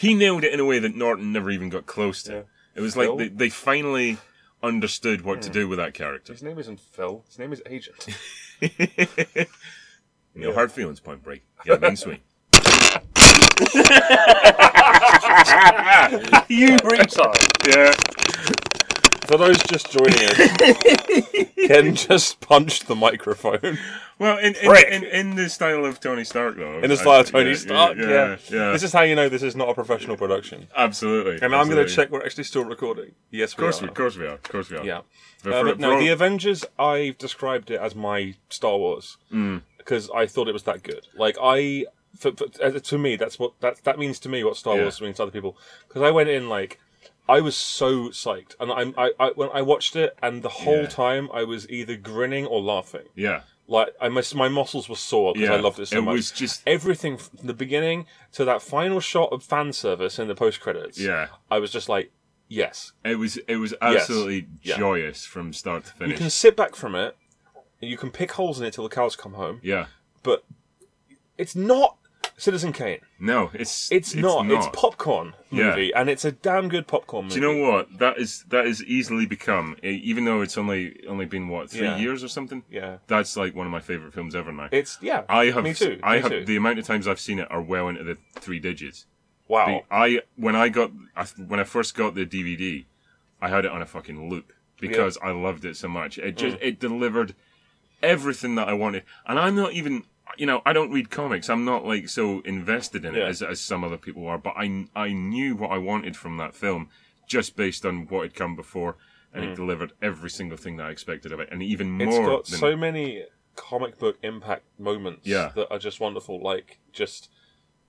B: He nailed it in a way that Norton never even got close to.
A: Yeah.
B: It was like
A: Phil?
B: they, they finally understood what to do with that character.
A: His name isn't Phil. His name is Agent.
B: You know, hard feelings, Point Break. Yeah,
A: (laughs)
B: mean swing.
A: you retard.
B: Yeah.
A: (laughs) For those just joining us, (laughs) Ken just punched the microphone.
B: Well, in in,
A: Prick.
B: in in the style of Tony Stark, though.
A: In the style of Tony
B: yeah,
A: Stark. Yeah,
B: Yeah, yeah.
A: This is how you know this is not a professional production.
B: absolutely.
A: And I'm going to
B: absolutely.
A: check we're actually still recording. Yes,
B: Of course, we, of course we are. Of course we are.
A: Yeah.
B: But
A: Uh,
B: for-
A: but
B: for
A: no,
B: all-
A: the Avengers. I've described it as my Star Wars
B: Mm.
A: because I thought it was that good. Like I, for, for, uh, to me, that's what that that means to me. What Star
B: Yeah.
A: Wars means to other people because I went in like I was so psyched, and I'm, I, I when I watched it, and the whole
B: Yeah.
A: time I was either grinning or laughing.
B: yeah.
A: Like I, my, my muscles were sore because
B: Yeah.
A: I loved it so
B: It
A: much.
B: was just-
A: everything from the beginning to that final shot of fan service in the post credits.
B: Yeah.
A: I was just like, Yes.
B: It was it was absolutely
A: Yeah.
B: joyous from start to
A: You
B: finish.
A: can sit back from it. and You can pick holes in it till the cows come home.
B: Yeah.
A: But it's not Citizen Kane.
B: No, it's
A: It's, not. It's popcorn
B: Yeah.
A: movie, and it's a damn good popcorn
B: Do
A: movie.
B: you know what? That is that is easily become e- even though it's only only been what three
A: Yeah.
B: years or something.
A: Yeah.
B: That's like one of my favorite films ever now.
A: It's yeah.
B: I have
A: Me too.
B: I
A: me
B: have
A: too.
B: the amount of times I've seen it are well into the three digits.
A: wow.
B: The- I when I got I, when I first got the DVD, I had it on a fucking loop because I loved it so much. It just
A: Mm.
B: it delivered everything that I wanted, and I'm not even you know I don't read comics. I'm not like so invested in it
A: Yeah.
B: as as some other people are. But I I knew what I wanted from that film just based on what had come before. And it delivered every single thing that I expected of it, and even more.
A: Mm. It's got
B: than,
A: so many comic book impact moments
B: Yeah.
A: that are just wonderful. Like just,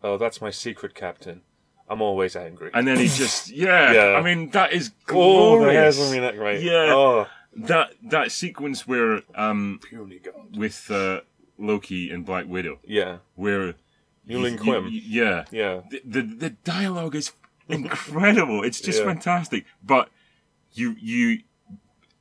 A: oh, that's my secret, Captain. I'm always angry.
B: and then he
A: (laughs)
B: just, yeah,
A: Yeah.
B: I mean, that is
A: oh, the
B: glorious.
A: hairs on me neck, right?
B: Yeah.
A: Oh,
B: that that sequence where um,
A: puny god.
B: with uh, Loki and Black Widow,
A: Yeah.
B: where
A: Yulin
B: you-
A: Quim.
B: you- yeah,
A: yeah.
B: the, the the dialogue is incredible. It's just
A: (laughs) Yeah.
B: fantastic. But you you,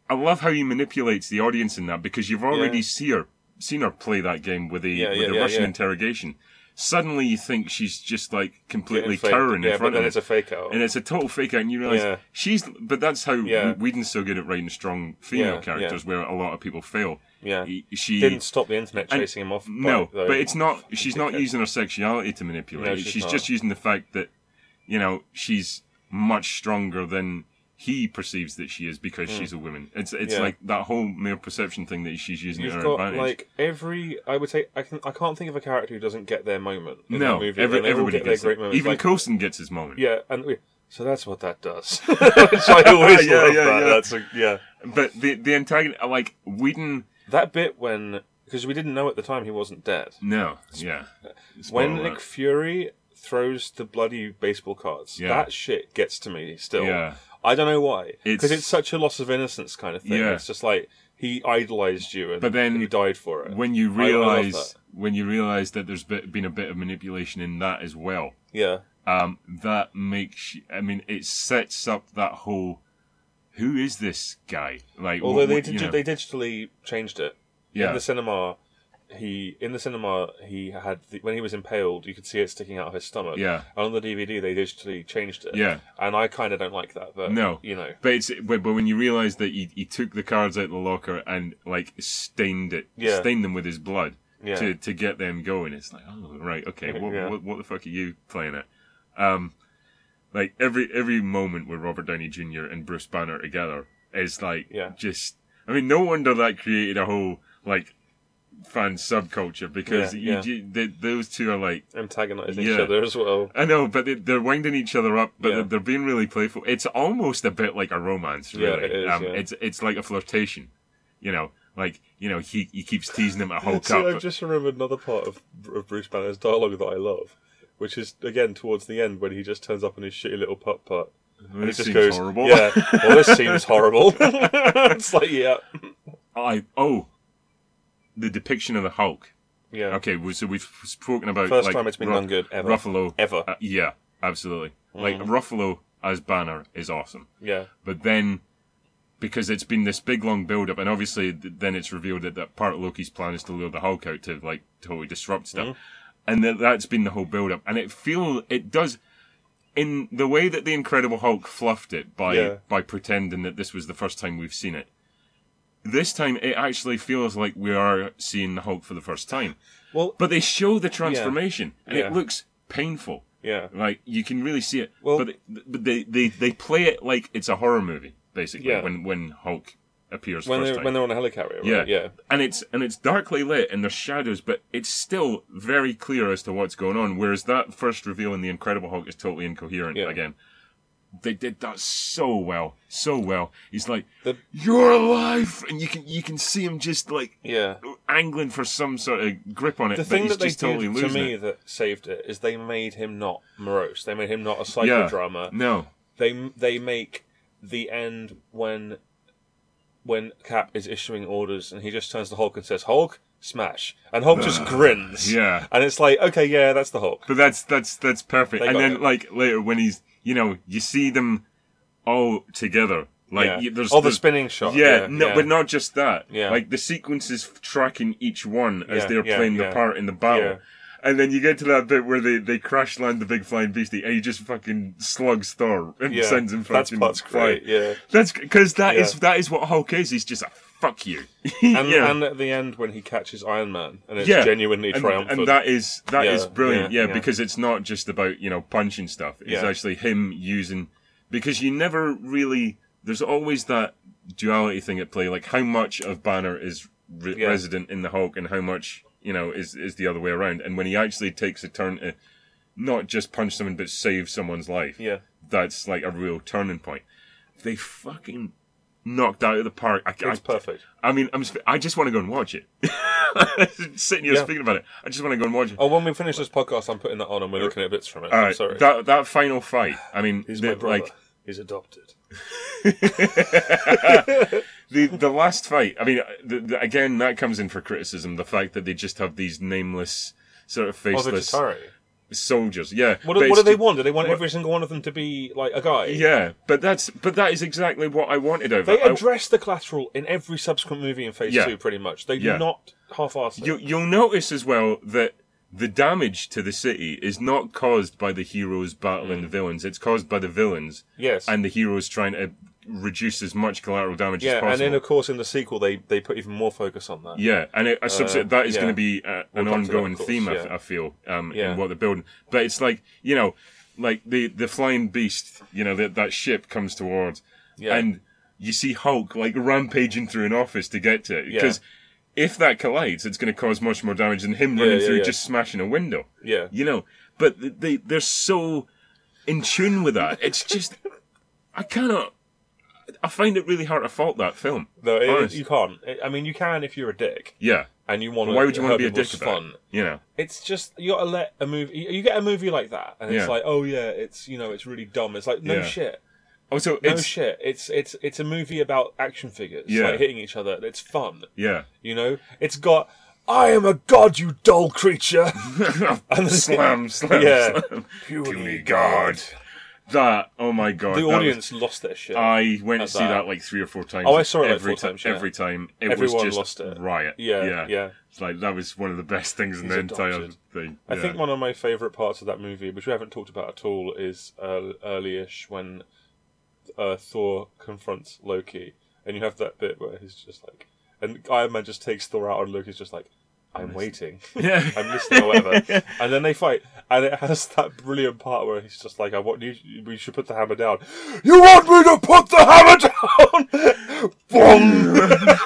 B: I love how he manipulates the audience in that because you've already
A: Yeah.
B: see her seen her play that game with the
A: Yeah,
B: with
A: yeah,
B: the
A: yeah,
B: Russian
A: yeah.
B: interrogation. Suddenly you think she's just like completely
A: Fake-
B: cowering
A: yeah,
B: in front
A: but then
B: of
A: it's
B: him.
A: a fake out.
B: and it's a total fake out, and you realize
A: Yeah.
B: she's. But that's how
A: Yeah.
B: Whedon's so good at writing strong female
A: Yeah, yeah.
B: characters, where a lot of people fail.
A: yeah.
B: He- She
A: Didn't stop the internet
B: and-
A: chasing him off.
B: no,
A: though.
B: but it's not. She's
A: (laughs)
B: not
A: dickhead.
B: using her sexuality to manipulate.
A: No,
B: she's
A: she's
B: just
A: not.
B: using the fact that, you know, she's much stronger than he perceives that she is because she's a woman. It's it's
A: Hmm. Yeah.
B: like that whole male perception thing that she's using to
A: You've
B: her
A: got
B: advantage.
A: like every. I would say I can. I can't think of a character who doesn't get their moment. In
B: no,
A: that movie.
B: every,
A: and they all
B: everybody
A: get their
B: gets
A: great
B: it.
A: moments.
B: Even
A: like,
B: Coulson gets his moment.
A: Yeah, and we, so that's what
B: (laughs)
A: that does. (laughs) Which I always
B: Yeah,
A: love
B: yeah,
A: that.
B: yeah.
A: That's a, yeah.
B: But the the antagonist, like Whedon,
A: That bit when because we didn't know at the time he wasn't dead.
B: no, yeah.
A: (laughs) when
B: Spoiler
A: Nick Fury throws the bloody baseball cards,
B: Yeah.
A: that shit gets to me still.
B: Yeah.
A: I don't know why. Because
B: It's-
A: it's, such a loss of innocence kind of thing.
B: Yeah.
A: It's just like he idolized you and
B: But then
A: you died for it.
B: when you
A: I- I love
B: realize
A: that.
B: when you realize that there's bit, been a bit of manipulation in that as well.
A: yeah.
B: um, that makes you- I mean it sets up that whole who is this guy like
A: Although
B: wh-
A: they
B: wh-
A: digi-
B: you know,
A: they digitally changed it.
B: yeah
A: in the cinema he in the cinema he had the, when he was impaled you could see it sticking out of his stomach
B: Yeah.
A: and on the dvd they digitally changed it
B: Yeah.
A: and i kind of don't like that but
B: No.
A: you know
B: but it's but, but when you realize that he, he took the cards out of the locker and like stained it
A: Yeah.
B: stained them with his blood
A: Yeah.
B: to to get them going it's like oh right
A: (laughs)
B: okay what
A: Yeah.
B: what, what the fuck are you playing at um like every every moment with Robert Downey Jr. and Bruce Banner together is like
A: Yeah.
B: just I mean no wonder that created a whole like fan subculture because
A: Yeah,
B: you,
A: yeah.
B: you- they, those two are like
A: antagonizing each
B: Yeah.
A: other as well
B: I know but they, they're winding each other up but
A: Yeah.
B: they're, they're being really playful it's almost a bit like a romance
A: Yeah,
B: really
A: it is,
B: um,
A: yeah.
B: it's it's like a flirtation you know like you know he he keeps teasing him at Hulk
A: (laughs) See,
B: up
A: i've just remembered another part of, of bruce banner's dialogue that i love which is again towards the end when he just turns up in his shitty little putt putt and
B: this
A: he just
B: seems
A: goes
B: horrible
A: yeah well this seems horrible (laughs) it's like yeah
B: I oh the depiction of the Hulk
A: yeah
B: Okay, well, so we've spoken about
A: First
B: like,
A: time it's been
B: Ruff-
A: done good ever. Mm.
B: Ruffalo
A: Ever.
B: uh, yeah, absolutely. Like Ruffalo as Banner is awesome,
A: yeah
B: but then because it's been this big long build up, and obviously th- then it's revealed that, that part of Loki's plan is to lure the Hulk out to like totally disrupt stuff,
A: Mm-hmm.
B: and that that's been the whole build up, and it feel it does. In the way that the Incredible Hulk fluffed it by
A: Yeah.
B: by pretending that this was the first time we've seen it, this time it actually feels like we are seeing the Hulk for the first time.
A: well
B: But they show the transformation, and
A: Yeah.
B: it looks painful.
A: yeah
B: Like you can really see it.
A: Well-
B: but they, but they, they they play it like it's a horror movie, basically.
A: Yeah.
B: When when Hulk appears
A: when
B: first
A: they're,
B: time.
A: when they're on a helicarrier right?
B: yeah,
A: yeah
B: and it's and it's darkly lit and there's shadows, but it's still very clear as to what's going on. Whereas that first reveal in the Incredible Hulk is totally incoherent.
A: Yeah.
B: Again, they did that so well, so well. He's like,
A: The-
B: "You're alive," and you can you can see him just like
A: yeah
B: angling for some sort of grip on it,
A: the
B: but
A: thing
B: he's
A: that they
B: just totally
A: did to
B: losing
A: me
B: it.
A: that saved it is they made him not morose. They made him not a
B: Yeah.
A: psychodrama.
B: No.
A: They they make the end when when Cap is issuing orders and he just turns to Hulk and says, "Hulk, smash!" and Hulk just grins.
B: Yeah.
A: and it's like, okay, yeah, that's the Hulk.
B: But that's that's that's perfect.
A: They
B: and
A: got
B: then
A: it.
B: like later when he's you know, you see them all together. Like
A: yeah.
B: y- there's
A: oh, the
B: there's-
A: spinning shot.
B: yeah, no,
A: yeah.
B: but not just that.
A: Yeah.
B: Like the sequences f- tracking each one as
A: Yeah,
B: they're
A: yeah,
B: playing
A: yeah.
B: the part in the battle.
A: Yeah.
B: And then you get to that bit where they, they crash land the big flying beastie and he just fucking slugs Thor (laughs) and
A: Yeah.
B: sends him
A: That's
B: fucking
A: part's
B: flying.
A: great. Yeah.
B: That's because that is
A: Yeah.
B: that is what Hulk is. He's just a fuck you. (laughs)
A: And,
B: yeah.
A: and at the end when he catches Iron Man and it's
B: Yeah.
A: genuinely
B: and,
A: triumphant.
B: and that is that is
A: Yeah,
B: brilliant.
A: yeah,
B: Yeah,
A: yeah.
B: because it's not just about you know punching stuff. It's
A: Yeah.
B: actually him using because you never really there's always that duality thing at play. Like how much of Banner is re-
A: Yeah.
B: resident in the Hulk and how much you know is is the other way around. And when he actually takes a turn to not just punch someone but save someone's life,
A: yeah.
B: that's like a real turning point. They fucking knocked out of the park. I,
A: It's
B: I,
A: perfect.
B: I mean, I'm. Sp- I just want to go and watch it. (laughs) Sitting here
A: Yeah.
B: speaking about it, I just want to go and watch it.
A: Oh, when we finish this podcast, I'm putting that on and we're looking at bits from
B: Uh,
A: it.
B: All
A: I'm
B: right,
A: Oh, sorry.
B: that that final fight. I mean,
A: He's
B: the-
A: my brother.
B: like
A: He's adopted.
B: the the last fight. I mean, the, the, again, that comes in for criticism. The fact that they just have these nameless, sort of
A: Oh, the
B: faceless
A: Chitari.
B: soldiers. Yeah. but
A: What, do- what do
B: it's
A: they
B: ju-
A: want? Do they want
B: what-
A: every single one of them to be like a guy?
B: Yeah, but that's but that is exactly what I wanted over.
A: They
B: I-
A: address the collateral in every subsequent movie in Phase
B: Yeah.
A: Two, pretty much. They do
B: Yeah.
A: not half-ass it.
B: You, you'll notice as well that the damage to the city is not caused by the heroes battling
A: Mm.
B: the villains. It's caused by the villains
A: yes,
B: and the heroes trying to reduce as much collateral damage as
A: yeah,
B: possible.
A: and then of course in the sequel they they put even more focus on that.
B: yeah, and it, I subset, that is
A: yeah.
B: going to be uh, an
A: come to that,
B: ongoing
A: of course,
B: theme. I,
A: yeah.
B: f- I feel um,
A: Yeah.
B: in what they're building, but it's like you know, like the the flying beast, you know, that that ship comes towards,
A: Yeah.
B: and you see Hulk like rampaging through an office to get to it because. If that collides, it's going to cause much more damage than him running
A: yeah,
B: through
A: yeah.
B: just smashing a window.
A: Yeah,
B: you know. But th- they they're so in tune with that. It's just I cannot. I find it really hard to fault that film.
A: no, it-
B: Honest.
A: you can't. I- I mean, you can if you're a dick
B: yeah.
A: and you want.
B: Why would you want
A: want
B: to be a dick about
A: Fun.
B: it? You know.
A: It's just you got to let a movie. You you get a movie like that, and it's
B: Yeah.
A: like, oh yeah, it's you know, it's really dumb. It's like no
B: Yeah.
A: shit,
B: Also,
A: no
B: it's
A: shit. Oh, It's it's it's a movie about action figures
B: Yeah.
A: like hitting each other. It's fun. (laughs)
B: yeah.
A: You know, it's got. I am a god, you dull creature.
B: (laughs)
A: (laughs)
B: slam, slam,
A: Yeah.
B: slam. Puny God. That. Oh my God.
A: The
B: that was-
A: audience lost their shit.
B: I went to see
A: that.
B: that like three or four times.
A: Oh, I saw it, like,
B: every
A: four
B: time.
A: times, yeah.
B: Every time it was
A: Everyone
B: just
A: lost it.
B: riot.
A: yeah, yeah,
B: It's like that was one of the best things in
A: He's
B: the entire
A: adopted.
B: thing.
A: I think
B: Yeah.
A: one of my favourite parts of that movie, which we haven't talked about at all, is uh, early-ish when uh, Thor confronts Loki, and you have that bit where he's just like, and Iron Man just takes Thor out, and Loki's just like, "I'm waiting, (laughs)
B: (laughs) Yeah.
A: I'm listening,
B: (laughs)
A: or whatever." and then they fight, and it has that brilliant part where he's just like, "I want you. We should put the hammer down. You want me to put the hammer down? (laughs)
B: (laughs)
A: Boom!"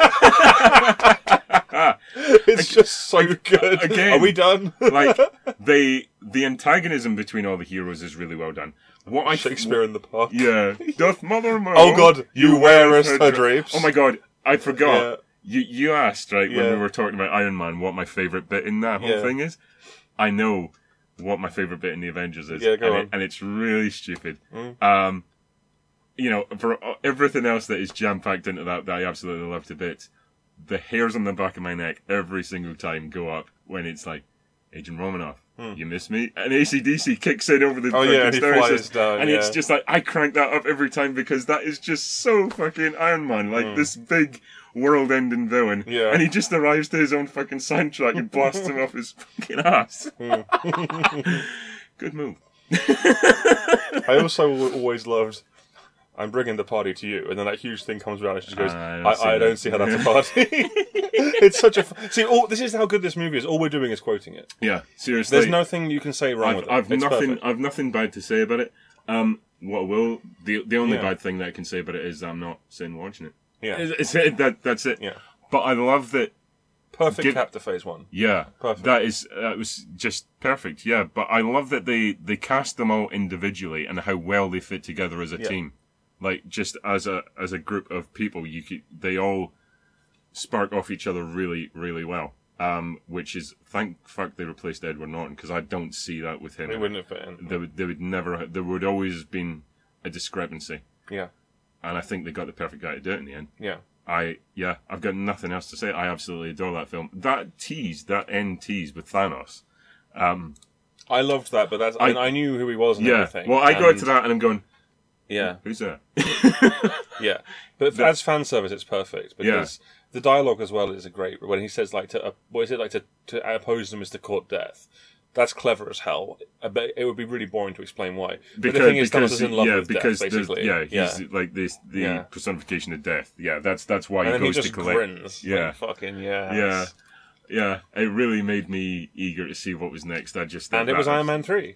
A: it's just so good.
B: again.
A: Are we done?
B: like they the antagonism between all the heroes is really well done. What I
A: Shakespeare in the park.
B: (laughs) yeah, doth mother mo-
A: Oh God, you wearest her drapes.
B: Oh my God, I forgot.
A: Yeah.
B: You you asked right when
A: Yeah.
B: we were talking about Iron Man what my favorite bit in that whole
A: Yeah.
B: thing is. I know what my favorite bit in the Avengers is,
A: Yeah, go
B: and,
A: on. Mm.
B: It, and it's really stupid. Um, you know, for uh, everything else that is jam packed into that, that I absolutely love to bits. The hairs on the back of my neck every single time go up when it's like, Agent Romanoff, you miss me? And ACDC kicks in over the
A: Hmm. Oh,
B: fucking
A: yeah, and he
B: stereo
A: flies
B: system.
A: down,
B: and it's
A: Oh, yeah.
B: just like, I crank that up every time because that is just so fucking Iron Man. Like, this big world ending villain.
A: Hmm. Yeah.
B: And he just arrives to his own fucking soundtrack and blasts
A: (laughs)
B: him off his fucking ass. Good move.
A: I also al- always loved. I'm bringing the party to you, and then that huge thing comes around, and she just goes,
B: I
A: "I,
B: don't
A: I,
B: see Ah, that.
A: don't see how that's a party." (laughs) it's such a f- see. All, this is how good this movie is. All we're doing is quoting it.
B: Yeah, seriously.
A: There's nothing you can say wrong with
B: I've,
A: it.
B: I've
A: It's
B: nothing.
A: perfect.
B: I've nothing bad to say about it. Um, what I will the the only
A: Yeah.
B: bad thing that I can say about it is I'm not sitting watching it.
A: Yeah.
B: It's- it's- that- that's it.
A: Yeah.
B: But I love that.
A: Perfect
B: give-
A: cap to phase one.
B: Yeah,
A: Perfect.
B: that is that was just perfect. Yeah, but I love that they they cast them all individually and how well they fit together as a
A: Yeah.
B: team. Like just as a as a group of people, you could they all spark off each other really really well. Um, which is thank fuck they replaced Edward Norton because I don't see that with him
A: It wouldn't have fit in.
B: there would, there would never there would always have been a discrepancy
A: Yeah,
B: and i think they got the perfect guy to do it in the end
A: yeah,
B: i yeah i've got nothing else to say i absolutely adore that film that tease that end tease with thanos
A: I loved that, but that's I,
B: I-
A: mean, I knew who he was and
B: yeah
A: everything.
B: well i go
A: and-
B: to that and i'm going
A: Yeah,
B: Who's that?
A: yeah. But
B: The-
A: as fan service, it's perfect because the dialogue as well is a great. When he says like to, uh, what is it like to to oppose them is to court death. That's clever as hell. I bet it would be really boring to explain why. But the thing is, Thanos is in love
B: yeah,
A: with
B: because
A: death,
B: the-
A: basically.
B: yeah, he's like this the
A: Yeah.
B: personification of death. Yeah, that's that's why
A: and
B: he
A: then
B: goes
A: he just
B: to collect.
A: grins. Yeah,
B: Yeah.
A: like, fucking yeah,
B: Yeah, yeah. It really made me eager to see what was next. I just
A: And it
B: that
A: was Iron Man three,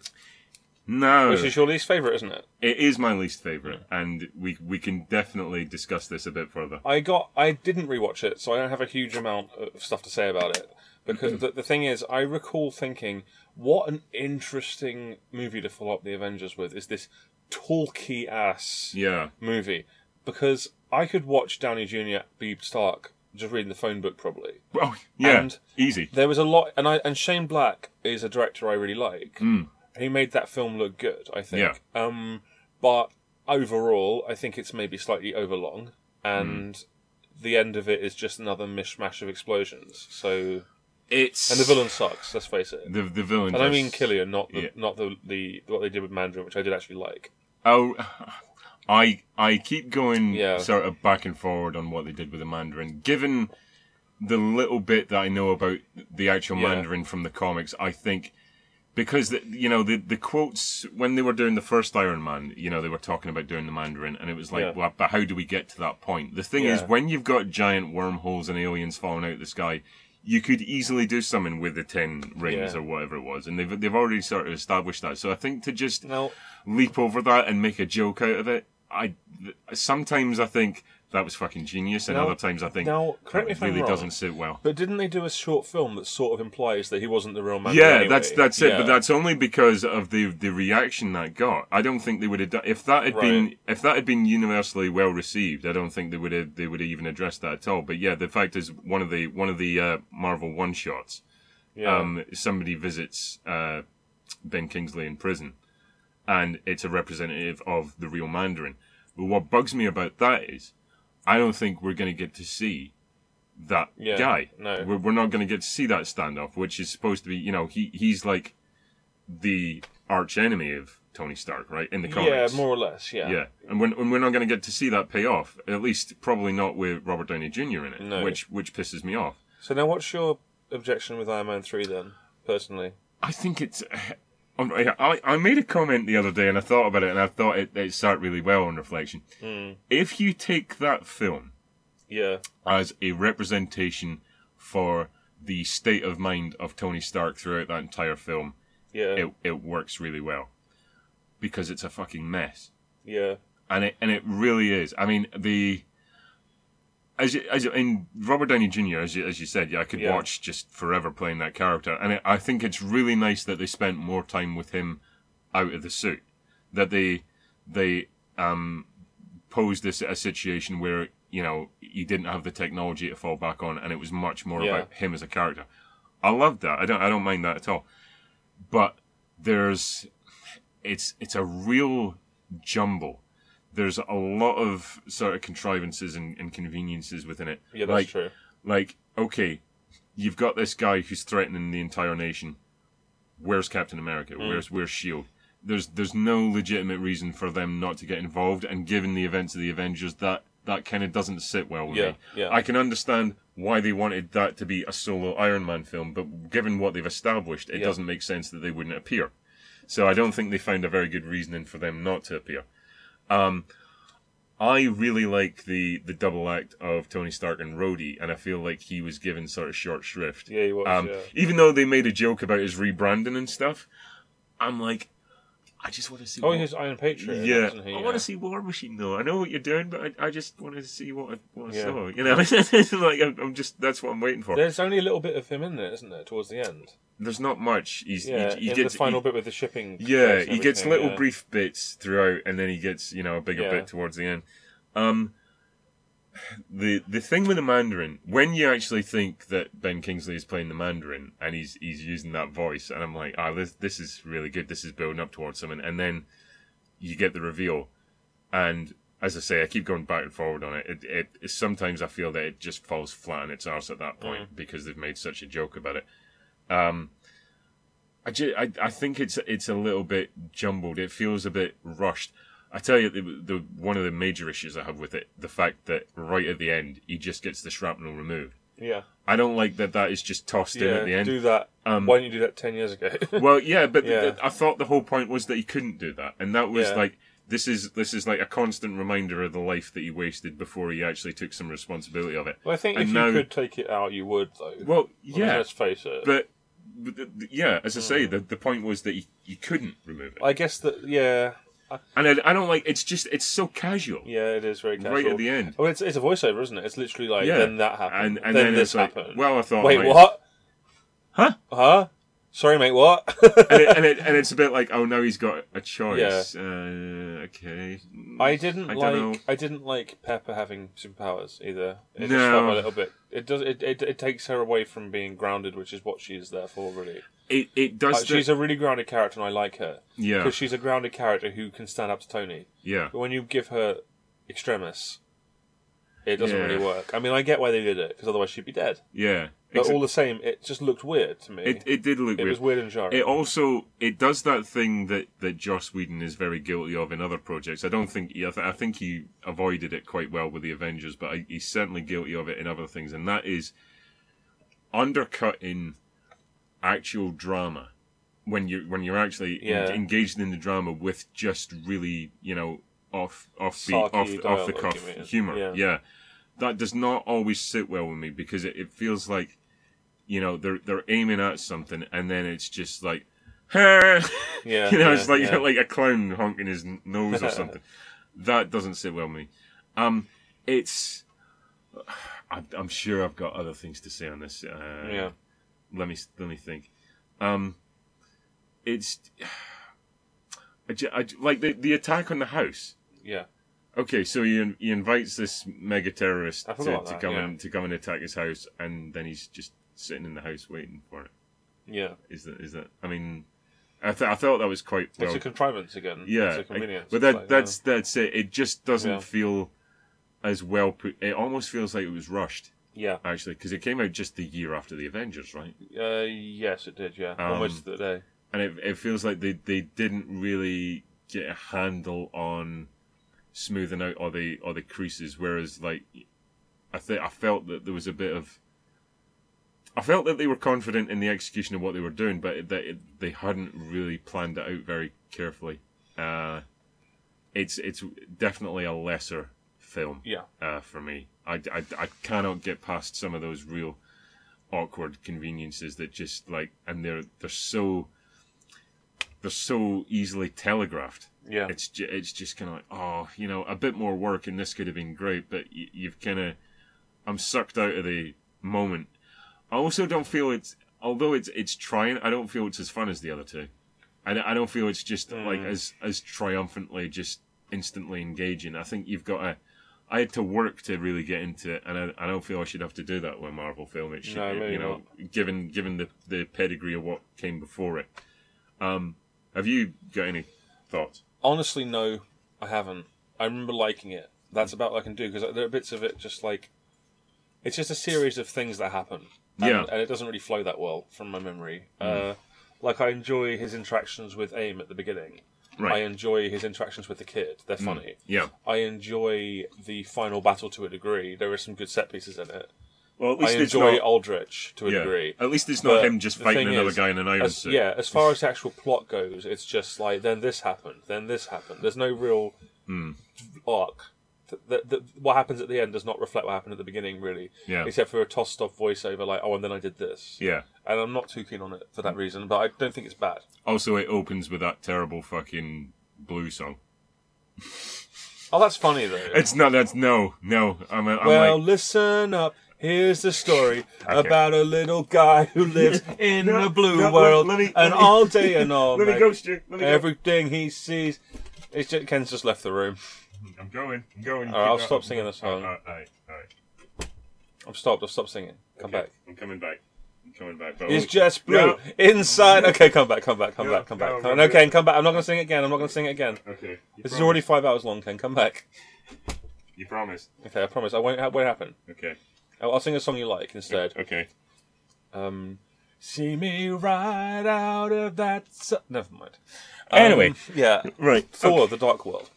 B: No,
A: which is your least favorite, isn't it?
B: it is my least favorite, and we we can definitely discuss this a bit further.
A: I got. I didn't rewatch it, so I don't have a huge amount of stuff to say about it. Because the, the thing is, I recall thinking, what an interesting movie to follow up the Avengers with is this talky ass
B: Yeah,
A: movie. Because I could watch Downey Jr. be Stark just reading the phone book probably.
B: well, Oh, yeah,
A: And-
B: easy.
A: There was a lot, and I and Shane Black is a director I really like.
B: Hmm.
A: He made that film look good, I think. Um, but overall, I think it's maybe slightly overlong, and
B: Hmm.
A: the end of it is just another mishmash of explosions. So,
B: It's
A: and the villain sucks. Let's face it.
B: The, the villain.
A: And I
B: does-
A: mean Killian, not the,
B: yeah.
A: not the, the what they did with Mandarin, which I did actually like.
B: Oh, (laughs) I I keep going
A: Yeah.
B: sort of back and forward on what they did with the Mandarin. Given the little bit that I know about the actual
A: Yeah.
B: Mandarin from the comics, I think because the, you know the the quotes when they were doing the first Iron Man, you know they were talking about doing the Mandarin, and it was like,
A: Yeah.
B: well, but how do we get to that point? The thing is,
A: Yeah.
B: when you've got giant wormholes and aliens falling out of the sky. You could easily do something with the ten rings
A: Yeah.
B: or whatever it was, and they've they've already sort of established that. So I think to just
A: Now,
B: leap over that and make a joke out of it. I th- sometimes I think that was fucking genius, and
A: Now-
B: other times I think
A: now, correct me
B: that
A: if I'm
B: really
A: wrong.
B: doesn't sit well.
A: but didn't they do a short film that sort of implies that he wasn't the real Mandarin?
B: yeah, that's
A: anyway?
B: that's it.
A: Yeah.
B: But that's only because of the the reaction that got. I don't think they would have done if that had been
A: Right.
B: if that had been universally well received. I don't think they would have they would have even addressed that at all. But yeah, the fact is one of the one of the uh, Marvel one shots.
A: yeah.
B: um, somebody visits uh, Ben Kingsley in prison, and it's a representative of the real Mandarin. But what bugs me about that is, I don't think we're going to get to see that
A: Yeah,
B: guy.
A: no.
B: We're, we're not going to get to see that standoff, which is supposed to be, you know, he he's like the arch enemy of Tony Stark, right? In the
A: yeah,
B: comics.
A: more or less. Yeah,
B: Yeah, and we're, and we're not going to get to see that pay off. At least, probably not with Robert Downey Jr. in it,
A: No.
B: which which pisses me off.
A: So now, what's your objection with Iron Man three then? Personally,
B: I think it's. (sighs) I'm- I, I made a comment the other day and I thought about it and I thought it, it sat really well on reflection. If you take that film
A: yeah,
B: as a representation for the state of mind of Tony Stark throughout that entire film,
A: yeah,
B: it, it works really well. Because it's a fucking mess
A: yeah,
B: and it and it really is. I mean the as you, as you- in Robert Downey Jr. as you, as you said, yeah, I could
A: Yeah.
B: watch just forever playing that character, and it, I think it's really nice that they spent more time with him out of the suit, that they they um posed this a situation where you know he didn't have the technology to fall back on, and it was much more
A: Yeah.
B: about him as a character. I love that. I don't I don't mind that at all, but there's it's it's a real jumble. There's a lot of sort of contrivances and, and conveniences within it.
A: yeah. That's
B: like,
A: true.
B: Like, okay, you've got this guy who's threatening the entire nation. Where's Captain America? Where's where's Shield? E There's there's no legitimate reason for them not to get involved. And given the events of the Avengers, that that kind of doesn't sit well with
A: Yeah,
B: me.
A: yeah.
B: I can understand why they wanted that to be a solo Iron Man film, but given what they've established, it
A: Yeah.
B: doesn't make sense that they wouldn't appear. So I don't think they found a very good reasoning for them not to appear. Um, I really like the the double act of Tony Stark and Rhodey, and I feel like he was given sort of short shrift.
A: Yeah, he was.
B: Um,
A: yeah.
B: Even though they made a joke about his rebranding and stuff, I'm like, I just want to see.
A: Oh,
B: what-
A: he was Iron Patriot.
B: yeah,
A: wasn't he?
B: I want to see War Machine though. I know what you're doing, but I, I just wanted to see what I, what I
A: Yeah.
B: saw. You know, (laughs) It's like I'm, I'm just that's what I'm waiting for.
A: There's only a little bit of him in there, isn't there? Towards the end.
B: There's not much. He's,
A: Yeah,
B: he, he
A: in
B: gets
A: the final
B: he-
A: bit with the shipping.
B: yeah,
A: case and
B: he gets
A: everything,
B: little
A: yeah.
B: brief bits throughout, and then he gets you know a bigger
A: Yeah.
B: bit towards the end. Um, the the thing with the Mandarin, when you actually think that Ben Kingsley is playing the Mandarin and he's he's using that voice, and I'm like, ah, this this is really good. This is building up towards something, and then you get the reveal, and as I say, I keep going back and forward on it. It, it, it sometimes I feel that it just falls flat on its arse at that
A: Mm.
B: point because they've made such a joke about it. Um, I, ju- I I think it's it's a little bit jumbled. It feels a bit rushed. I tell you, the, the one of the major issues I have with it, the fact that right at the end he just gets the shrapnel removed.
A: Yeah.
B: I don't like that that is just tossed in at the end.
A: do that.
B: Um,
A: Why didn't you do that 10 years ago?
B: (laughs) Well, yeah, but
A: Yeah.
B: th- I thought the whole point was that he couldn't do that, and that was
A: Yeah.
B: like this is this is like a constant reminder of the life that he wasted before he actually took some responsibility of it.
A: well, I think
B: and
A: if
B: now-
A: you could take it out, you would, though.
B: Well,
A: I mean, Mm.
B: yeah,
A: Let's face it.
B: but, but th- th- yeah, as I say, the the point was that he, he couldn't remove it,
A: I guess that, yeah.
B: and I, I don't like it's just it's so casual.
A: Yeah, it is very casual.
B: Right at the end.
A: Well, it's, it's a voiceover, isn't it? It's literally like,
B: Yeah.
A: then that happened.
B: And- and
A: then,
B: then
A: this
B: it's like,
A: happened.
B: well, I thought,
A: Wait,
B: Oh, mate-
A: what?
E: Huh?
A: Huh? Sorry, mate, what?
B: and, it, and, it, and it's a bit like, oh, now he's got a choice. Uh, okay.
A: (laughs) I didn't
B: I
A: like.
B: don't know.
A: I didn't like Pepper having superpowers either. It just
B: No.
A: felt a little bit. It does. It, it, it takes her away from being grounded, which is what she is there for, really.
B: It, it
A: Uh,
B: does. the-
A: she's a really grounded character, and I like her
B: yeah,
A: because she's a grounded character who can stand up to Tony.
B: yeah.
A: But when you give her extremis, it doesn't
B: Yeah.
A: really work. I mean, I get why they did it because otherwise she'd be dead.
B: Yeah.
A: But
B: Exa-
A: all the same, it just looked weird to me.
B: it, it did look
A: It
B: weird.
A: was weird and jarring.
B: It also it does that thing that that Joss Whedon is very guilty of in other projects. I don't think he, I, th- I think he avoided it quite well with the Avengers, but I, he's certainly guilty of it in other things, and that is undercutting actual drama when you when you're actually en-
A: Yeah.
B: engaged in the drama with just really you know off off the
A: Sarky
B: off, off the
A: dialogue,
B: cuff
A: you mean.
B: humor.
A: Yeah.
B: yeah, that does not always sit well with me because it, it feels like you know they're they're aiming at something and then it's just like (laughs) "Huh," (laughs)
A: yeah,
B: you know
A: yeah,
B: it's like
A: yeah.
B: like a clown honking his n- nose or
A: (laughs)
B: something that doesn't sit well with me um it's I, i'm sure i've got other things to say on this uh
A: yeah.
B: let me let me think um it's (sighs) I, ju- I ju- like the the attack on the house
A: Yeah.
B: Okay, so he, in, he invites this mega terrorist
A: I
B: to,
A: forgot
B: to
A: that,
B: come
A: yeah.
B: and to come and attack his house, and then he's just sitting in the house waiting for it.
A: Yeah.
B: Is that is that? I mean, I, th- I thought that was quite well.
A: It's a contrivance again.
B: yeah,
A: It's a
B: I-
A: convenience.
B: but
A: It's
B: that
A: like, uh,
B: that's that's it. It just doesn't
A: Yeah.
B: feel as well put. It almost feels like it was rushed
A: yeah.
B: actually because it came out just the year after the Avengers, right?
A: Uh, yes, it did. Yeah,
B: Um,
A: almost the day.
B: and it, it feels like they, they didn't really get a handle on smoothing out all the all the creases. Whereas like I think I felt that there was a bit of I felt that they were confident in the execution of what they were doing, but it, that it, they hadn't really planned it out very carefully. Uh, it's it's definitely a lesser film
A: Yeah,
B: uh, for me. I, I, I cannot get past some of those real awkward conveniences that just like and they're they're so they're so easily telegraphed.
A: yeah,
B: It's ju- it's just kind of like oh you know a bit more work and this could have been great, but y- you've kind of I'm sucked out of the moment. I also don't feel it's although it's it's trying. I don't feel it's as fun as the other two. I, don't- I don't feel it's just
A: Mm.
B: like as as triumphantly just instantly engaging. I think you've got a I had to work to really get into it, and I, I don't feel I should have to do that with a Marvel film. It should,
A: No, maybe
B: you know, given given the, the pedigree of what came before it. Um, have you got any thoughts?
A: Honestly, no, I haven't. I remember liking it. That's about all I can do because there are bits of it just like it's just a series of things that happen. And,
B: Yeah. Hmm.
A: and it doesn't really flow that well from my memory. Uh, like I enjoy his interactions with Aim at the beginning. I
B: Right. Hmm.
A: enjoy his interactions with the kid. They're funny.
B: yeah.
A: I enjoy the final battle to a degree. There are some good set pieces in it.
B: Well, at
A: I
B: least it's
A: enjoy
B: not.
A: Aldrich to a
B: yeah.
A: degree.
B: At least it's not
A: But
B: him just
A: the
B: fighting
A: thing
B: another
A: is,
B: guy in an iron
A: as,
B: suit.
A: yeah, as far as the actual plot goes, it's just like then this happened, then this happened. There's no real
B: Hmm.
A: arc. Th th th what happens at the end does not reflect what happened at the beginning, really.
B: Yeah.
A: Except for a tossed off voiceover, like oh, and then I did this.
B: Yeah.
A: And I'm not too keen on it for that reason, but I don't think it's bad.
B: Also, it opens with that terrible fucking blue song.
A: Oh, that's funny though.
B: It's not. That's no, no. I'm. I'm
A: well,
B: like,
A: listen up. Here's the story about a little guy who lives
B: (laughs)
A: in
B: No,
A: the blue
B: no, let-
A: world
B: let me-
A: and
B: let me- (laughs)
A: all day and all
B: let me
A: night.
B: go, Stu. Let me
A: Everything he sees, it's just, Ken's just left the room.
B: go. I'm going. I'm going.
A: All right, I'll stop singing the
B: All
A: song.
B: right, all right, all right.
A: I've stopped. I've stopped singing. Come back.
B: I'm coming back. I'm coming back. But
A: It's
B: only-
A: just blue
B: No.
A: inside. Okay, come back. Come back. Come
B: No,
A: back. Come back.
B: no,
A: Come-
B: no,
A: no, Ken, come back. I'm not gonna sing it again. I'm not gonna sing it again.
B: Okay. You
A: This is
B: promise-
A: already five hours long. Ken, come back.
B: You promise.
A: Okay, I promise. I won't. ha- Won't happen.
B: Okay.
A: I'll, I'll sing a song you like instead.
B: Okay.
A: Um, see me right out of that. Su- Never mind. Um,
B: Anyway.
A: yeah.
B: Right.
A: Thor: The Dark World.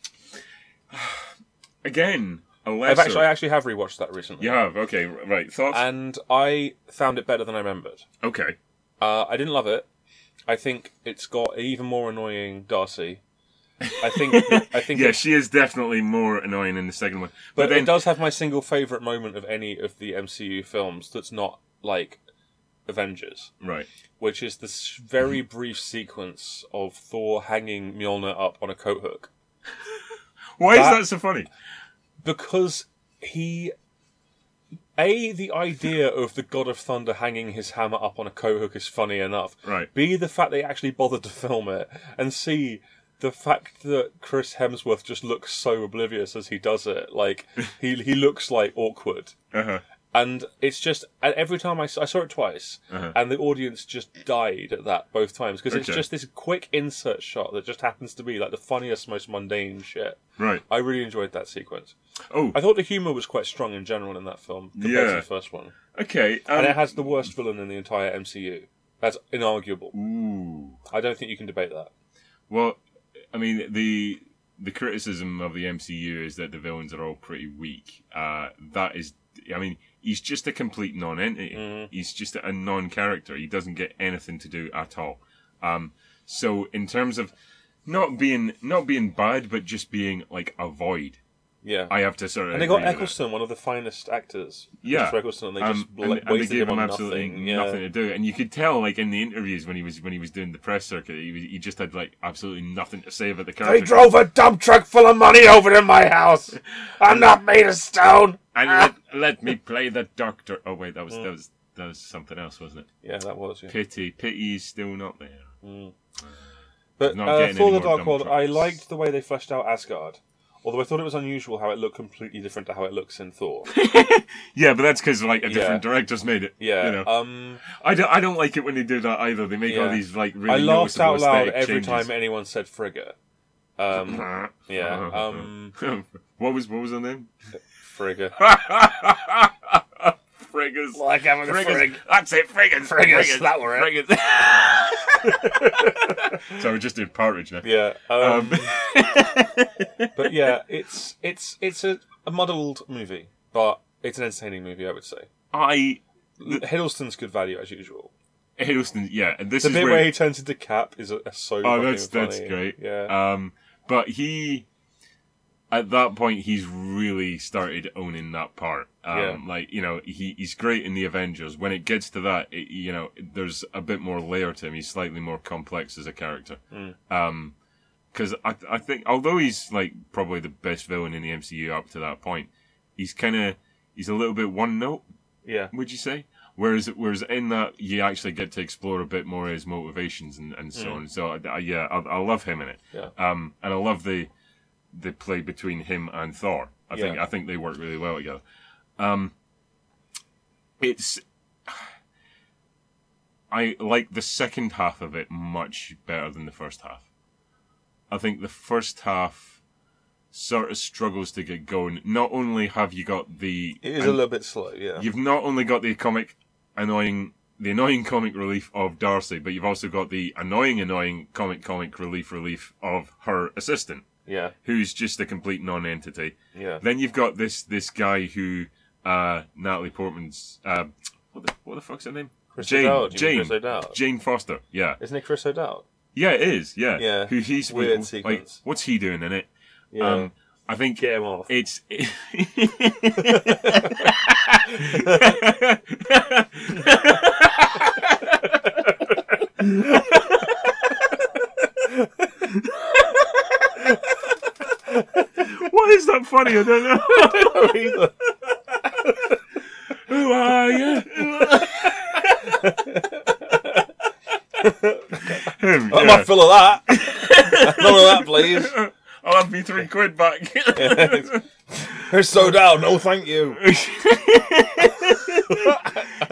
B: Again, a
A: I've
B: lesser.
A: actually, I actually have rewatched that recently.
B: you have okay, r- right? Thoughts?
A: And I found it better than I remembered.
B: okay,
A: Uh, I didn't love it. I think it's got an even more annoying Darcy. I think. I
B: (laughs)
A: think.
B: yeah,
A: it-
B: she is definitely more annoying in the second one.
A: but
B: But, then,
A: it does have my single favorite moment of any of the MCU films. That's not like Avengers,
B: right?
A: which is this very
B: Mm-hmm.
A: brief sequence of Thor hanging Mjolnir up on a coat hook.
B: Why is
A: That-
B: that so funny?
A: because he a the idea of the god of thunder hanging his hammer up on a coat hook is funny enough
B: Right.
A: b the fact they actually bothered to film it and c the fact that chris hemsworth just looks so oblivious as he does
B: (laughs)
A: it like he he looks like awkward
B: Uh huh.
A: and it's just and every time I, s- I saw it twice, and the audience just died at that both times because it's
B: Uh-huh. Okay.
A: just this quick insert shot that just happens to be like the funniest, most mundane shit.
B: Right.
A: I really enjoyed that sequence.
B: Oh,
A: I thought the humor was quite strong in general in that film compared to
B: Yeah.
A: the first one,
B: okay.
A: and it
B: Um,
A: has the worst villain in the entire MCU. That's inarguable.
B: ooh.
A: I don't think you can debate that.
B: Well, I mean the the criticism of the MCU is that the villains are all pretty weak. Uh, that is, I mean, he's just a complete non-entity.
A: Mm-hmm.
B: He's just a non-character. He doesn't get anything to do at all. Um, so in terms of not being not being bad, but just being like a void,
A: Yeah.
B: I have to sort of.
A: and they got
B: agree with that.
A: Eccleston, one of the finest actors.
B: Yeah.
A: Christopher Eccleston, and they
B: Um,
A: just
B: and-
A: like,
B: and, they
A: wasted
B: gave
A: him
B: him
A: on
B: absolutely
A: nothing. Yeah.
B: to do, and you could tell, like in the interviews when he was when he was doing the press circuit, he, was, he just had like absolutely nothing to say about the character.
A: a dump truck full of money over to my (laughs) house. I'm not made of stone.
B: and let, let me play the doctor. Oh wait, that was that was that was something else, wasn't it?
A: Yeah, that was. Yeah.
B: Pity, pity is still not there.
A: But
B: Not
A: uh,
B: getting
A: Thor:
B: any
A: The
B: more
A: Dark
B: dump
A: World, I
B: trucks.
A: liked the way they fleshed out Asgard. Although I thought it was unusual how it looked completely different to how it looks in
B: (laughs)
A: Thor.
B: Yeah, but that's because like a different
A: Yeah.
B: director's made it.
A: Yeah.
B: you know,
A: um,
B: I don't I don't like it when they do that either. They make all
A: Yeah.
B: these like really
A: I laughed
B: noticeable
A: out loud
B: aesthetic
A: every
B: changes.
A: time anyone said Frigga.
B: (laughs)
A: Um, yeah. Um,
B: what was what was her name?
A: Frigga.
B: Friggers.
A: Like having
B: Friggers. That's it, friggers. Friggers. That were it. (laughs) so we just did Partridge now.
A: Yeah.
B: (laughs)
A: Um, but yeah, it's it's it's a, a muddled movie, but it's an entertaining movie, I would say.
B: I
A: Hiddleston's good value as usual.
B: Hiddleston, yeah, and this
A: The
B: is
A: bit
B: where,
A: where he turns into Cap is a, a so.
B: oh,
A: fucking
B: that's that's
A: funny.
B: great.
A: Yeah.
B: Um, but he, at that point, he's really started owning that part. Um,
A: Yeah.
B: like you know, he he's great in the Avengers. When it gets to that, it, you know, there's a bit more layer to him. He's slightly more complex as a character.
A: Mm.
B: Um, because I I think although he's like probably the best villain in the MCU up to that point, he's kind of he's a little bit one note
A: yeah.
B: would you say? Whereas, whereas in that you actually get to explore a bit more his motivations and, and so on. So I, I, yeah, I, I love him in it.
A: Mm. Yeah.
B: Um, and I love the the play between him and Thor. I think
A: Yeah.
B: I think they work really well together. Um, it's I like the second half of it much better than the first half. I think the first half sort of struggles to get going. Not only have you got the
A: It is a little bit slow. Yeah.
B: you've not only got the comic annoying the annoying comic relief of Darcy, but you've also got the annoying annoying comic comic relief relief of her assistant,
A: Yeah.
B: who's just a complete non-entity.
A: Yeah.
B: Then you've got this this guy who uh, Natalie Portman's uh, what the what the fuck's her name?
A: Chris
B: Jane
A: O'Dowd, you mean
B: Jane
A: Chris O'Dowd?
B: Jane Foster. Yeah,
A: Isn't it Chris O'Dowd?
B: yeah, it is. Yeah,
A: Yeah,
B: Who he's
A: weird
B: with, like,
A: sequence.
B: what's he doing in it?
A: Yeah.
B: Um, I think
A: Get him (laughs) off.
B: it's. (laughs) Why is that funny? I don't know. Who are you? Him,
A: Let
B: yeah.
A: my fill
B: (laughs)
A: of that. (laughs) None of that, please.
B: I'll have me three quid back. (laughs)
A: Chris so down. No, thank you.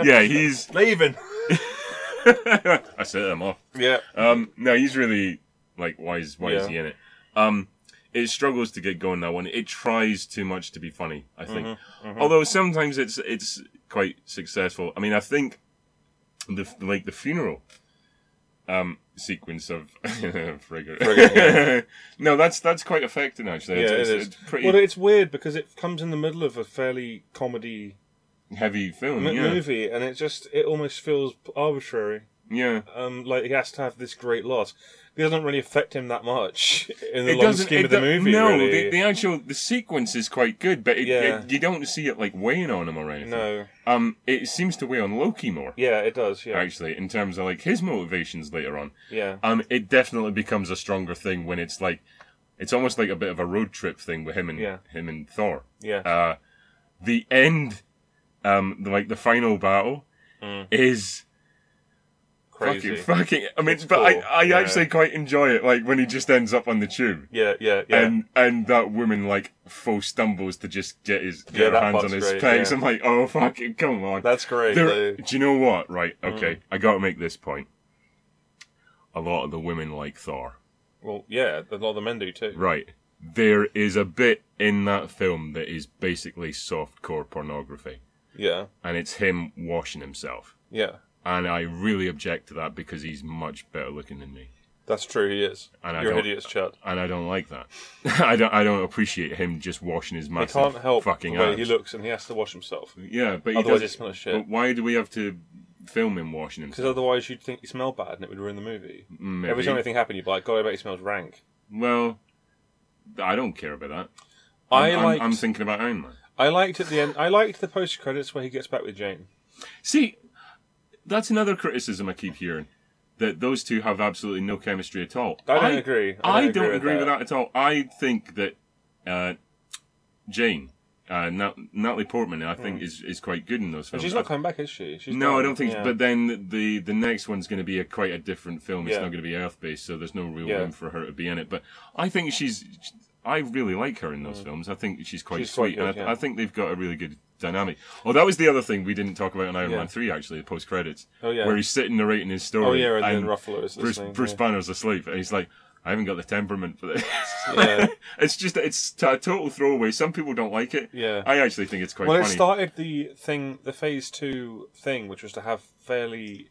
B: yeah, he's.
A: Leaving.
B: (laughs) I set them off.
A: Yeah.
B: Um, no, he's really like, why is why is
A: Yeah.
B: he in it? Um, it struggles to get going that one. It tries too much to be funny. I think,
A: Mm-hmm,
B: although sometimes it's it's quite successful. I mean, I think the f- like the funeral. Um, sequence of (laughs) Frigga.
A: Frigga, yeah.
B: (laughs) no, that's that's quite affecting actually.
A: yeah,
B: it's,
A: it
B: it's-
A: is.
B: it's pretty
A: Well, it's weird because it comes in the middle of a fairly comedy
B: heavy film.
A: m-
B: yeah,
A: movie, and it just it almost feels arbitrary.
B: yeah.
A: Um, like he has to have this great loss. It doesn't really affect him that much (laughs) in the
B: It
A: long
B: doesn't.
A: scheme
B: it
A: of the
B: do-
A: movie.
B: no,
A: really.
B: the, the actual the sequence is quite good, but it,
A: Yeah.
B: it, you don't see it like weighing on him or anything.
A: no.
B: Um, it seems to weigh on Loki more
A: Yeah, it does. Yeah,
B: actually in terms of like his motivations later on.
A: yeah.
B: Um, it definitely becomes a stronger thing when it's like, it's almost like a bit of a road trip thing with him and
A: Yeah.
B: him and Thor.
A: Yeah.
B: Uh, the end, um, the- like the final battle is
A: Mm. Crazy.
B: (laughs) fucking fucking. I mean,
A: It's
B: but
A: cool.
B: I, I
A: Yeah.
B: actually quite enjoy it. Like when he just ends up on the tube.
A: Yeah, yeah, yeah.
B: And and that woman like full stumbles to just get his get
A: Yeah,
B: her
A: that
B: hands on
A: part's
B: his
A: great,
B: face.
A: yeah.
B: I'm like, oh fucking come on.
A: That's great.
B: There-
A: though.
B: do you know what? Right,
A: Mm.
B: okay, I got to make this point. A lot of the women like Thor.
A: Well, yeah, a lot of the men do too.
B: Right, there is a bit in that film that is basically softcore pornography,
A: Yeah,
B: and it's him washing himself.
A: yeah.
B: And I really object to that because he's much better looking than me,
A: That's true. He is.
B: And I
A: You're an
B: don't-
A: idiot's chat.
B: and I don't like that. (laughs) I don't. I don't appreciate him just washing his
A: He
B: massive
A: can't help
B: fucking
A: the way
B: abs.
A: he looks, and he has to wash himself
B: Yeah, but he
A: Otherwise
B: does-
A: it smells shit.
B: But why do we have to film him washing himself?
A: because otherwise you'd think you smell bad, and it would ruin the movie.
B: Mm, Maybe.
A: Every time anything happened, you'd be like, "God, I bet he smells rank."
B: Well, I don't care about that.
A: I
B: I'm,
A: liked.
B: I'm thinking about Iron Man.
A: I liked at the end. I liked the post credits where he gets back with Jane.
B: See, that's another criticism I keep hearing that those two have absolutely no chemistry at all.
A: I don't agree.
B: I don't, agree, with, that. at all. I think that uh, Jane, uh, Nat- Natalie Portman, I think is is quite good in those
A: But
B: films.
A: Hmm. she's not coming back, is she? She's
B: no,
A: gone,
B: I don't think.
A: yeah.
B: But then the the next one's going to be a quite a different film. It's
A: Yeah.
B: not going to be Earth based, so there's no real
A: Yeah.
B: room for her to be in it. But I think she's. I really like her in those films. I think she's quite
A: Mm. She's quite
B: sweet, and
A: good,
B: I,
A: yeah.
B: I think they've got a really good dynamic. Oh, that was the other thing we didn't talk about in Iron
A: Yeah.
B: Man Three, actually, the post credits,
A: Oh, yeah.
B: where he's sitting narrating his story.
A: oh yeah, and, then Ruffalo is
B: Bruce,
A: listening,
B: Bruce
A: yeah.
B: Banner's asleep, and he's like, "I haven't got the temperament for this." (laughs)
A: Yeah.
B: it's just it's t- a total throwaway. Some people don't like it.
A: Yeah.
B: I actually think it's quite
A: well, it
B: funny.
A: started the thing, the phase two thing, which was to have fairly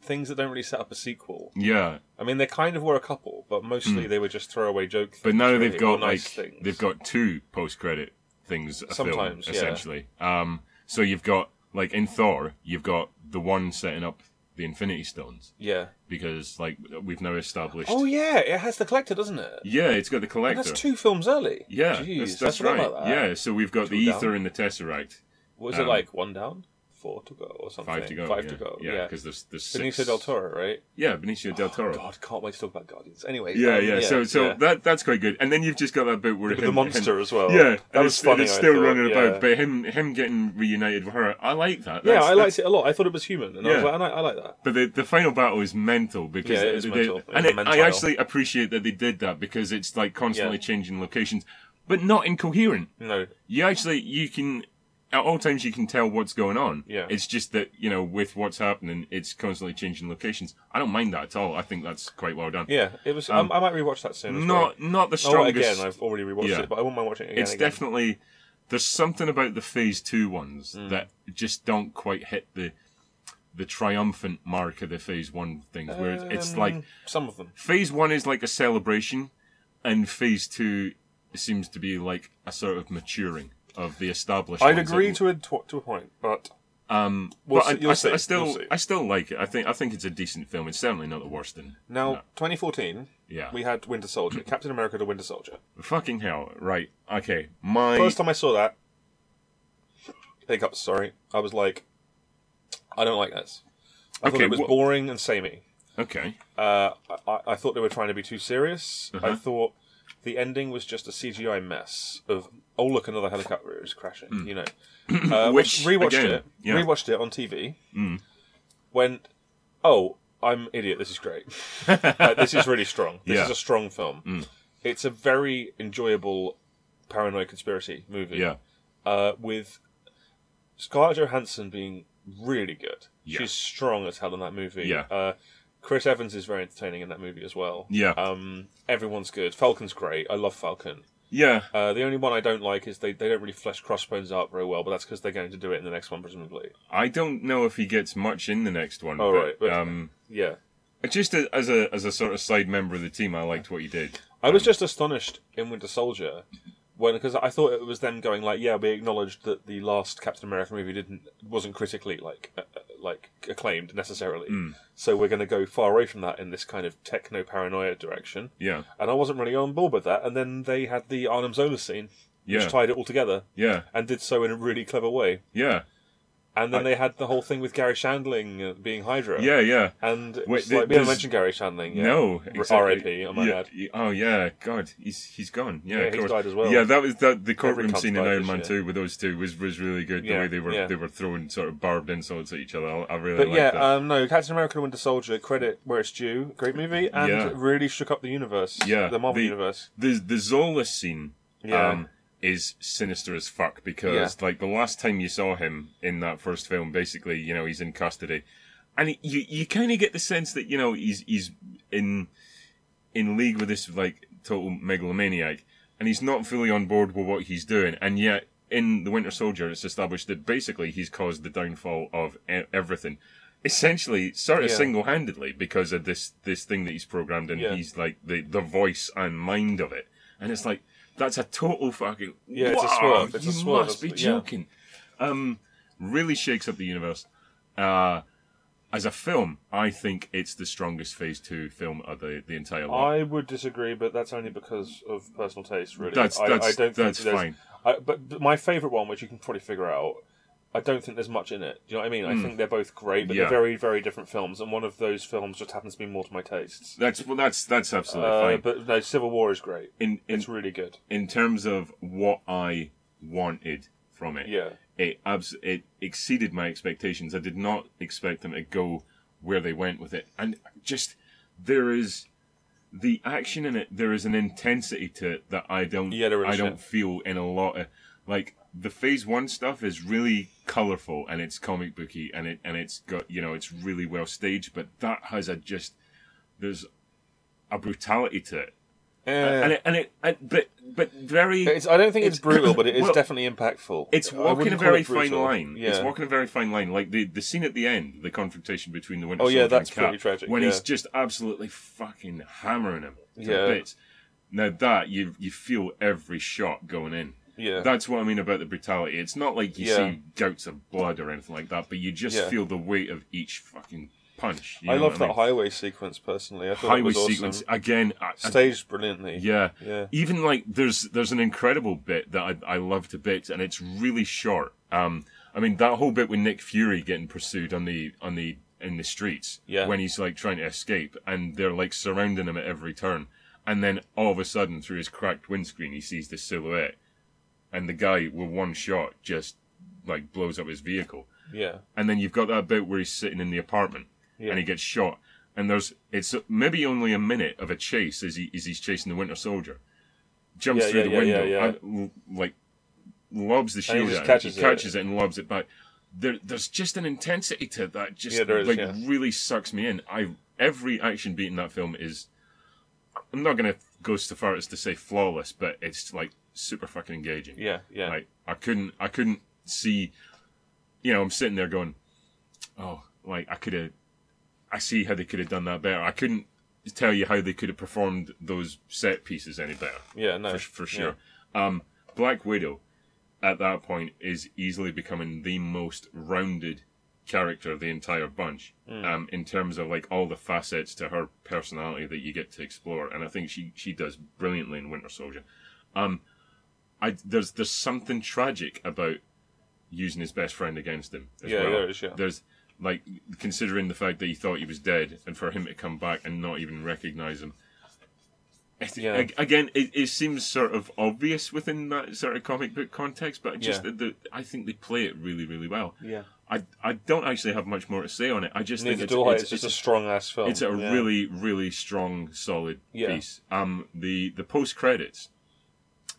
A: things that don't really set up a sequel.
B: yeah,
A: I mean, they kind of were a couple, but mostly they were just throwaway joke.
B: Hmm. But
A: things,
B: now
A: really,
B: they've
A: or
B: got
A: nice
B: like
A: things.
B: they've got two post credit things a
A: Sometimes,
B: film,
A: yeah.
B: essentially. Um, so you've got like in Thor, you've got the one setting up the Infinity Stones
A: yeah.
B: because like we've now established.
A: Oh yeah, it has the collector, doesn't it?
B: yeah, it's got the collector.
A: That's two films early.
B: yeah,
A: Jeez,
B: that's, that's
A: I forgot
B: right.
A: about that.
B: Yeah, so we've got the
A: Two down.
B: ether and the tesseract.
A: What is
B: Um,
A: it like? One down, four to go, or something.
B: Five to go.
A: Five
B: yeah.
A: to go.
B: Yeah,
A: Yeah.
B: because there's there's six.
A: Benicio del Toro, right?
B: Yeah, Benicio del Toro.
A: God, can't wait to talk about Guardians. Anyway.
B: Yeah,
A: um,
B: yeah, So so
A: yeah.
B: that that's quite good. And then you've just got that bit where
A: With
B: him, (laughs)
A: the monster
B: him-
A: as well.
B: Yeah,
A: that
B: and
A: was
B: it's,
A: funny.
B: It's
A: I
B: still
A: thought,
B: running
A: yeah.
B: about, but him him getting reunited with her, I like that.
A: Yeah,
B: That's-
A: I
B: that's-
A: liked it a lot. I thought it was human, and I was
B: Yeah.
A: like, I, I like that.
B: But the, the final battle is mental because
A: Yeah, it is
B: they-
A: mental.
B: and
A: It's
B: it- I
A: mental.
B: actually appreciate that they did that because it's like constantly
A: Yeah.
B: changing locations, but not incoherent.
A: No,
B: You actually you can at all times you can tell what's going on.
A: Yeah.
B: it's just that you know with what's happening, it's constantly changing locations. I don't mind that at all. I think that's quite well done.
A: yeah, it was.
B: Um,
A: I, I might rewatch that soon. As well.
B: not not the
A: oh,
B: strongest.
A: again. I've already rewatched
B: Yeah.
A: it, but I wouldn't mind watching it again.
B: it's
A: again.
B: definitely there's something about the phase two ones
A: Hmm.
B: that just don't quite hit the the triumphant mark of the phase one things where it's, it's
A: Um,
B: like
A: some of them.
B: phase one is like a celebration, and phase two seems to be like a sort of maturing of the established.
A: I'd
B: ones.
A: agree
B: It-
A: to a tw- to a point, but
B: Um,
A: We'll
B: but I-
A: see- you'll
B: I, st- I
A: see,
B: still,
A: you'll see.
B: I still like it. I think, I think it's a decent film. It's certainly not the worst in.
A: now 2014,
B: Yeah.
A: we had Winter
B: (clears throat)
A: Soldier, Captain America: The Winter Soldier.
B: Fucking hell! Right? Okay. My
A: First time I saw that, hiccups. Sorry, I was like, I don't like this. I thought
B: Okay,
A: it was
B: wha-
A: boring and samey.
B: okay.
A: Uh, I- I, I thought they were trying to be too serious.
B: Mm-hmm.
A: I thought the ending was just a CGI mess of oh look another helicopter is crashing.
B: (clears throat)
A: You know, uh,
B: Mm. Which,
A: rewatched
B: again,
A: it,
B: yeah. Mm.
A: rewatched it on TV. Went, oh, I'm an idiot. This
B: (laughs)
A: is great. Like, this is really strong. This
B: Yeah. Mm.
A: is a strong film. It's a very enjoyable paranoid conspiracy movie.
B: Yeah.
A: uh, with Scarlett Johansson being really good.
B: Yeah.
A: She's strong as hell in that movie.
B: Yeah.
A: Uh, Chris Evans is very entertaining in that movie as well.
B: Yeah.
A: Um, everyone's good. Falcon's great. I love Falcon.
B: Yeah.
A: Uh, the only one I don't like is they, they don't really flesh Crossbones out very well, but that's because they're going to do it in the next one, presumably.
B: I don't know if he gets much in the next one.
A: Oh,
B: but,
A: right, but-
B: um,
A: Yeah.
B: Just a, as a as a sort of side member of the team, I liked what he did.
A: I was just astonished in Winter Soldier when because I thought it was them going like, yeah, we acknowledged that the last Captain America movie didn't wasn't critically like uh, uh, like acclaimed necessarily,
B: Hmm.
A: so we're going to go far away from that in this kind of techno paranoia direction.
B: Yeah,
A: And I wasn't really on board with that. And then they had the Arnim Zola scene,
B: yeah,
A: which tied it all together
B: yeah,
A: and did so in a really clever way.
B: yeah,
A: And then they had the whole thing with Gary Shandling uh, being Hydra.
B: yeah, yeah.
A: And
B: Wait,
A: it's like, we
B: there's-
A: haven't mentioned Gary Shandling yet.
B: No,
A: R-
B: exactly.
A: R.I.P. on my
B: yeah,
A: head.
B: y- Oh yeah, God, he's he's gone. Yeah,
A: Yeah,
B: of
A: he's
B: course.
A: died as well.
B: Yeah, that was that the courtroom
A: cunt's
B: scene in
A: died
B: Iron
A: this
B: Man
A: year.
B: Two with those two was was really good. The
A: Yeah,
B: way they were
A: yeah.
B: they were throwing sort of barbed insults at each other. I, I really
A: But
B: liked
A: yeah,
B: that.
A: um, no, Captain America: Winter Soldier. Credit where it's due. Great movie, and
B: Yeah.
A: really shook up the universe.
B: Yeah,
A: the Marvel
B: the-
A: universe.
B: the the Zola scene
A: Yeah.
B: um, is sinister as fuck because like the last time you saw him in that first film, basically you know he's in custody, and he- you you kind of get the sense that you know he's he's in in league with this like total megalomaniac, and he's not fully on board with what he's doing, and yet. In the Winter Soldier, it's established that basically he's caused the downfall of e- everything, essentially, sort of
A: Yeah.
B: single-handedly because of this this thing that he's programmed in.
A: Yeah.
B: He's like the the voice and mind of it, and it's like that's a total fucking
A: Yeah, it's a
B: Wow,
A: swerve, it's a
B: you
A: swerve,
B: must be
A: it's- yeah.
B: joking. Um, really shakes up the universe. Uh, as a film, I think it's the strongest Phase Two film of the the entire lot.
A: I would disagree, but that's only because of personal taste. Really,
B: That's-
A: I,
B: that's-
A: I don't
B: that's
A: think there's-
B: fine.
A: I, but but my favorite one, which you can probably figure out, I don't think there's much in it. Do you know what I mean? I think they're both great, but
B: Hmm. Yeah.
A: they're very, very different films, and one of those films just happens to be more to my tastes.
B: that's well, that's that's absolutely
A: Uh,
B: fine.
A: but no, Civil War is great.
B: in in,
A: It's really good.
B: in terms of what I wanted from it,
A: Yeah.
B: it abs- it exceeded my expectations. I did not expect them to go where they went with it, and just there is the action in it. There is an intensity to it that I don't.
A: Yeah, there is,
B: I don't
A: yeah.
B: feel in a lot of like the phase one stuff is really colorful and it's comic booky and it and it's got you know it's really well staged, but that has a just there's a brutality to it, Uh, and it and it and, but but very
A: Eh, It's, I don't think it's,
B: It's-
A: brutal, but it is
B: well,
A: definitely impactful.
B: it's
A: I
B: walking a
A: wouldn't call
B: very
A: it brutal.
B: fine line.
A: Yeah.
B: It's walking a very fine line. Like the, the scene at the end, the confrontation between the Winter
A: Oh, yeah,
B: Soldier
A: that's
B: and Cap,
A: pretty tragic,
B: when he's
A: yeah.
B: just absolutely fucking hammering him to
A: Yeah.
B: bits. Now that you you feel every shot going in.
A: yeah.
B: That's what I mean about the brutality. It's not like you
A: Yeah.
B: see gouts of blood or anything like that, but you just
A: Yeah.
B: feel the weight of each fucking punch. You
A: I
B: know
A: love
B: what
A: that
B: mean?
A: highway sequence personally. I thought it
B: highway
A: was awesome.
B: sequence again. I- I-
A: Staged brilliantly.
B: yeah.
A: Yeah.
B: Even like there's there's an incredible bit that I, I love to bits and it's really short. Um I mean that whole bit with Nick Fury getting pursued on the on the in the streets
A: Yeah.
B: when he's like trying to escape and they're like surrounding him at every turn and then all of a sudden through his cracked windscreen he sees this silhouette and the guy with one shot just like blows up his vehicle
A: Yeah.
B: and then you've got that bit where he's sitting in the apartment
A: Yeah.
B: and he gets shot and there's it's maybe only a minute of a chase as he as he's chasing the winter soldier jumps
A: Yeah,
B: through
A: yeah,
B: the
A: yeah,
B: window
A: yeah, yeah.
B: and l- like lobs the shield
A: just
B: at him.
A: catches
B: he
A: it.
B: catches it. and lobs it back there, there's just an intensity to it that just
A: Yeah, there is,
B: like
A: yeah.
B: really sucks me in i every action beat in that film is i'm not gonna go so far as to say flawless but it's like super fucking engaging
A: Yeah. Yeah.
B: like I couldn't, I couldn't see. You know, I'm sitting there going, "Oh, like I could have. I see how they could have done that better. I couldn't tell you how they could have performed those set pieces any better
A: yeah. No.
B: for, for sure. Um, Black Widow at that point is easily becoming the most rounded character of the entire bunch
A: Hmm.
B: um, in terms of like all the facets to her personality that you get to explore and i think she she does brilliantly in winter soldier um i there's there's something tragic about using his best friend against him as
A: Yeah,
B: well
A: there is, yeah.
B: there's like considering the fact that he thought he was dead and for him to come back and not even recognize him It's-
A: Yeah.
B: ag- again it, it seems sort of obvious within that sort of comic book context but just
A: Yeah.
B: that the, i think they play it really really well
A: Yeah.
B: I, I don't actually have much more to say on it. I just
A: Neither
B: think
A: do I.
B: it's,
A: It's, just a strong ass film.
B: it's a
A: Yeah.
B: really really strong solid
A: Yeah.
B: piece. Um, the the post credits,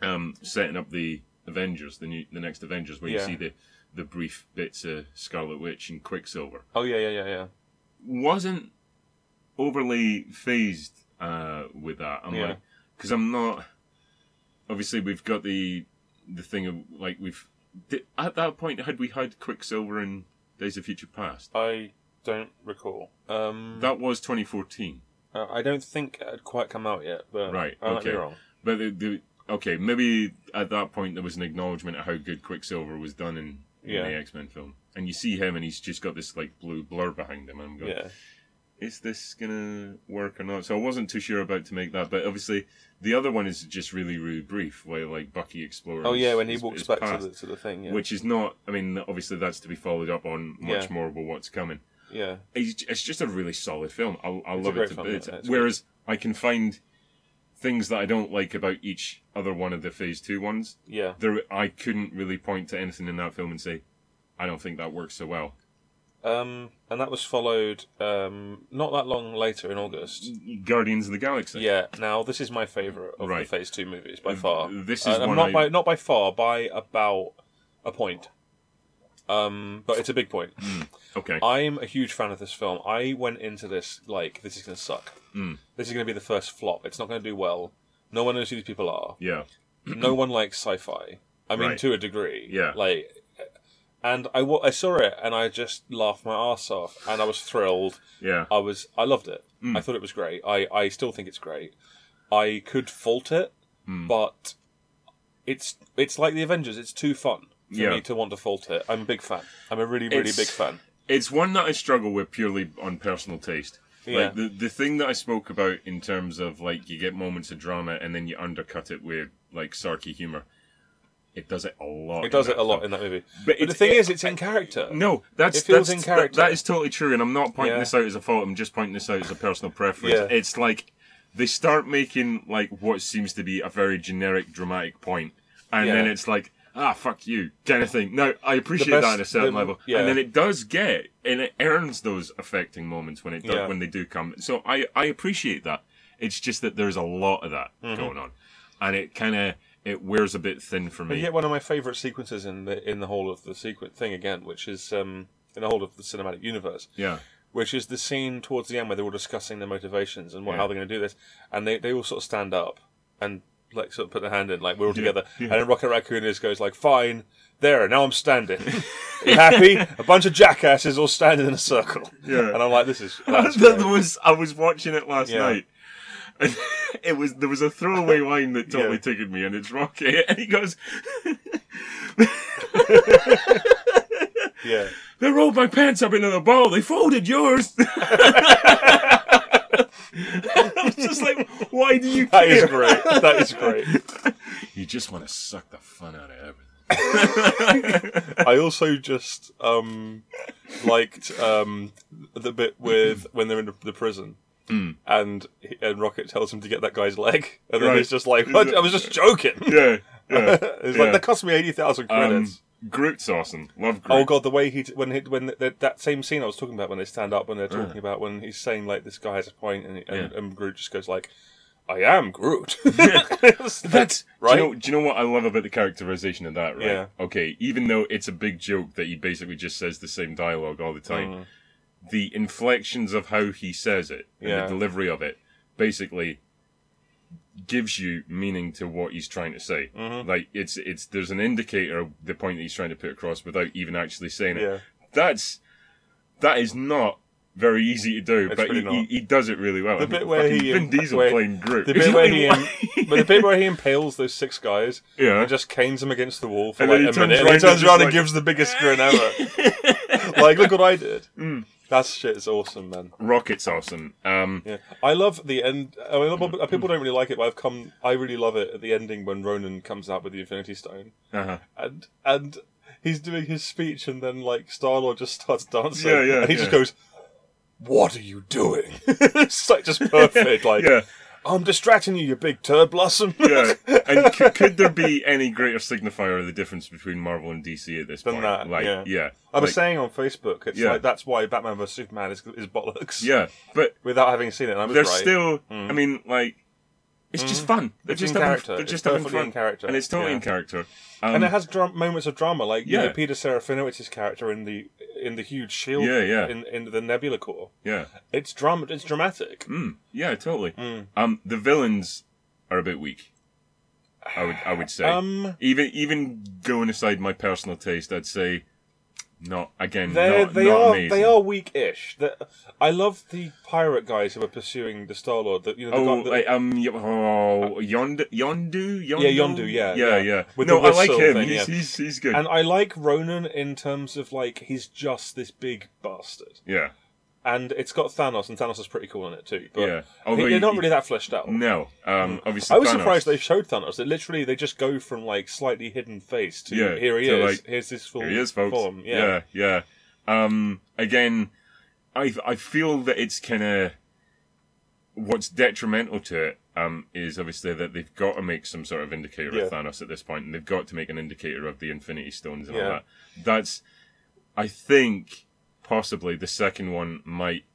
B: um, setting up the Avengers, the new the next Avengers, where you
A: Yeah.
B: see the the brief bits of Scarlet Witch and Quicksilver,
A: Oh yeah. Yeah. Yeah. Yeah.
B: wasn't overly phased uh, with that. I'm
A: Yeah.
B: like, because I'm not. Obviously, we've got the the thing of like we've di at that point had we had Quicksilver and Days of Future Past.
A: I don't recall. Um,
B: That was 2014.
A: uh, I don't think it had quite come out yet, but
B: Right,
A: I might be
B: okay.
A: wrong.
B: But the, the, okay, maybe at that point there was an acknowledgement of how good Quicksilver was done in, in
A: Yeah.
B: the X Men film, and you see him, and he's just got this like blue blur behind him, and I'm going,
A: Yeah,
B: is this gonna work or not? So I wasn't too sure about to make that, but obviously the other one is just really really brief, where like Bucky explores.
A: Oh yeah, when he
B: his-
A: walks
B: his
A: back to
B: past,
A: the to the thing. Yeah.
B: which is not. I mean, obviously that's to be followed up on much
A: Yeah.
B: more about what's coming
A: yeah.
B: it's, it's just a really solid film. I, I
A: It's a
B: love
A: great
B: it to
A: film,
B: bits.
A: yeah, it's
B: Whereas I can find things that I don't like about each other one of the Phase Two ones.
A: Yeah.
B: There, I couldn't really point to anything in that film and say, I don't think that works so well.
A: Um, and that was followed um, not that long later in August.
B: Guardians of the Galaxy.
A: Yeah. Now this is my favorite of
B: Right.
A: the Phase Two movies by far.
B: This is
A: Uh, and
B: one
A: not
B: I-
A: by not by far by about a point. Um, but it's a big point.
B: Hmm. Okay.
A: I'm a huge fan of this film. I went into this like this is going to suck.
B: Hmm.
A: This is going to be the first flop. It's not going to do well. No one knows who these people are. (clears throat)
B: yeah.
A: no one likes sci-fi. I mean,
B: Right.
A: to a degree.
B: Yeah.
A: Like, and I, wa- I saw it and I just laughed my ass off and I was thrilled.
B: Yeah.
A: I was I loved it.
B: Hmm.
A: I thought it was great. I I still think it's great. I could fault it,
B: Hmm.
A: but it's it's like the Avengers. It's too fun for
B: Yeah.
A: me to want to fault it. I'm a big fan. I'm a really really
B: It's-
A: big fan.
B: it's one that I struggle with purely on personal taste.
A: Yeah.
B: Like the the thing that I spoke about in terms of like you get moments of drama and then you undercut it with like sarky humor. It does it a lot.
A: It does
B: in
A: it
B: that
A: a lot
B: film.
A: in that movie.
B: But
A: But,
B: it's-
A: the thing
B: it-
A: is, it's in character.
B: No, that's
A: It feels
B: that's,
A: in
B: that-
A: character.
B: that is totally true, and I'm not pointing
A: Yeah.
B: this out as a fault. I'm just pointing this out as a personal preference.
A: Yeah.
B: It's like they start making like what seems to be a very generic dramatic point, and
A: Yeah.
B: then it's like ah fuck you kind of thing. No, I appreciate
A: best-
B: that on a certain
A: the-
B: level,
A: yeah.
B: and then it does get and it earns those affecting moments when it does,
A: Yeah.
B: when they do come. So I I appreciate that. It's just that there's a lot of that
A: Mm-hmm.
B: going on, and it kind of it wears a bit thin for me.
A: But yet one of my favourite sequences in the in the whole of the sequence thing again, which is um, in the whole of the cinematic universe,
B: yeah.
A: which is the scene towards the end where they're all discussing their motivations and what,
B: Yeah.
A: how they're going to do this, and they, they all sort of stand up and like sort of put their hand in, like we're all together, and then Rocket Raccoon just goes like, "Fine, there, now I'm standing." (laughs) You happy? A bunch of jackasses all standing in a circle.
B: Yeah.
A: And I'm like, this
B: (laughs)
A: is that's
B: that
A: great.
B: was I was watching it last
A: Yeah.
B: night. (laughs) And it was there was a throwaway line that totally
A: Yeah.
B: tickled me, and it's Rocky, (laughs) and he goes,
A: yeah.
B: "They rolled my pants up into the ball. They folded yours." (laughs) I was just like, "Why do you
A: That
B: care?"
A: is great. That is great.
B: You just want to suck the fun out of everything.
A: I also just um, liked um, the bit with when they're in the prison.
B: Hmm.
A: And and Rocket tells him to get that guy's leg, and then
B: Right.
A: he's just like, "What? "I was just joking." (laughs)
B: Yeah, yeah.
A: it's
B: yeah.
A: like that cost me eighty thousand
B: um,
A: credits.
B: Groot's awesome. Love Groot.
A: oh god, the way he t- when he, when th th- that same scene I was talking about when they stand up when they're talking about when he's saying like this guy has a point, and and, and Groot just goes like, "I am Groot."
B: (laughs)
A: (laughs) It's like-
B: That's
A: right?
B: Do you, know, do you know what I love about the characterization of that? Right.
A: Yeah.
B: Okay. Even though it's a big joke that he basically just says the same dialogue all the
A: "Oh, Mm.
B: time, the inflections of how he says it and
A: Yeah.
B: the delivery of it basically gives you meaning to what he's trying to say.
A: Mm-hmm.
B: Like it's it's there's an indicator of the point that he's trying to put across without even actually saying it.
A: Yeah.
B: That's that is not. Very easy to do, but he,
A: really
B: he,
A: not.
B: he does it really well. The
A: bit where he-
B: Vin Diesel
A: where-
B: playing Groot.
A: The bit where he, im- but the bit where he impales those six guys
B: (laughs) Yeah.
A: and just canes them against the wall for
B: And then
A: like a
B: he turns
A: minute, and
B: around
A: he
B: and
A: turns
B: just
A: around and
B: like-
A: gives the biggest grin ever.
B: (laughs)
A: like, look what I did.
B: Mm.
A: That shit is awesome, man.
B: Rocket's awesome. Um,
A: Yeah, I love the end. I mean,
B: Mm.
A: people- people don't really like it, but I've come. I really love it at the ending when Ronan comes out with the Infinity Stone,
B: uh-huh.
A: and and he's doing his speech, and then like Star Lord just starts dancing.
B: Yeah, yeah,
A: And he
B: yeah.
A: just goes, "What are you doing?" (laughs) it's like just perfect.
B: (laughs)
A: Like,
B: Yeah,
A: I'm distracting you, you big turd blossom.
B: yeah. And c- could there be any greater signifier of the difference between Marvel and DC at this
A: Than
B: point?
A: that,
B: like,
A: yeah.
B: yeah.
A: I was
B: Like,
A: saying on Facebook, it's
B: Yeah.
A: like that's why Batman vs Superman is, is bollocks.
B: yeah, but
A: (laughs) Without having seen it, and I was
B: they're
A: right. Mm.
B: still. I mean, like, it's just fun. They're
A: It's
B: just
A: in
B: having,
A: character.
B: They're
A: It's
B: just having
A: perfectly
B: fun
A: in character.
B: and it's totally
A: Yeah.
B: in character.
A: and it
B: Um,
A: has dra- moments of drama, like you
B: Yeah.
A: know, Peter Serafinowicz' character in the in the huge shield,
B: Yeah, yeah.
A: in in the Nebula Corps.
B: yeah,
A: It's drama. It's dramatic.
B: mm, yeah, totally.
A: Mm.
B: Um, the villains are a bit weak. I would, I would say.
A: Um,
B: even even going aside my personal taste, I'd say Not again.
A: They're,
B: not,
A: they
B: not
A: are
B: amazing.
A: they are weak-ish. They're- I love the pirate guys who are pursuing the Star Lord. The, you know, the
B: Oh,
A: guy- the-
B: like, um, y- oh, Yondu, Yondu, Yondu,
A: Yondu, yeah,
B: yeah,
A: yeah.
B: yeah.
A: With
B: no,
A: the
B: I like
A: whistle
B: him.
A: thing,
B: he's,
A: yeah.
B: he's he's good.
A: and I like Ronan in terms of like he's just this big bastard,
B: yeah,
A: and it's got Thanos, and Thanos is pretty cool in it too. But
B: yeah.
A: they-
B: Although
A: they're
B: he-
A: not really that fleshed out.
B: No, um, obviously.
A: Mm. I was
B: Thanos.
A: surprised they showed Thanos. That literally they just go from like slightly hidden face to
B: Yeah,
A: here he
B: to,
A: is.
B: like,
A: Here's his full
B: Here he is, folks.
A: form. Yeah.
B: yeah, yeah. Um, again, I I feel that it's kind of what's detrimental to it. Um, is obviously that they've got to make some sort of indicator
A: Yeah.
B: of Thanos at this point, and they've got to make an indicator of the Infinity Stones and all
A: Yeah.
B: that. That's, I think, possibly the second one might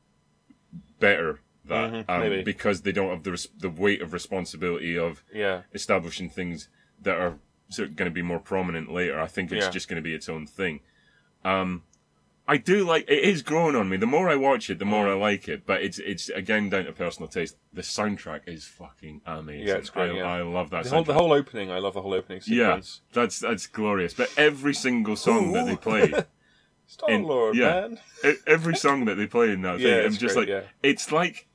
B: better that
A: Mhm,
B: um,
A: maybe.
B: because they don't have the res- the weight of responsibility of
A: yeah.
B: establishing things that are sort of going to be more prominent later. I think it's
A: Yeah.
B: just going to be its own thing. Um, I do like it is growing on me. The more I watch it, the
A: Mm.
B: more I like it. But it's it's again down to personal taste. The soundtrack is fucking amazing.
A: Yeah, it's great,
B: I,
A: yeah.
B: I love that.
A: The whole,
B: soundtrack.
A: the whole opening, I love the whole opening
B: yeah,
A: sequence.
B: that's that's glorious. But every single song that they
A: (laughs)
B: play,
A: Star Lord,
B: In- yeah.
A: man.
B: e- every song that they play in that
A: Yeah,
B: thing, I'm
A: it's
B: just
A: great,
B: like
A: yeah.
B: it's like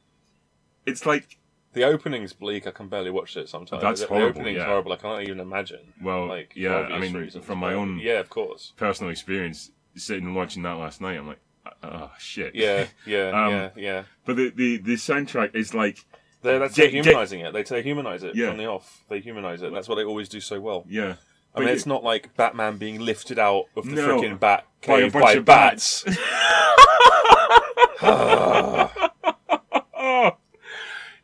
B: it's like
A: The opening's bleak. I can barely watch it sometimes.
B: That's
A: the,
B: horrible,
A: The opening's
B: yeah.
A: horrible. I can't even imagine.
B: Well,
A: like, for
B: yeah, I
A: obvious
B: mean,
A: reasons,
B: from my
A: but-
B: own-
A: Yeah, of course.
B: personal experience sitting and watching that last night. I'm like, oh shit.
A: Yeah,
B: (laughs)
A: yeah,
B: Um,
A: yeah, yeah.
B: But the, the, the soundtrack is like,
A: They're, that's
B: get-
A: they're humanizing it. They, they humanize it
B: Yeah.
A: from the off. They humanize it. and That's what they always do so well.
B: yeah.
A: I mean, it's not like Batman being lifted out of the
B: No.
A: frickin' bat
B: By a
A: cave by,
B: bunch of
A: bats. (laughs)
B: (laughs)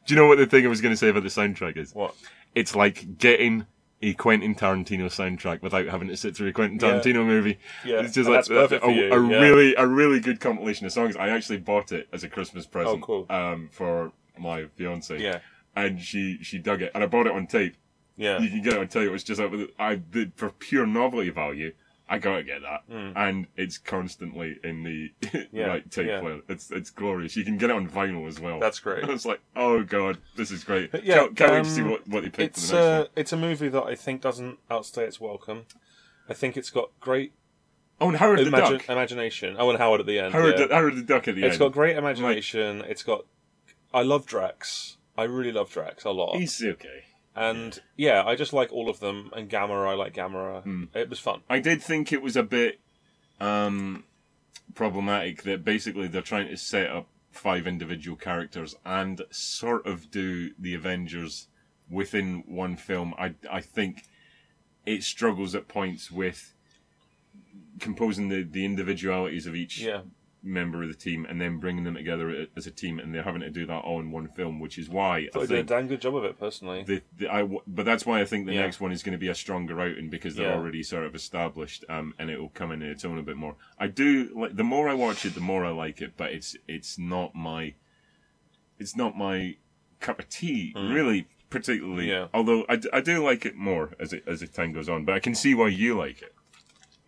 B: Do you know what the thing I was going to say about the soundtrack is?
A: What?
B: It's like getting a Quentin Tarantino soundtrack without having to sit through a Quentin
A: Yeah.
B: Tarantino movie.
A: Yeah,
B: It's just
A: and
B: like
A: that's perfect
B: a,
A: for you,
B: a
A: yeah.
B: really a really good compilation of songs. I actually bought it as a Christmas present
A: Oh, cool.
B: um, for my fiance.
A: Yeah,
B: And she she dug it and I bought it on tape.
A: yeah.
B: you can get it on tape. It's just like with- I did for pure novelty value. I gotta get that, and it's constantly in the
A: Hmm. (laughs) Yeah,
B: like tape
A: yeah.
B: player. It's it's glorious. You can get it on vinyl as well. (laughs)
A: (laughs) That's great.
B: It's like oh god, this is
A: (laughs)
B: great.
A: But
B: yeah,
A: yeah,
B: can't, can't wait to see
A: um,
B: what, what they pick for
A: It's
B: the next
A: uh,
B: one.
A: it's a movie that I think doesn't outstay its welcome. I think it's got great
B: Oh, and Howard the
A: imagine-
B: Duck.
A: imagination. Oh, and Howard at the end.
B: Howard,
A: yeah.
B: the, Howard the Duck at the
A: It's
B: end.
A: got great imagination. It's got. I love Drax. I really love Drax a lot.
B: He's okay.
A: and yeah, I just like all of them. And Gamora, I like Gamora.
B: Hmm.
A: It was fun.
B: I did think it was a bit um, problematic that basically they're trying to set up five individual characters and sort of do the Avengers within one film. I I think it struggles at points with composing the, the individualities of each
A: Yeah,
B: member of the team and then bringing them together as a team and they're having to do that all in one film which is why I
A: I did a
B: think
A: damn good job of it personally.
B: the, the I w- but that's why I think the
A: Yeah.
B: next one is going to be a stronger outing because they're
A: Yeah.
B: already sort of established, um, and it will come in its own a bit more. I do like the more I watch it, the more I like it, but it's it's not my it's not my cup of tea really particularly.
A: Hmm. Yeah.
B: Although I, d- I do like it more as it as the time goes on, but I can see why you like it.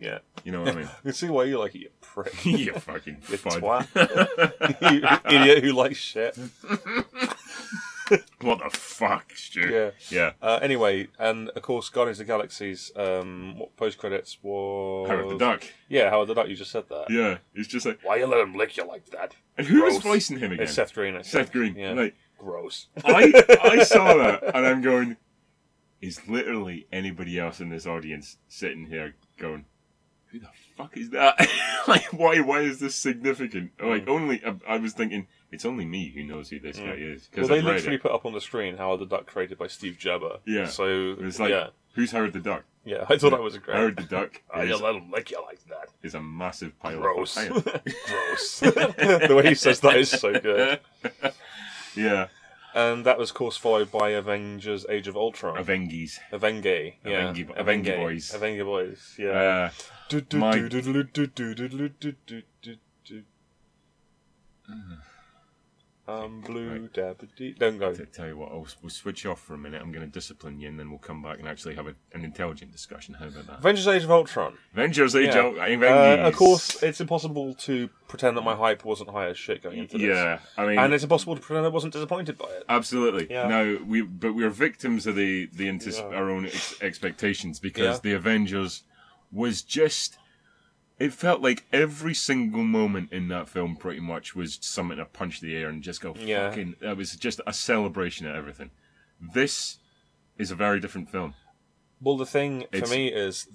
A: yeah, (laughs)
B: You know what I mean?
A: you can see why you like it, you prick. (laughs) you
B: you fucking fud.
A: twat. you idiot who likes shit.
B: (laughs) What the fuck, Stu?
A: Yeah.
B: Yeah.
A: Uh, anyway, and of course, Guardians of the Galaxy's um, post credits was
B: Howard the Duck.
A: Yeah, Howard the Duck. You just said that.
B: Yeah. It's just like,
A: Why you let him lick you like that?
B: and who was
A: Gross.
B: voicing him again?
A: It's Oh, Seth Green. I
B: Seth
A: think.
B: Green.
A: Yeah.
B: Like,
A: Gross.
B: (laughs) I I saw
A: (laughs)
B: that and I'm going, is literally anybody else in this audience sitting here going, who the fuck is that? (laughs) like, why why is this significant?
A: Hmm.
B: Like, only I, I was thinking it's only me who knows who this guy is
A: Well,
B: because
A: they
B: I've read
A: literally
B: it.
A: put up on the screen Howard the Duck created by Steve Jabber.
B: Yeah.
A: So
B: And it's like,
A: yeah,
B: who's Howard the Duck?
A: yeah. I thought that was a great.
B: Howard the
A: (laughs)
B: Duck
A: I
B: is,
A: just let him lick you like that.
B: is a massive pile
A: Oh, Gross. (laughs)
B: of fire. (laughs)
A: Gross. the way he says that is so good. (laughs)
B: Yeah,
A: And that was, of course, followed by Avengers: Age of Ultron.
B: Avengies.
A: Avenge. Yeah.
B: Avenge- Avenge
A: Avenge
B: Boys.
A: Avenge Boys. Yeah.
B: Uh,
A: Do, do,
B: my-
A: do, do, do, do, do, do, do, do, do, do, do.
B: Mm.
A: Um, blue dabbity. Don't go.
B: t- tell you what, I'll, s- we'll switch off for a minute. I'm going to discipline you, and then we'll come back and actually have a, an intelligent discussion. How about that?
A: Avengers: Age of Ultron.
B: Avengers Age
A: Yeah.
B: of Avengers.
A: Uh, of course, it's impossible to pretend that my hype wasn't high as shit going into this.
B: Yeah, I mean,
A: And it's impossible to pretend I wasn't disappointed by it.
B: absolutely.
A: Yeah.
B: No, we but we're victims of the the antis-
A: Yeah.
B: our own ex- expectations because
A: Yeah.
B: the Avengers was just It felt like every single moment in that film pretty much was something to punch the air and just go
A: Yeah.
B: fucking. It was just a celebration of everything. This is a very different film.
A: Well, the thing for
B: It's-
A: me is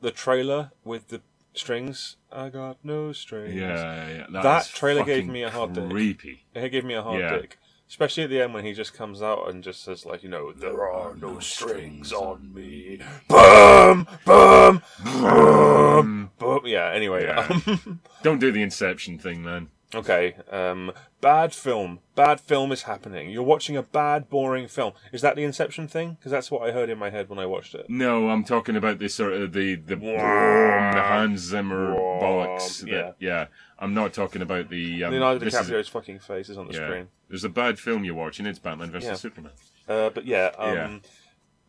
A: the trailer with the strings. I got no strings.
B: Yeah, yeah
A: That
B: is
A: trailer gave
B: fucking
A: me a hard day.
B: Creepy.
A: It gave me a hard
B: Yeah.
A: dick. Especially at the end when he just comes out and just says, like, you know, there are no strings on me. Boom! Boom! Boom! Boom! Yeah, anyway.
B: Yeah.
A: um, (laughs)
B: Don't do the Inception thing, man.
A: okay. Um, bad film. Bad film is happening. You're watching a bad, boring film. Is that the Inception thing? Because that's what I heard in my head when I watched it.
B: No, I'm talking about this sort of the the, the Hans Zimmer
A: Wah.
B: bollocks. that-
A: Yeah.
B: yeah. I'm not talking about the. Um,
A: Leonardo
B: this is-
A: DiCaprio's fucking face is on the
B: yeah.
A: screen.
B: There's a bad film you're watching. It's Batman versus
A: Yeah.
B: Superman.
A: Uh, but yeah, um,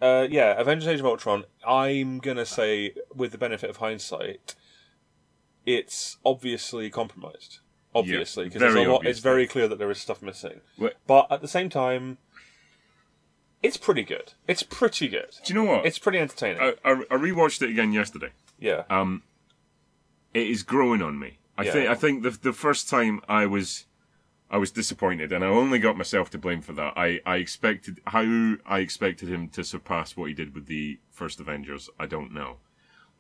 A: Uh, yeah, Avengers: Age of Ultron. I'm gonna say, with the benefit of hindsight, it's obviously compromised. Obviously, because
B: very
A: it's
B: obviously.
A: very clear that there is stuff missing.
B: Wha-
A: But at the same time, it's pretty good. It's pretty good.
B: Do you know what?
A: It's pretty entertaining.
B: I, I, I rewatched it again yesterday.
A: yeah,
B: Oh, Um, it is growing on me. I
A: Yeah.
B: think I think the the first time I was I was disappointed, and I only got myself to blame for that. I, I expected how I expected him to surpass what he did with the first Avengers. I don't know,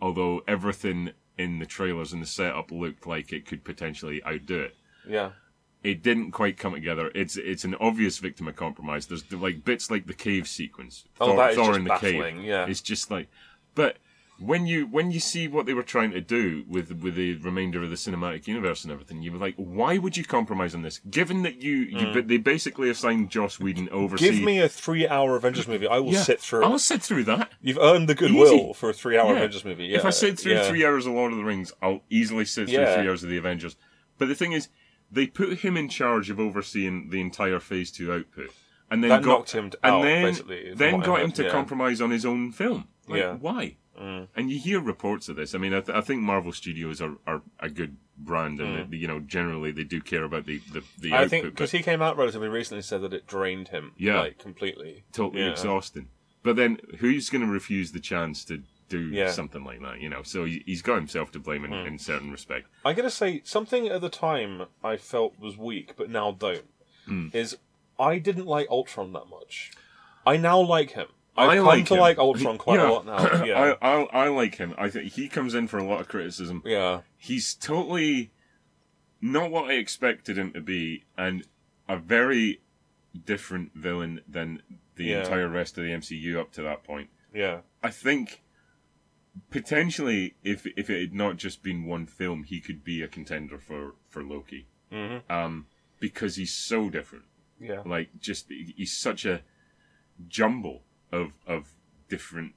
B: although everything in the trailers and the setup looked like it could potentially outdo it
A: yeah,
B: it didn't quite come together. It's it's an obvious victim of compromise. There's like bits like the cave sequence.
A: Oh, that is just baffling, yeah.
B: it's just like, but when you when you see what they were trying to do with with the remainder of the cinematic universe and everything, you were like, why would you compromise on this? Given that you you but they basically assigned Joss Whedon oversee.
A: Mm. give me a three-hour Avengers movie. I will
B: yeah,
A: sit through.
B: I'll
A: it.
B: sit through that.
A: You've earned the goodwill
B: Easy.
A: for a three-hour
B: Yeah.
A: Avengers movie.
B: If I
A: yeah,
B: sit through
A: yeah.
B: three hours of Lord of the Rings, I'll easily sit through
A: Yeah.
B: three hours of the Avengers. But the thing is, they put him in charge of overseeing the entire Phase Two output, and then
A: That
B: got
A: knocked him d-
B: and
A: out,
B: then
A: basically, from
B: then
A: what I
B: got him
A: heard,
B: to
A: yeah.
B: compromise on his own film. Like,
A: Yeah. Mm.
B: why? And you hear reports of this. I mean, I, th- I think Marvel Studios are, are a good brand, and they- you know, generally they do care about the the, the
A: Mm. I
B: output.
A: think
B: but-
A: because he came out relatively recently, and said that it drained him,
B: Yeah.
A: like completely,
B: totally
A: Yeah.
B: exhausting. But then, who's going to refuse the chance to do
A: Yeah. Hmm.
B: something like that? You know, so he, he's got himself to blame in, in certain respect.
A: I gotta say something at the time I felt was weak, but now don't.
B: Hmm.
A: Is I didn't like Ultron that much. I now like him. I've
B: I
A: come
B: like
A: to
B: him.
A: like Ultron quite
B: Yeah.
A: a lot
B: (clears throat)
A: now. Yeah,
B: I, I I like him. I think he comes in for a lot of criticism.
A: yeah,
B: He's totally not what I expected him to be, and a very different villain than the
A: Yeah.
B: entire rest of the MCU up to that point.
A: yeah,
B: I think potentially, if if it had not just been one film, he could be a contender for for Loki,
A: Mhm.
B: um, because he's so different
A: yeah.
B: like just he's such a jumble of of different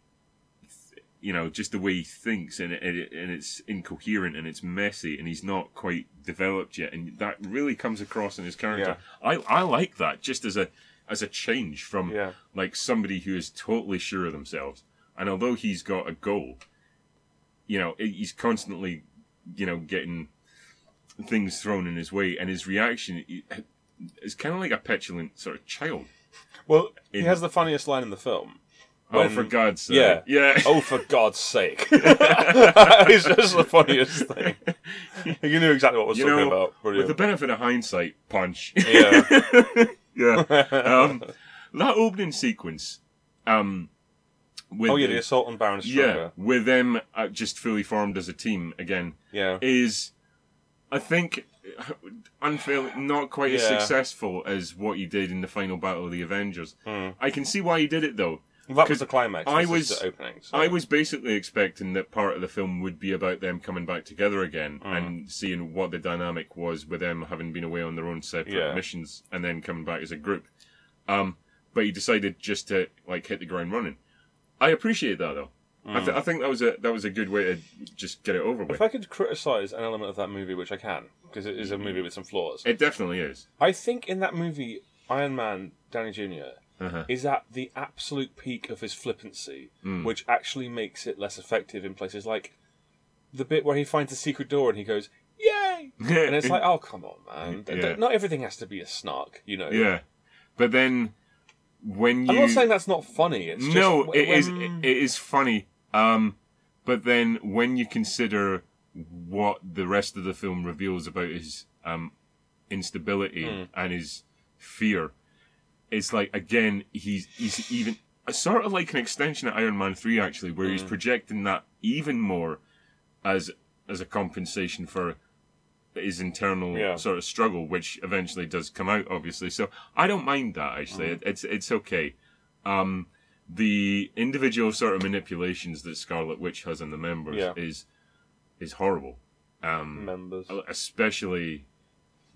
B: you know just the way he thinks and it, and, it, and it's incoherent and it's messy and he's not quite developed yet and that really comes across in his character i i like that just as a as a change from
A: Yeah.
B: like somebody who is totally sure of themselves and although he's got a goal you know it- he's constantly you know getting things thrown in his way and his reaction he- it's kind of like a petulant sort of child.
A: Well, he
B: In-
A: has the funniest line in the film.
B: oh, for God's sake!
A: yeah.
B: yeah.
A: (laughs)
B: (laughs)
A: Oh, for God's sake! (laughs) it's just the funniest thing. You knew exactly what I was
B: you know,
A: talking about.
B: (laughs) with the
A: Brilliant.
B: benefit of hindsight, punch.
A: (laughs)
B: (laughs)
A: yeah. Oh,
B: yeah. Um, that opening sequence, um, with
A: Oh yeah, the assault on Baron
B: yeah,
A: Strucker.
B: with them uh, just fully formed as a team again
A: Yeah.
B: is, I think, unfairly not quite as
A: Yeah.
B: successful as what he did in the final battle of the Avengers. I can see why he did it though.
A: Well, Hmm. that
B: 'Cause
A: was the climax.
B: I
A: I was
B: was-
A: the opening. so-
B: I was basically expecting that part of the film would be about them coming back together again
A: Oh.
B: and seeing what the dynamic was with them having been away on their own separate
A: Yeah.
B: missions and then coming back as a group. Um, but he decided just to like hit the ground running. I appreciate that though.
A: Hmm.
B: I, th- I think that was a that was a good way to just get it over
A: Mm. If
B: with.
A: I could criticize an element of that movie, which I can, because it is a movie with some flaws,
B: It definitely is.
A: I think in that movie, Iron Man, Danny junior
B: Uh-huh.
A: is at the absolute peak of his flippancy,
B: Mm.
A: which actually makes it less effective in places like the bit where he finds the secret door and he goes, "Yay!" and
B: (laughs)
A: it's like, "Oh, come on, man! Th- th-
B: Mm, Yeah.
A: Not everything has to be a snark, you know."
B: yeah. But then when you
A: I'm not saying that's not funny. It's just
B: no,
A: wh-
B: it is
A: when-
B: it is funny. Um, But then when you consider what the rest of the film reveals about his um, instability
A: Hmm.
B: and his fear, it's like again he's he's even uh, sort of like an extension of Iron Man three actually, where
A: Hmm.
B: he's projecting that even more as as a compensation for his internal
A: Yeah.
B: sort of struggle, which eventually does come out, obviously. So I don't mind that actually.
A: Hmm.
B: It, it's it's okay. Um, the individual sort of manipulations that Scarlet Witch has on the members
A: Yeah.
B: is is horrible. Um,
A: members.
B: especially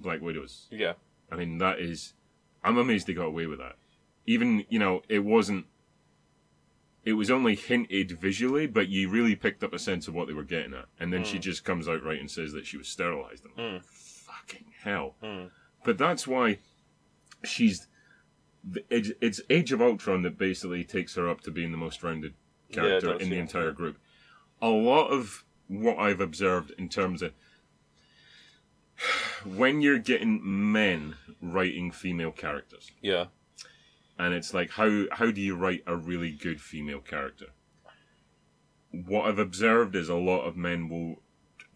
B: Black Widows.
A: Yeah.
B: I mean, that is. I'm amazed they got away with that. Even you know, it wasn't. It was only hinted visually, but you really picked up a sense of what they were getting at. And then
A: Hmm.
B: she just comes out right and says that she was sterilized. I'm like, Fucking hell!
A: Hmm.
B: But that's why she's. the- It's it's Age of Ultron that basically takes her up to being the most rounded
A: Yeah, it
B: character
A: does,
B: in the
A: yeah.
B: entire group. A lot of what I've observed in terms of (sighs) when you're getting men writing female characters,
A: Yeah.
B: and it's like how how do you write a really good female character? What I've observed is a lot of men will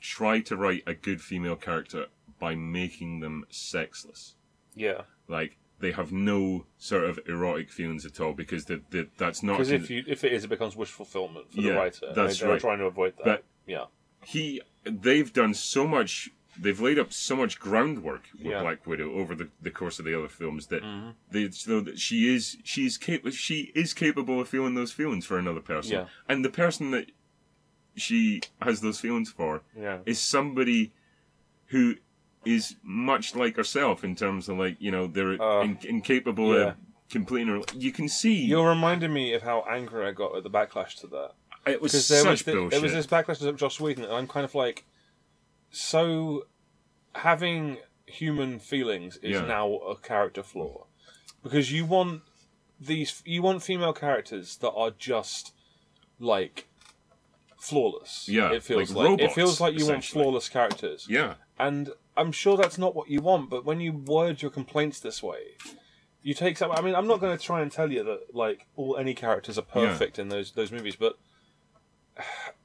B: try to write a good female character by making them sexless.
A: Yeah.
B: Like they have no sort of erotic feelings at all because the, the, that's not
A: Because
B: a-
A: if you if it is, it becomes wish fulfillment for
B: Yeah,
A: the writer. and
B: that's
A: they, they're
B: right.
A: trying to avoid that.
B: But-
A: yeah.
B: he they've done so much they've laid up so much groundwork with
A: Yeah. Mm-hmm.
B: Black Widow over the, the course of the other films that they so that she is she's capable she is capable of feeling those feelings for another person
A: Yeah.
B: and the person that she has those feelings for
A: Yeah.
B: is somebody who is much like herself in terms of like you know they're
A: Uh,
B: in, incapable
A: yeah.
B: of completing her you can see
A: You're reminding me of how angry I got at the backlash to that.
B: it was
A: Because there,
B: such
A: was thi-
B: bullshit
A: there was this backlash to Joss Whedon, and I'm kind of like, so having human feelings is
B: Yeah.
A: now a character flaw. Because you want these, you want female characters that are just like flawless.
B: Yeah,
A: it feels
B: like
A: like,
B: robots,
A: it feels like you want
B: essentially.
A: flawless characters.
B: yeah
A: And I'm sure that's not what you want, but when you word your complaints this way, you take some. I mean, I'm not going to try and tell you that like all any characters are perfect in those those movies, but (sighs)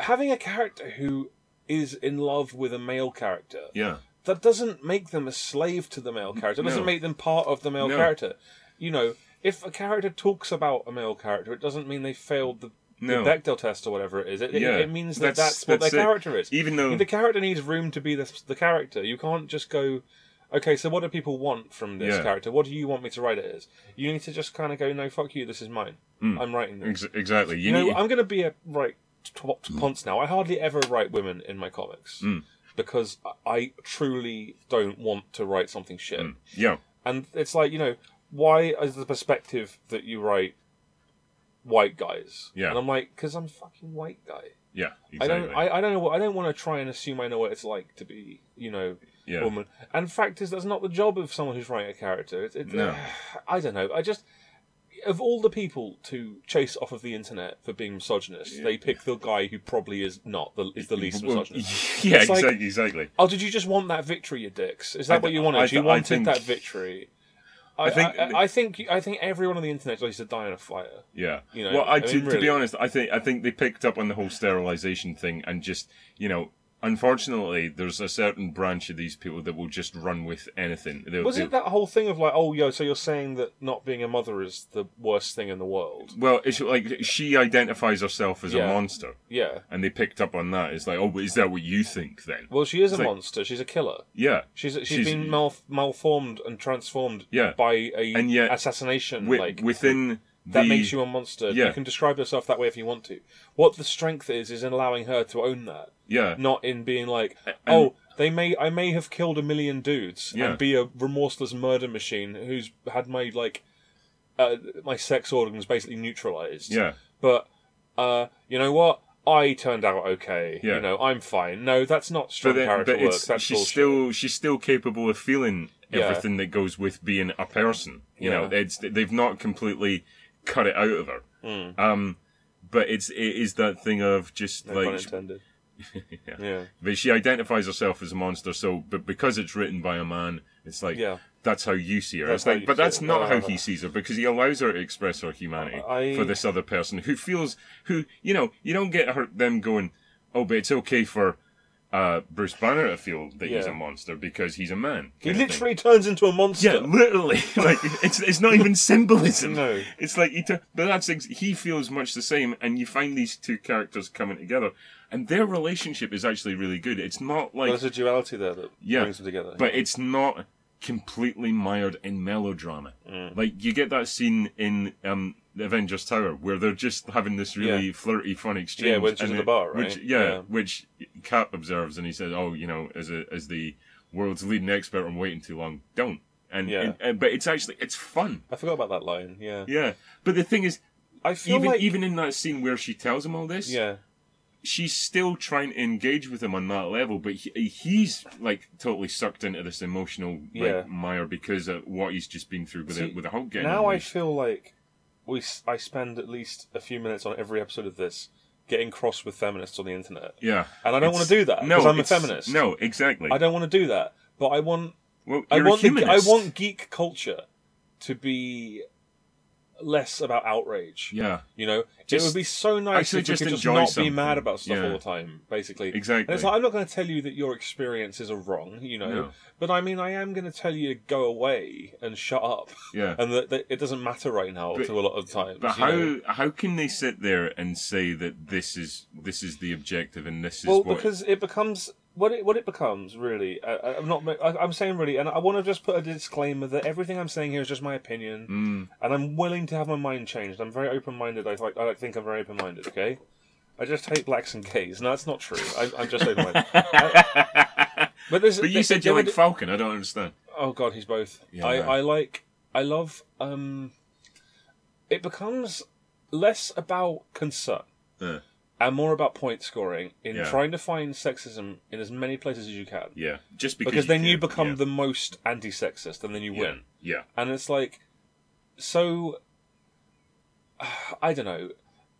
A: having a character who is in love with a male character
B: yeah
A: that doesn't make them a slave to the male character. It doesn't
B: No.
A: make them part of the male
B: No.
A: character. You know, if a character talks about a male character, it doesn't mean they failed the,
B: No.
A: the Bechdel test or whatever it is. It, it-
B: Yeah.
A: it, means that
B: That's-
A: that's, what
B: that's
A: their
B: it.
A: character is.
B: Even though-
A: the character needs room to be the, the character. You can't just go. Okay, so what do people want from this
B: Yeah.
A: character? What do you want me to write it as? You need to just kind of go, no, fuck you, this is mine. I'm writing this.
B: Hmm. ex- Hmm. exactly you
A: You know,
B: need
A: I'm going to be a right top ponce now. I hardly ever write women in my comics
B: Hmm.
A: because I- I truly don't want to write something shit.
B: yeah
A: And it's like you know, why is the perspective that you write white guys?
B: Yeah.
A: and I'm like, because I'm a fucking white guy.
B: yeah exactly
A: I don't, I, I don't know what I don't want to try and assume I know what it's like to be, you know,
B: Yeah.
A: woman. And fact is, that's not the job of someone who's writing a character. It's it's
B: No.
A: (sighs) I don't know. I just of all the people to chase off of the internet for being misogynist, they pick the guy who probably is not the is the
B: (laughs)
A: least
B: Well,
A: misogynist.
B: Yeah,
A: It's like-
B: exactly, exactly.
A: Oh, did you just want that victory, you dicks? Is that
B: I
A: what
B: th-
A: you
B: I
A: wanted?
B: th-
A: you
B: I
A: wanted
B: think-
A: that victory. I,
B: I think-
A: think I, I think I think everyone on the internet likes to die in a fire.
B: Yeah.
A: You know,
B: well, I,
A: I
B: to,
A: mean,
B: to be
A: really.
B: honest, I think I think they picked up on the whole sterilization thing and just you know, unfortunately, there's a certain branch of these people that will just run with anything. They'll,
A: Was
B: they'll-
A: it that whole thing of like, oh, yo, so you're saying that not being a mother is the worst thing in the world?
B: Well, it's like she identifies herself as a
A: Yeah.
B: monster,
A: Yeah.
B: and they picked up on that. It's like, oh, but is that what you think then?
A: Well, she is a
B: like-
A: monster. She's a killer.
B: yeah,
A: She's she's,
B: She's-
A: been mal- malformed and transformed
B: Yeah.
A: by a
B: And yet-
A: assassination.
B: wi-
A: like
B: within
A: that
B: the,
A: makes you a monster.
B: Yeah.
A: You can describe yourself that way if you want to. What the strength is is in allowing her to own that,
B: yeah,
A: not in being like, oh, they may I may have killed a million dudes
B: Yeah.
A: and be a remorseless murder machine who's had my like uh, my sex organs basically neutralized.
B: yeah,
A: but uh, you know what? I turned out okay.
B: Yeah.
A: You know, I'm fine. No, that's not strong
B: but, then,
A: character
B: but
A: work.
B: it's
A: That's
B: she's
A: bullshit.
B: still she's still capable of feeling
A: Yeah.
B: everything that goes with being a person. You know,
A: Yeah.
B: it's they've not completely cut it out of her.
A: Hmm.
B: Um, but it's it is that thing of just
A: no pun
B: like,
A: intended.
B: (laughs) yeah.
A: Yeah,
B: but she identifies herself as a monster. So, but because it's written by a man, it's like
A: yeah.
B: that's how you see her.
A: That's
B: It's
A: how
B: like,
A: you
B: but
A: see
B: that's
A: her.
B: not how
A: No,
B: he
A: no.
B: sees her because he allows her to express her humanity
A: I-
B: for this other person who feels who you know you don't get her them going, oh, but it's okay for uh, Bruce Banner to feel that he's
A: Yeah.
B: a monster because he's a man. kind
A: He
B: of thing.
A: literally turns into a monster.
B: Yeah, literally. (laughs) like it's it's not
A: (laughs)
B: even symbolism.
A: No.
B: it's like he. tur- But that's ex- he feels much the same, and you find these two characters coming together, and their relationship is actually really good. It's not like
A: There's a duality there that
B: yeah,
A: brings them together.
B: but it's not completely mired in melodrama.
A: Mm.
B: Like you get that scene in um, the Avengers Tower where they're just having this really
A: Yeah.
B: flirty, fun exchange.
A: Yeah, which is
B: and
A: at
B: it-
A: the bar, right?
B: Which, yeah,
A: Yeah.
B: which Cap observes and he says, "Oh, you know, as a as the world's leading expert on waiting too long, don't." And,
A: Yeah.
B: and- but it's actually it's fun.
A: I forgot about that line. Yeah,
B: Yeah, but the thing is,
A: I feel
B: even
A: like
B: even in that scene where she tells him all this,
A: yeah,
B: she's still trying to engage with him on that level, but he, he's like totally sucked into this emotional like,
A: Yeah.
B: mire because of what he's just been through with
A: See,
B: the, with the Hulk getting
A: now I
B: unleashed.
A: feel like we s- I spend at least a few minutes on every episode of this getting cross with feminists on the internet,
B: yeah,
A: and I don't
B: It's-
A: want to do that
B: No,
A: because I'm a
B: it's-
A: feminist.
B: No, exactly.
A: I don't want to do that, but I want
B: well,
A: I
B: you're
A: want
B: a
A: the, I
B: humanist.
A: want geek culture to be less about outrage.
B: Yeah,
A: You know,
B: Just-
A: it would be so nice
B: actually
A: if we
B: just
A: could just
B: enjoy
A: not be
B: something.
A: mad about stuff
B: Yeah.
A: all the time, basically. And
B: Exactly.
A: it's like, I'm not going to tell you that your experiences are wrong, you know,
B: No.
A: but I mean, I am going to tell you to go away and shut up,
B: (laughs) yeah.
A: and that, that it doesn't matter right now
B: But-
A: to a lot of times.
B: But
A: Uh, you
B: how
A: know?
B: how can they sit there and say that this is this is the objective and this is
A: Well,
B: what?
A: because it becomes what it what it becomes really. I, I- I'm not. ma- I, I'm saying really, and I want to just put a disclaimer that everything I'm saying here is just my opinion,
B: Mm,
A: and I'm willing to have my mind changed. I'm very open minded. I like. I like to think I'm very open minded. Okay. I just hate blacks and gays. No, that's not true. I, I'm just
B: (laughs)
A: open minded. But, there's-
B: but you
A: there-
B: said
A: there
B: you
A: were
B: like
A: d-
B: Falcon. I don't understand.
A: Oh god, he's both.
B: Yeah.
A: I, I like I love um it becomes less about concern
B: Uh,
A: and more about point scoring in
B: Yeah.
A: trying to find sexism in as many places as you can.
B: yeah, just because,
A: Because then you
B: can,
A: become
B: yeah,
A: the most anti sexist and then you
B: yeah,
A: win.
B: Yeah,
A: And it's like so (sighs) I don't know.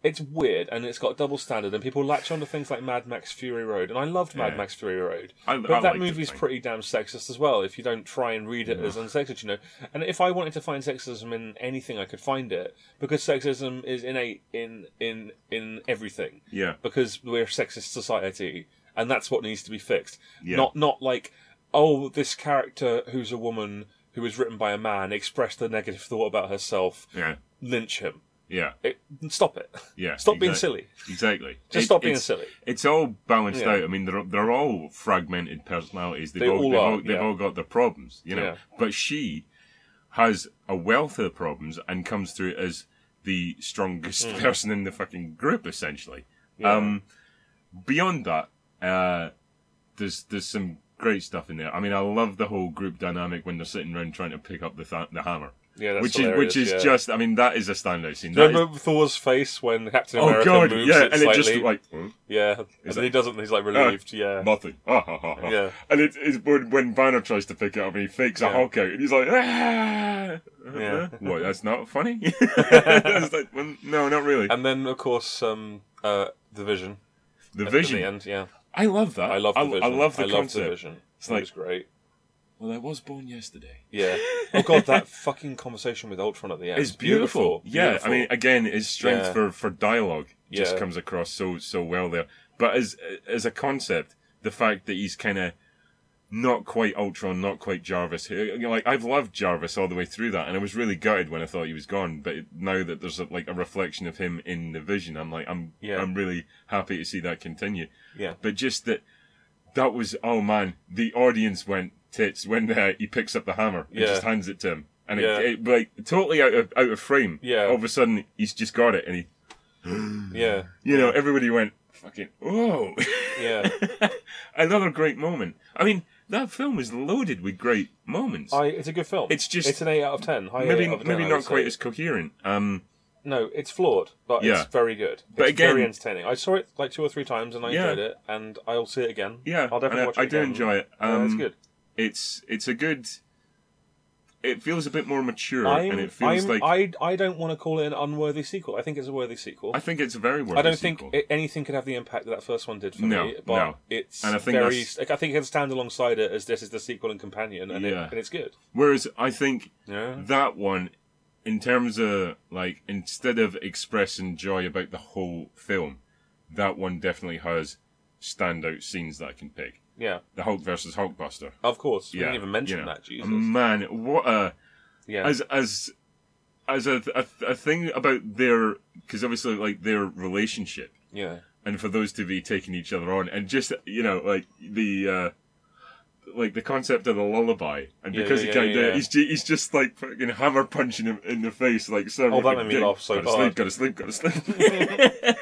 A: It's weird and it's got a double standard and people latch onto things like Mad Max Fury Road and I loved Mad
B: Yeah.
A: Max Fury Road.
B: I,
A: But that movie's pretty damn sexist as well. If you don't try and read it as unsexist, you know. And if I wanted to find sexism in anything, I could find it because sexism is innate in in in everything.
B: Yeah,
A: Because we're a sexist society, and that's what needs to be fixed.
B: Yeah.
A: Not not like oh, this character who's a woman who was written by a man expressed a negative thought about herself.
B: yeah,
A: Lynch him.
B: yeah.
A: It, stop it. (laughs)
B: Yeah.
A: Stop being
B: exact-
A: silly.
B: Exactly.
A: Just
B: It-
A: stop being
B: it's-
A: silly.
B: It's all balanced
A: Yeah.
B: out. I mean, they're they're all fragmented personalities. They've
A: They
B: all,
A: all
B: they've,
A: are,
B: all, they've
A: yeah.
B: all got their problems, you know.
A: Yeah.
B: But she has a wealth of problems and comes through as the strongest
A: Mm.
B: person in the fucking group, essentially. Um, beyond that, uh, there's there's some great stuff in there. I mean, I love the whole group dynamic when they're sitting around trying to pick up the th- the hammer.
A: Yeah, that's
B: which is which
A: hilarious,
B: is
A: yeah.
B: just I mean that is a standout scene. That is-
A: Remember Thor's face when Captain
B: oh
A: America
B: god,
A: moves
B: yeah,
A: it
B: and it just
A: slightly?
B: like hmm?
A: Yeah, and
B: Is Uh,
A: then
B: that-
A: he doesn't. He's like relieved. yeah,
B: Nothing. (laughs) Ha, ha, ha, ha.
A: Yeah.
B: And it is when, when Banner tries to pick it up and he fakes a
A: Yeah.
B: Hulk out and he's like, ah!
A: Yeah.
B: (laughs) What, that's not
A: (laughs)
B: funny? It's like, well, no, not really.
A: and then of course um, uh, the Vision.
B: the
A: At the
B: vision.
A: end, yeah,
B: I love that.
A: I love the
B: I,
A: Vision.
B: I love the concept.
A: Vision. It's
B: like-
A: great.
B: Well, I was born yesterday. (laughs)
A: Yeah. Oh god, that fucking conversation with Ultron at the end.
B: It's beautiful. Yeah, I mean, again, his strength
A: Yeah.
B: for, for dialogue just
A: Yeah.
B: comes across so so well there. But as as a concept, the fact that he's kind of not quite Ultron, not quite Jarvis. You know, Like I've loved Jarvis all the way through that, and I was really gutted when I thought he was gone. But now that there's a, like a reflection of him in the Vision, I'm like, I'm
A: Yeah.
B: I'm really happy to see that continue.
A: Yeah.
B: But just that that was oh man, the audience went tits when uh, he picks up the hammer and
A: Yeah.
B: just hands it to him, and
A: Yeah.
B: it, it like totally out of out of frame.
A: Yeah.
B: All of a sudden he's just got it, and he,
A: yeah,
B: you know, everybody went fucking whoa. (laughs)
A: yeah.
B: Another great moment. I mean, that film is loaded with great moments.
A: I, it's a good film.
B: It's just-
A: it's an eight out of ten. High
B: maybe
A: eight out of 10,
B: maybe
A: I
B: not
A: would
B: quite
A: say.
B: as coherent. Um,
A: No, it's flawed, but
B: Yeah.
A: it's very good.
B: But
A: it's very
B: again-
A: entertaining. I saw it like two or three times, and I
B: Yeah.
A: enjoyed it. And I'll see it again.
B: yeah,
A: I'll definitely
B: and
A: watch it.
B: I, I do
A: again.
B: enjoy it.
A: Yeah,
B: Um,
A: it's good.
B: It's it's a good. it feels a bit more mature,
A: I'm,
B: and it feels
A: I'm,
B: like
A: I, I don't want to call it an unworthy sequel. I think it's a worthy sequel.
B: I think it's a very worthy
A: I don't
B: sequel.
A: think it, anything could have the impact that that first one did for
B: No,
A: me. But
B: no.
A: it's
B: And I think
A: very.
B: that's-
A: Like, I think it can stand alongside it as this is the sequel and companion, and,
B: Yeah.
A: it, and it's good.
B: Whereas I think
A: Yeah.
B: that one, in terms of like, instead of expressing joy about the whole film, that one definitely has standout scenes that I can pick.
A: Yeah,
B: The Hulk versus Hulkbuster.
A: of course. We
B: yeah, Um,
A: didn't even mention
B: you know.
A: that. Jesus.
B: Man, what a
A: yeah.
B: as as as a a, a thing about their because obviously like their relationship
A: yeah.
B: and for those to be taking each other on and just you know like the uh like the concept of the lullaby and
A: Yeah,
B: because
A: yeah,
B: he
A: yeah,
B: can't do
A: yeah,
B: it,
A: yeah.
B: he's, ju- he's just like fucking hammer punching him in the face like so
A: Oh, that made me laugh so
B: gotta
A: hard.
B: sleep gotta sleep gotta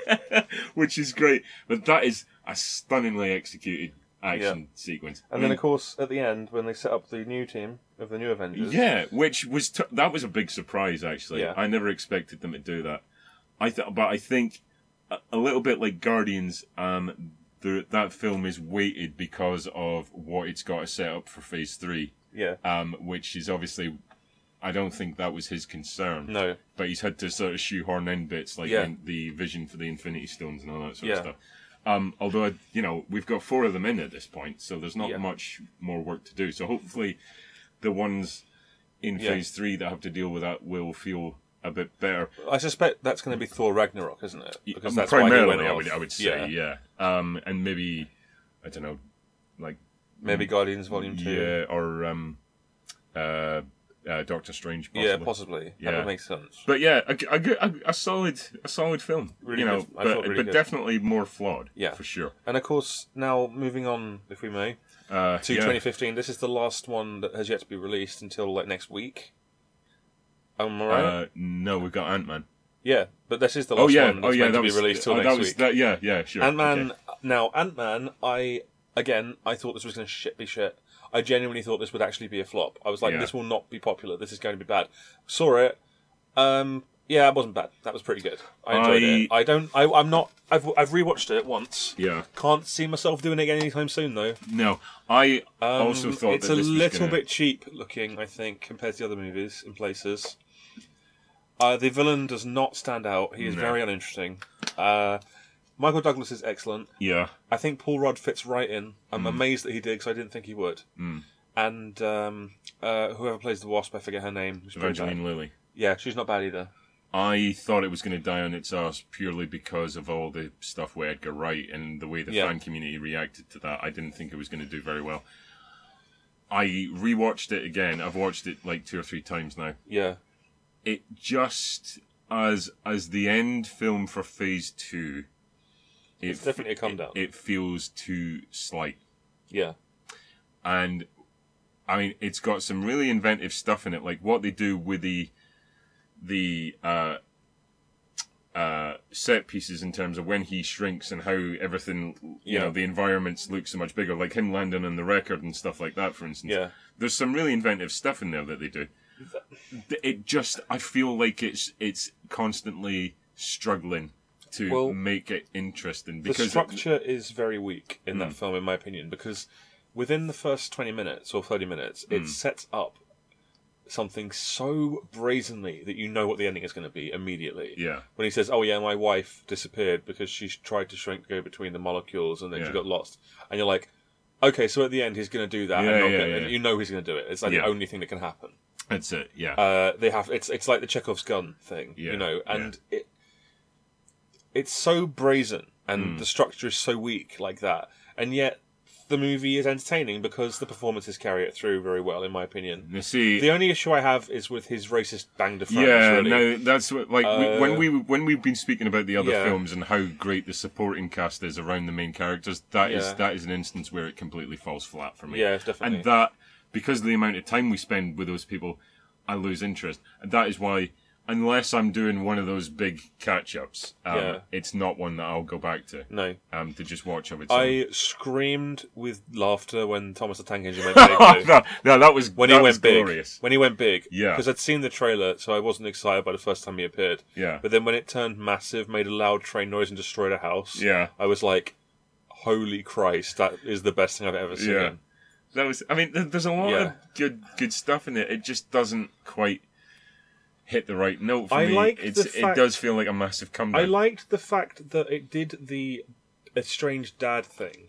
B: sleep (laughs) which is great but that is a stunningly executed action sequence Mm.
A: And then, of course, at the end, when they set up the new team of the new Avengers,
B: Yeah, which was t- that was a big surprise actually.
A: Yeah.
B: I never expected them to do that. I th- but I think a, a little bit like Guardians, um, the, that film is weighted because of what it's got to set up for Phase Three,
A: yeah,
B: um, which is obviously. I don't think that was his concern.
A: No.
B: but he's had to sort of shoehorn in bits like
A: Yeah.
B: in- the vision for the Infinity Stones and all that sort of
A: Yeah.
B: stuff. Um, although I, you know we've got four of them in at this point, so there's not
A: Yeah.
B: much more work to do. So hopefully, the ones in
A: Yeah.
B: phase three that have to deal with that will feel a bit better. Um,
A: I suspect that's going to be Thor Ragnarok, isn't it? Because that's why he
B: primarily,
A: went
B: I
A: off.
B: would, I would say, yeah. Um, and maybe I don't know, like
A: Maybe Guardians Volume Two.
B: yeah, or um, uh, uh, Doctor Strange. Possibly.
A: Yeah, possibly.
B: Yeah.
A: That would make sense.
B: But yeah, a, a, good- a, a solid, a solid film.
A: Really
B: you know,
A: good. I
B: but,
A: thought really
B: but
A: good.
B: definitely more flawed.
A: Yeah.
B: for sure.
A: And of course, now moving on, if we may,
B: Uh,
A: to
B: yeah.
A: 2015. This is the last one that has yet to be released until like next week. Am I right?
B: Uh, no, we've got Ant Man.
A: yeah, but this is the last
B: Oh yeah,
A: one that's
B: oh yeah,
A: meant
B: that
A: to
B: was
A: be released till
B: oh,
A: next
B: that was
A: week.
B: that. Yeah, yeah, sure.
A: Ant Man.
B: okay.
A: Now, Ant Man. I again, I thought this was going to shit be shit. I genuinely thought this would actually be a flop. I was like,
B: Yeah.
A: this will not be popular. This is going to be bad. Saw it. Um, yeah, it wasn't bad. That was pretty good. I enjoyed
B: I-
A: it. I don't. I, I'm not. I've I've rewatched it once.
B: Yeah.
A: Can't see myself doing it again anytime soon though.
B: No, I
A: Um,
B: also thought
A: it's
B: that
A: a
B: this was
A: little
B: gonna-
A: bit cheap looking, I think, compared to the other movies in places. Uh, the villain does not stand out. He is
B: No.
A: very uninteresting. Uh, Michael Douglas is excellent.
B: Yeah,
A: I think Paul Rudd fits right in. I'm
B: Mm.
A: amazed that he did because I didn't think he would. And um, uh, whoever plays the Wasp, I forget her name. She's pretty bad.
B: Evangeline Lilly.
A: Yeah, she's not bad either.
B: I thought it was going to die on its ass purely because of all the stuff with Edgar Wright and the way the
A: Yeah.
B: fan community reacted to that. I didn't think it was going to do very well. I rewatched it again. I've watched it like two or three times now.
A: Yeah,
B: It just as as the end film for Phase Two. it
A: It's definitely a
B: f-
A: come
B: it-
A: down.
B: It feels too slight.
A: yeah,
B: and I mean it's got some really inventive stuff in it, like what they do with the the uh, uh, set pieces in terms of when he shrinks and how everything you
A: Yeah.
B: know the environments look so much bigger, like him landing on the record and stuff like that, for instance.
A: yeah.
B: There's some really inventive stuff in there that they do. It just I feel like it's it's constantly struggling to
A: Well,
B: make it interesting
A: The
B: because it- Hmm.
A: structure is very weak in that film, in my opinion, because within the first 20 minutes or 30 minutes,
B: Hmm.
A: it sets up something so brazenly that you know what the ending is going to be immediately.
B: yeah.
A: When he says, Oh, yeah, my wife disappeared because she tried to shrink to go between the molecules and then
B: Yeah.
A: she got lost. And you're like, Okay, so at the end, he's going to do that.
B: Yeah,
A: and not
B: yeah,
A: get-
B: yeah.
A: You know he's going to do it. It's like
B: Yeah.
A: the only thing that can happen
B: That's it. Yeah.
A: uh, they have it's it's like the Chekhov's gun thing,
B: Yeah,
A: you know, and it it's so brazen and
B: Hmm.
A: the structure is so weak like that, and yet the movie is entertaining because the performances carry it through very well, in my opinion.
B: you see,
A: The only issue I have is with his racist bang to friends.
B: Yeah,
A: really.
B: no, that's what, like we,
A: Uh,
B: when we when we've been speaking about the other
A: yeah.
B: films and how great the supporting cast is around the main characters. That is
A: Yeah.
B: that is an instance where it completely falls flat for me.
A: Yeah, definitely.
B: and that because of the amount of time we spend with those people, I lose interest, and that is why. Unless I'm doing one of those big catch-ups, um,
A: Yeah.
B: it's not one that I'll go back to
A: no.
B: um, to just watch of its own.
A: I screamed with laughter when Thomas the Tank Engine
B: (laughs)
A: went big.
B: (laughs)
A: though.
B: no, no, that was
A: When
B: that
A: he
B: was
A: went big,
B: glorious.
A: when he went big,
B: Yeah.
A: because I'd seen the trailer, so I wasn't excited by the first time he appeared.
B: Yeah,
A: But then when it turned massive, made a loud train noise and destroyed a house,
B: yeah.
A: I was like, holy Christ, that is the best thing I've ever seen.
B: Yeah. That was. I mean, there- there's a lot
A: Yeah.
B: of good good stuff in it. It just doesn't quite hit the right note for
A: I
B: me.
A: liked
B: it's,
A: the
B: it
A: fact-
B: does feel like a massive comeback.
A: I liked the fact that it did the estranged dad thing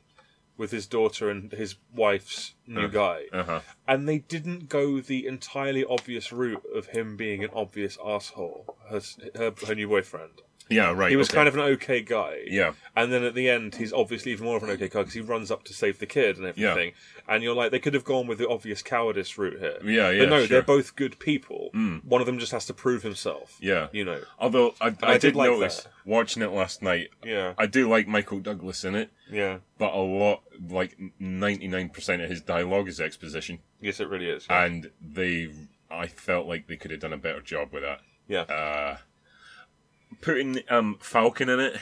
A: with his daughter and his wife's new guy,
B: Uh-huh.
A: and they didn't go the entirely obvious route of him being an obvious asshole. Her s- her, her new boyfriend.
B: Yeah. Right.
A: He was
B: okay.
A: kind of an okay guy.
B: Yeah.
A: And then at the end, he's obviously even more of an okay guy because he runs up to save the kid and
B: Yeah.
A: everything. And you're like, they could have gone with the obvious cowardice route here.
B: Yeah, yeah,
A: But no,
B: sure. Hmm.
A: they're both good people. One of them just has to prove himself.
B: Yeah.
A: You know.
B: Although I, I,
A: I
B: did,
A: did like
B: notice
A: that.
B: watching it last night.
A: Yeah.
B: I do like Michael Douglas in it,
A: Yeah.
B: but a lot, like ninety nine percent of his dialogue is exposition,
A: Yes, it really is. Yeah.
B: and they, I felt like they could have done a better job with that.
A: Yeah.
B: Uh, putting um, Falcon in it,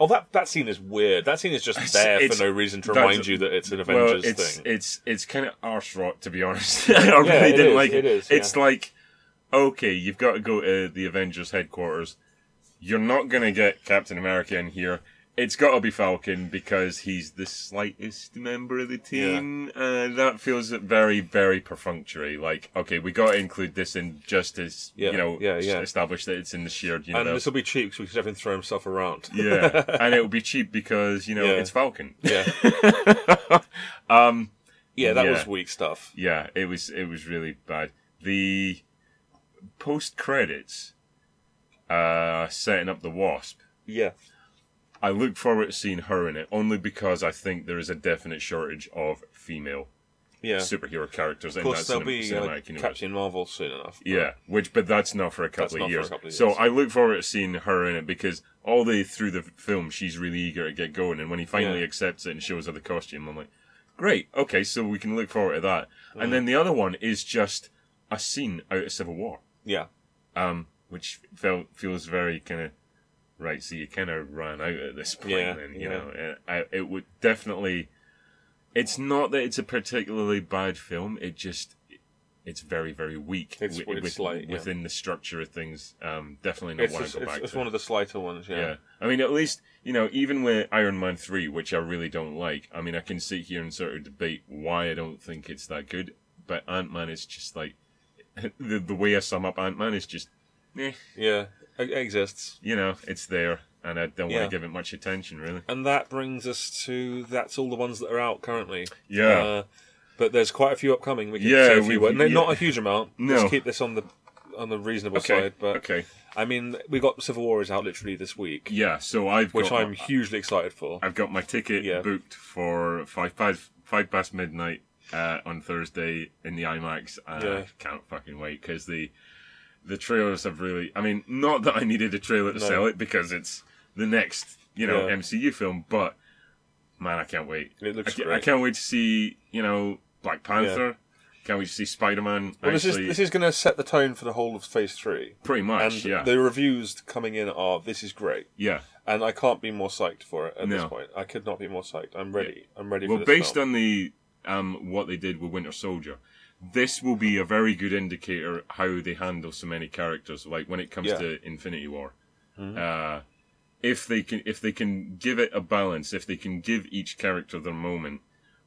A: oh, that, that scene is weird. That scene is just there
B: it's-
A: for no reason to
B: that's-
A: remind you that it's an
B: well,
A: Avengers
B: it's
A: thing.
B: it's it's kind of arse rot to be honest. (laughs) I really
A: it
B: didn't
A: is,
B: like it.
A: it is,
B: It's like, okay, you've got to go to the Avengers headquarters. You're not gonna get Captain America in here. It's got to be Falcon because he's the slightest member of the team. Uh, that feels very, very perfunctory. Like, okay, we got to include this in just to, s-
A: Yeah,
B: you know,
A: yeah, yeah.
B: establish that it's in the shared
A: and
B: universe.
A: this will be cheap because we could have him throw himself around. (laughs)
B: yeah, and it would be cheap because you know
A: Yeah.
B: it's Falcon.
A: yeah.
B: (laughs) Um,
A: Yeah, that
B: Yeah.
A: was weak stuff.
B: Yeah, it was it was really bad. The post credits uh setting up the wasp.
A: Yeah.
B: I look forward to seeing her in it only because I think there is a definite shortage of female
A: Yeah.
B: superhero characters
A: of
B: in that
A: course, there'll
B: cinem-
A: be uh,
B: cinematic universe.
A: Captain Marvel soon enough.
B: Yeah, which but that's not for a couple
A: not
B: of
A: for a
B: years.
A: couple of
B: So
A: years.
B: I look forward to seeing her in it because all the way through the film she's really eager to get going, and when he finally
A: Yeah.
B: accepts it and shows her the costume, I'm like, great, okay, so we can look forward to that.
A: Mm.
B: And then the other one is just a scene out of Civil War,
A: Yeah.
B: um, which felt feels very kind of right. So you kind of ran out at this point,
A: Yeah,
B: then you
A: yeah.
B: know, it, I, it would definitely. It's not that it's a particularly bad film. It just it's very very weak
A: It's- it's slight, yeah.
B: within the structure of things. Um, definitely not
A: It's,
B: want
A: just,
B: to go
A: it's,
B: back
A: it's
B: to.
A: one of the slighter ones,
B: yeah. I mean, at least you know, even with Iron Man three, which I really don't like. I mean, I can sit here and sort of debate why I don't think it's that good, but Ant Man is just like (laughs) the the way I sum up Ant Man is just, eh,
A: Yeah, it exists.
B: you know, it's there, and I don't want
A: Yeah.
B: to give it much attention really.
A: And that brings us to that's all the ones that are out currently.
B: Yeah.
A: Uh, but there's quite a few upcoming. We can
B: Yeah,
A: yeah, say a
B: we've-
A: few. Well, no,
B: yeah.
A: Not a huge amount.
B: No.
A: Let's keep this on the on the reasonable
B: Okay,
A: side. But
B: okay,
A: I mean, we got Civil War is out literally this week,
B: yeah. So I've
A: which
B: got,
A: I'm hugely excited for.
B: I've got my ticket
A: Yeah.
B: booked for five past five past midnight uh, on Thursday in the IMAX. And I
A: Yeah.
B: can't fucking wait because the the trailers have really. I mean, not that I needed a trailer to sell it because it's the next you know
A: Yeah.
B: MCU film, but man, I can't wait.
A: It looks
B: I can't, I
A: great.
B: can't wait to see you know Black Panther. Can't wait to see Spider Man.
A: Well, this is
B: actually,
A: this is going to set the tone for the whole of Phase Three.
B: pretty
A: And
B: much yeah
A: the reviews coming in are this is great.
B: yeah.
A: and I can't be more psyched for it at this
B: No.
A: point. I could not be more psyched. I'm ready. I'm ready.
B: Well,
A: for this
B: based on the um, what they did with Winter Soldier, this will be a very good indicator how they handle so many characters. Like when it comes
A: Yeah.
B: to Infinity War, uh, if they can if they can give it a balance, if they can give each character their moment,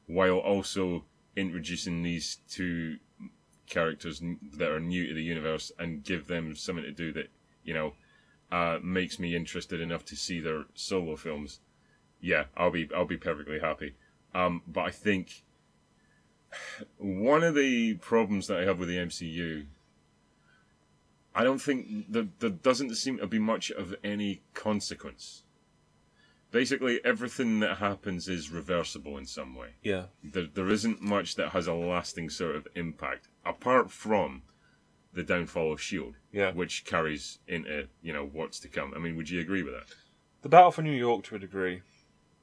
B: while also introducing these two characters n- that are new to the universe and give them something to do that you know uh, makes me interested enough to see their solo films. Yeah, I'll be I'll be perfectly happy. Um, but I think one of the problems that I have with the MCU, I don't think that there doesn't seem to be much of any consequence. Basically, everything that happens is reversible in some way
A: yeah,
B: there, there isn't much that has a lasting sort of impact apart from the downfall of shield
A: Yeah.
B: E which carries into you know what's to come i mean would you agree with that
A: the battle for New York to a degree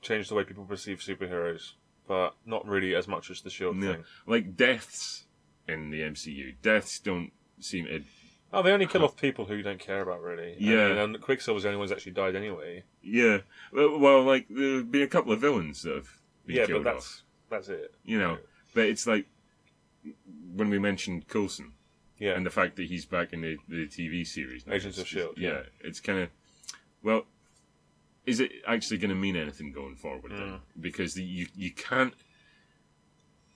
A: changed the way people perceive superheroes, but not really as much as the Shield E thing.
B: like deaths in the mcu deaths don't seem to
A: Oh, they only kill off people who you don't care about, really. I
B: Yeah.
A: mean, and Quicksilver's the only one who's actually died anyway.
B: yeah well, well like there've been a couple of villains that have been
A: yeah,
B: killed
A: but that's
B: off.
A: that's it.
B: you know but it's like when we mentioned coulson
A: Yeah,
B: and the fact that he's back in the, the TV series. now,
A: Agents
B: it's-
A: of S.H.I.E.L.D.,
B: Yeah,
A: E yeah.
B: it's kind of well, is
A: Mm.
B: it actually going to mean anything going forward then? Because the, you you can't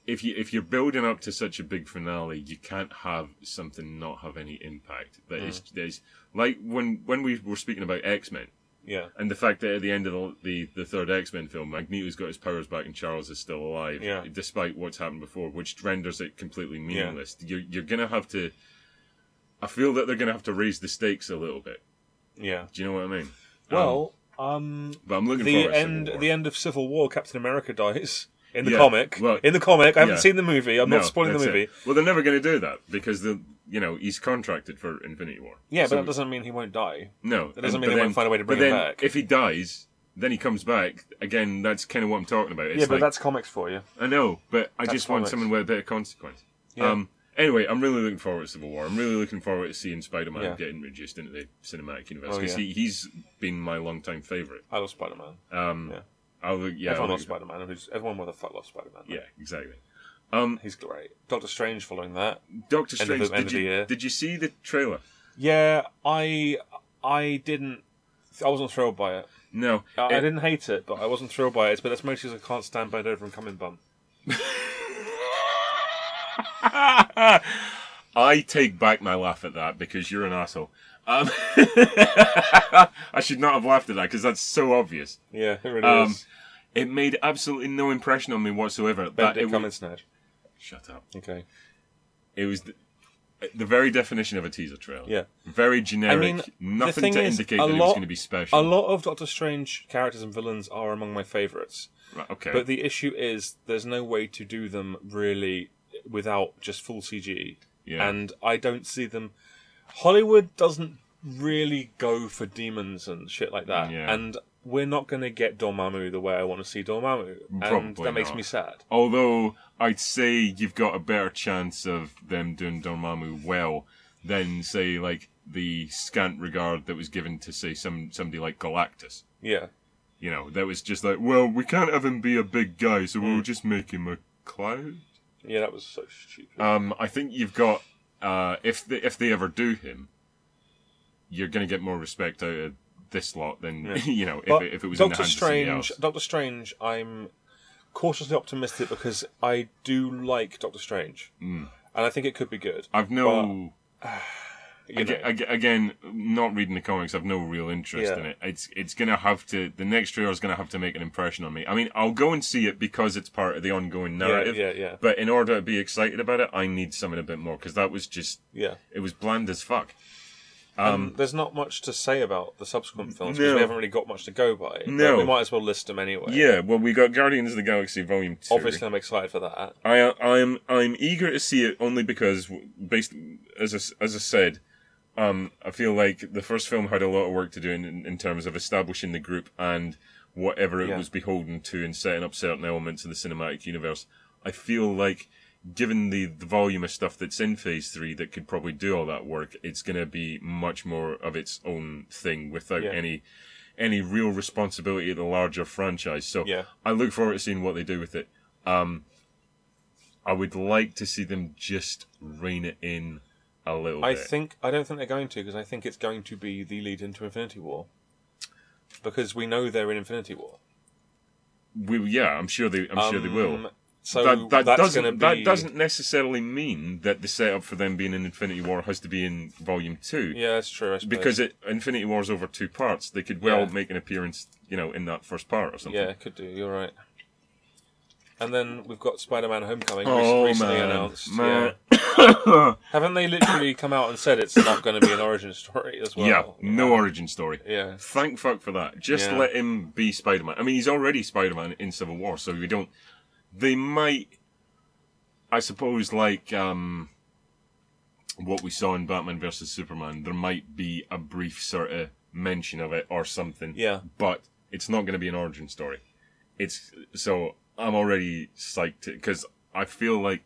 B: if you if you're building up to such a big finale, you can't have something not have any impact. That is
A: Mm.
B: that is like when when we were speaking about X Men
A: Yeah.
B: and the fact that at the end of the the, the third X Men film, Magneto's got his powers back and Charles is still alive,
A: Yeah.
B: despite what's happened before, which renders it completely meaningless. You're you're gonna have to. I feel that they're gonna have to raise the stakes a little bit.
A: Yeah.
B: Do you know what I mean?
A: Well, um,
B: But I'm looking
A: the
B: forward
A: end
B: to Civil War.
A: the end of Civil War, Captain America dies in the
B: Yeah,
A: comic.
B: well,
A: in the comic, I haven't
B: yeah.
A: seen the movie. I'm
B: No,
A: not spoiling the
B: that's
A: movie.
B: it. Well, they're never going to do that because the you know he's contracted for Infinity War.
A: Yeah, but
B: So-
A: that doesn't mean he won't die.
B: no.
A: that doesn't
B: and-
A: mean
B: but
A: they won't find a way to
B: but
A: bring him
B: then
A: back.
B: If he dies, then he comes back again. That's kind of what I'm talking about. It's
A: yeah, but
B: like-
A: that's comics for you.
B: I know, but I
A: That's
B: just want
A: comics.
B: someone with a bit of consequence.
A: Yeah.
B: Um, anyway, I'm really looking forward to Civil War. I'm really looking forward to seeing Spider-Man
A: Yeah.
B: get introduced into the cinematic universe
A: Oh,
B: because
A: yeah.
B: he, he's been my long-time favorite.
A: I love Spider Man.
B: Um,
A: Yeah.
B: I'll look. Yeah, I'll
A: everyone
B: look-
A: loves Spider Man. Everyone with a fuck loves Spider Man.
B: yeah, exactly. Um,
A: He's great. Doctor Strange following that.
B: Doctor
A: End of
B: Strange.
A: the- end
B: did
A: of the
B: you
A: year.
B: did you see the trailer?
A: Yeah, I I didn't. I wasn't thrilled by it.
B: No,
A: Oh, I,
B: It-
A: I didn't hate it, but I wasn't thrilled by it. But that's mostly because I can't stand Beto from Coming Bum.
B: (laughs) I take back my laugh at that because you're an asshole. Um, (laughs) I should not have laughed at that because that's so obvious.
A: Yeah, (laughs) it really
B: Um,
A: is.
B: It made absolutely no impression on me whatsoever.
A: Beto
B: that it
A: Come
B: was,
A: and Snatch.
B: shut up.
A: Okay.
B: It was the, the very definition of a teaser trailer.
A: Yeah.
B: Very generic.
A: I mean, the
B: nothing
A: thing
B: to
A: is,
B: indicate
A: a
B: that it was
A: lot-
B: going to be special.
A: A lot of Doctor Strange characters and villains are among my favourites.
B: Right, okay.
A: But the issue is there's no way to do them really without just full CG.
B: Yeah.
A: And I don't see them. Hollywood doesn't really go for demons and shit like that.
B: Yeah.
A: And we're not going to get Dormammu the way I want to see Dormammu. and
B: Probably
A: that makes
B: not.
A: me sad.
B: Although I'd say you've got a better chance of them doing Dormammu well than say like the scant regard that was given to say some somebody like Galactus.
A: Yeah.
B: You know, that was just like, well, we can't have him be a big guy, so
A: Mm.
B: we'll just make him a cloud.
A: Yeah, that was so stupid.
B: Um, I think you've got uh, if they, if they ever do him, you're gonna get more respect out of this lot than (laughs) you know if,
A: But
B: it, if it was in the
A: Doctor
B: hands of
A: Strange.
B: somebody else.
A: Doctor Strange. I'm cautiously optimistic because I do like Doctor Strange,
B: Mm.
A: and I think it could be good.
B: I've no
A: you
B: aga-
A: know.
B: aga- again, not reading the comics. I've no real interest
A: Yeah.
B: in it. It's it's gonna have to the next trailer is gonna have to make an impression on me. I mean, I'll go and see it because it's part of the ongoing narrative.
A: yeah, yeah.
B: But in order to be excited about it, I need something a bit more because that was just
A: yeah.
B: it was bland as fuck.
A: Um, there's not much to say about the subsequent films because
B: No.
A: we haven't really got much to go by. but
B: No.
A: we might as well list them anyway.
B: Yeah, well, we got Guardians of the Galaxy Volume Two.
A: Obviously, I'm excited for that.
B: I I'm I'm eager to see it only because based as I, as I said, um, I feel like the first film had a lot of work to do in, in terms of establishing the group and whatever it
A: Yeah.
B: was beholden to and setting up certain elements of the cinematic universe. I feel like given the, the volume of stuff that's in phase three that could probably do all that work, it's gonna be much more of its own thing without
A: Yeah.
B: any any real responsibility at the larger franchise. So
A: Yeah.
B: I look forward to seeing what they do with it. Um, I would like to see them just rein it in a little
A: I
B: bit.
A: think I don't think they're going to because I think it's going to be the lead into Infinity War because we know they're in Infinity War.
B: we, yeah, I'm sure they. I'm sure they will.
A: Um, So
B: that that
A: that's
B: doesn't
A: going to be
B: that doesn't necessarily mean that the setup for them being in Infinity War has to be in Volume Two.
A: Yeah, that's true. I suppose.
B: Because it, Infinity War's over two parts, they could well
A: Yeah.
B: make an appearance, you know, in that first part or something.
A: Yeah, it could do. You're right. And then we've got Spider-Man: Homecoming rec-
B: Oh,
A: recently
B: man.
A: announced.
B: Man. (coughs)
A: yeah. Haven't they literally come out and said it's not going to be an origin story as well?
B: yeah, no origin story.
A: Yeah.
B: Thank fuck for that. Just
A: Yeah.
B: let him be Spider Man. I mean, he's already Spider Man in Civil War, so we don't. They might, I suppose, like um, what we saw in Batman versus Superman. There might be a brief sort of mention of it or something.
A: Yeah.
B: but it's not going to be an origin story. It's so I'm already psyched because I feel like,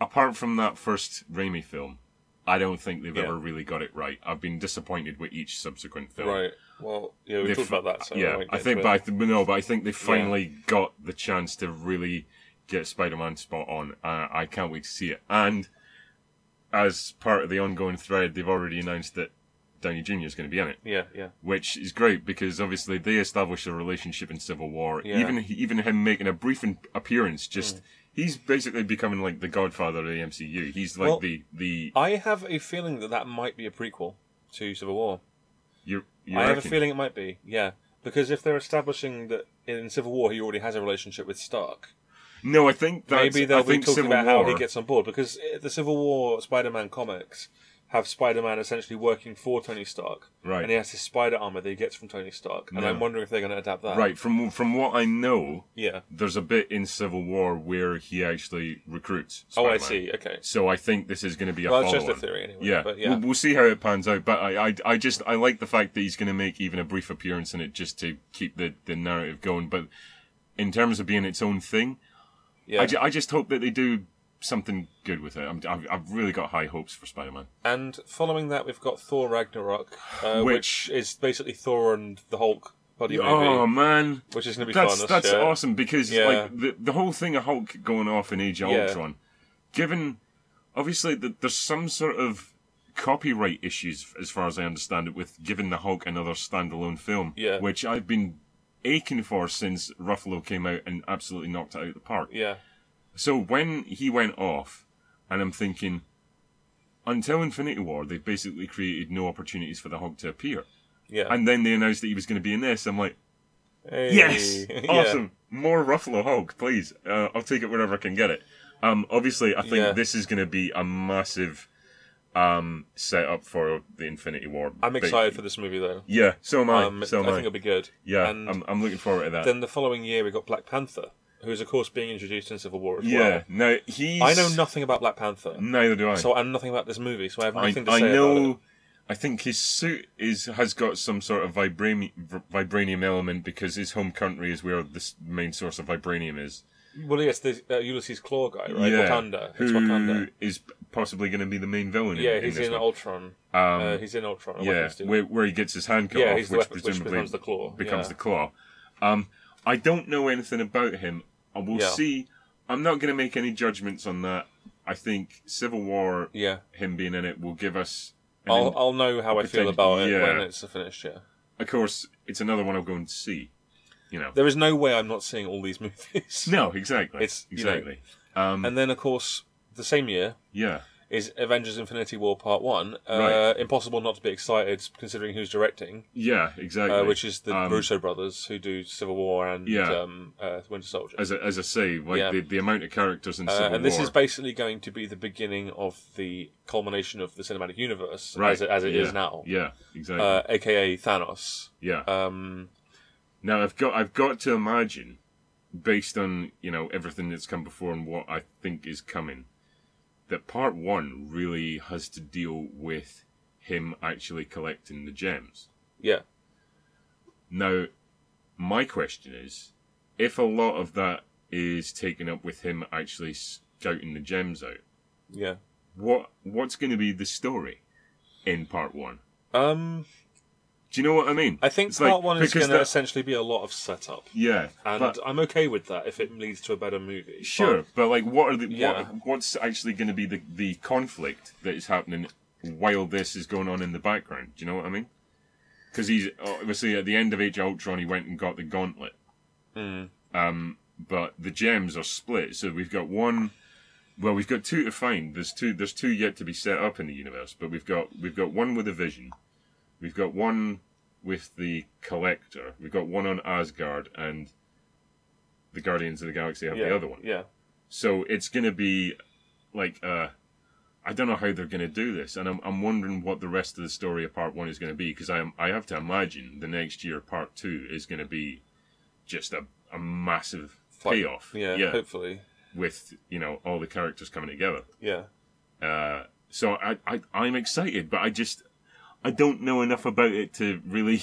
B: apart from that first Raimi film. I don't think they've
A: Yeah.
B: ever really got it right. I've been disappointed with each subsequent film.
A: Right. Well, yeah, we
B: They've-
A: talked about that. So
B: yeah,
A: won't
B: I
A: get
B: think,
A: into
B: but I
A: it.
B: th- no, but I think they finally got the chance to really get Spider-Man spot on. Uh, I can't wait to see it. And as part of the ongoing thread, they've already announced that Downey Jr. is going to be in it,
A: yeah, yeah,
B: which is great because obviously they established a relationship in Civil War.
A: Yeah. Mm.
B: Even even him making a brief in- appearance just he's basically becoming like the godfather of the MCU. He's like
A: Well-
B: the the
A: I have a feeling that that might be a prequel to Civil War.
B: you. you
A: I have a
B: reckon?
A: feeling it might be, yeah. Because if they're establishing that in Civil War he already has a relationship with Stark,
B: No, I think that's, maybe
A: maybe they'll
B: I
A: be
B: think
A: talking
B: Civil
A: about
B: War.
A: how he gets on board. Because i- the Civil War Spider-Man comics have Spider-Man essentially working for Tony Stark,
B: Right.
A: And he has his spider armor that he gets from Tony Stark, and
B: No.
A: I'm wondering if they're going to adapt that,
B: right from from what I know.
A: Yeah.
B: There's a bit in Civil War where he actually recruits.
A: Oh, I
B: Spider-Man.
A: see. Okay.
B: So I think this is going to be a
A: Well, it's
B: follow-on.
A: just a theory anyway.
B: Yeah,
A: But yeah.
B: We'll, we'll see how it pans out. But I, I, I just I like the fact that he's going to make even a brief appearance in it just to keep the, the narrative going. But in terms of being its own thing,
A: yeah.
B: I, ju- I just hope that they do something good with it. I'm, I've, I've really got high hopes for Spider-Man.
A: And following that, we've got Thor Ragnarok, uh, which,
B: Which-
A: is basically Thor and the Hulk buddy
B: Oh
A: movie,
B: man,
A: which is going to be
B: that's
A: fun.
B: that's
A: yeah.
B: awesome because
A: Yeah.
B: like the the whole thing of Hulk going off in Age of
A: Yeah.
B: Ultron, given obviously that there's some sort of copyright issues as far as I understand it with giving the Hulk another standalone film,
A: Yeah.
B: which I've been aching for since Ruffalo came out and absolutely knocked it out of the park.
A: Yeah,
B: So when he went off, and I'm thinking, until Infinity War, they've basically created no opportunities for the Hulk to appear,
A: yeah.
B: and then they announced that he was going to be in this. I'm like.
A: Hey.
B: Yes,
A: (laughs) Yeah.
B: awesome. More Ruffalo Hulk, please. Uh, I'll take it wherever I can get it. Um, obviously, I think
A: Yeah.
B: this is going to be a massive um, setup for the Infinity War.
A: I'm
B: But-
A: excited for this movie though.
B: Yeah, so am I.
A: Um,
B: so
A: I
B: am
A: think
B: I.
A: it'll be good.
B: yeah,
A: And
B: I'm, I'm looking forward to that.
A: then the following year, we got Black Panther, who is of course being introduced in Civil War as
B: yeah. Now he's.
A: well. I know nothing about Black Panther,
B: Neither do I.
A: so I know nothing about this movie, so I have
B: I,
A: nothing to
B: I
A: say
B: know.
A: about
B: I think his suit is has got some sort of vibranium vibranium element because his home country is where this main source of vibranium is.
A: it. Well, yes, the uh, Ulysses Claw guy, right?
B: Yeah,
A: Wakanda. It's
B: who
A: Wakanda.
B: is possibly going to be the main villain? in-
A: Yeah,
B: in
A: he's
B: this
A: in
B: one. Um,
A: Ultron. uh, he's in Ultron. a
B: yeah,
A: weapons dude.
B: where, where he gets his hand cut
A: Yeah,
B: off, which
A: he's the weapon- which
B: presumably
A: becomes the claw,
B: becomes
A: yeah.
B: the claw. Um, I don't know anything about him. I will
A: Yeah.
B: see. I'm not going to make any judgments on that. I think Civil War,
A: Yeah.
B: him being in it, will give us. an
A: I'll,
B: in-
A: I'll know how I feel
B: pretend-
A: about it
B: yeah.
A: when it's finished. Yeah,
B: of course, it's another one I'll go and see. You know.
A: there is no way I'm not seeing all these (laughs) movies.
B: No, exactly.
A: It's, you know-
B: exactly. um,
A: And then, of course, the same year
B: yeah.
A: is Avengers: Infinity War Part One. Uh,
B: Right.
A: Impossible not to be excited considering who's directing,
B: Yeah. Exactly.
A: uh, which is the
B: Um,
A: Russo brothers who do Civil War and
B: Yeah.
A: um, uh, Winter Soldier.
B: As I, as I say, like
A: Yeah.
B: the, the amount of characters in
A: Uh,
B: Civil
A: and this
B: War.
A: is basically going to be the beginning of the culmination of the cinematic universe
B: right
A: as it, as it is
B: yeah,
A: now,
B: Yeah. Exactly.
A: uh, aka Thanos.
B: yeah.
A: Um,
B: Now I've got I've got to imagine, based on you know everything that's come before and what I think is coming, that part one really has to deal with him actually collecting the gems.
A: yeah,
B: Now, my question is, if a lot of that is taken up with him actually scouting the gems out,
A: yeah.
B: what what's going to be the story in part one?
A: Um,
B: Do you know what I mean?
A: I think
B: It's
A: part
B: like-
A: one is
B: because
A: going to
B: that-
A: essentially be a lot of setup,
B: yeah,
A: and
B: but-
A: I'm okay with that if it leads to a better movie.
B: Sure,
A: But-
B: but like, what are the
A: Yeah.
B: what, what's actually going to be the the conflict that is happening while this is going on in the background? Do you know what I mean? Because he's obviously at the end of Age of Ultron, he went and got the gauntlet.
A: mm,
B: Um, but the gems are split, so we've got one. Well, we've got two to find. There's two. There's two yet to be set up in the universe, but we've got we've got one with a vision. We've got one with the collector. We've got one on Asgard, and the Guardians of the Galaxy have
A: yeah,
B: the other one.
A: Yeah,
B: So it's going to be like uh, I don't know how they're going to do this, and I'm I'm wondering what the rest of the story of part one is going to be because I am I have to imagine the next year part two is going to be just a, a massive
A: Fight.
B: payoff.
A: yeah, Hopefully,
B: with you know all the characters coming together.
A: yeah.
B: Uh, so I, I I'm excited, but I just I don't know enough about it to really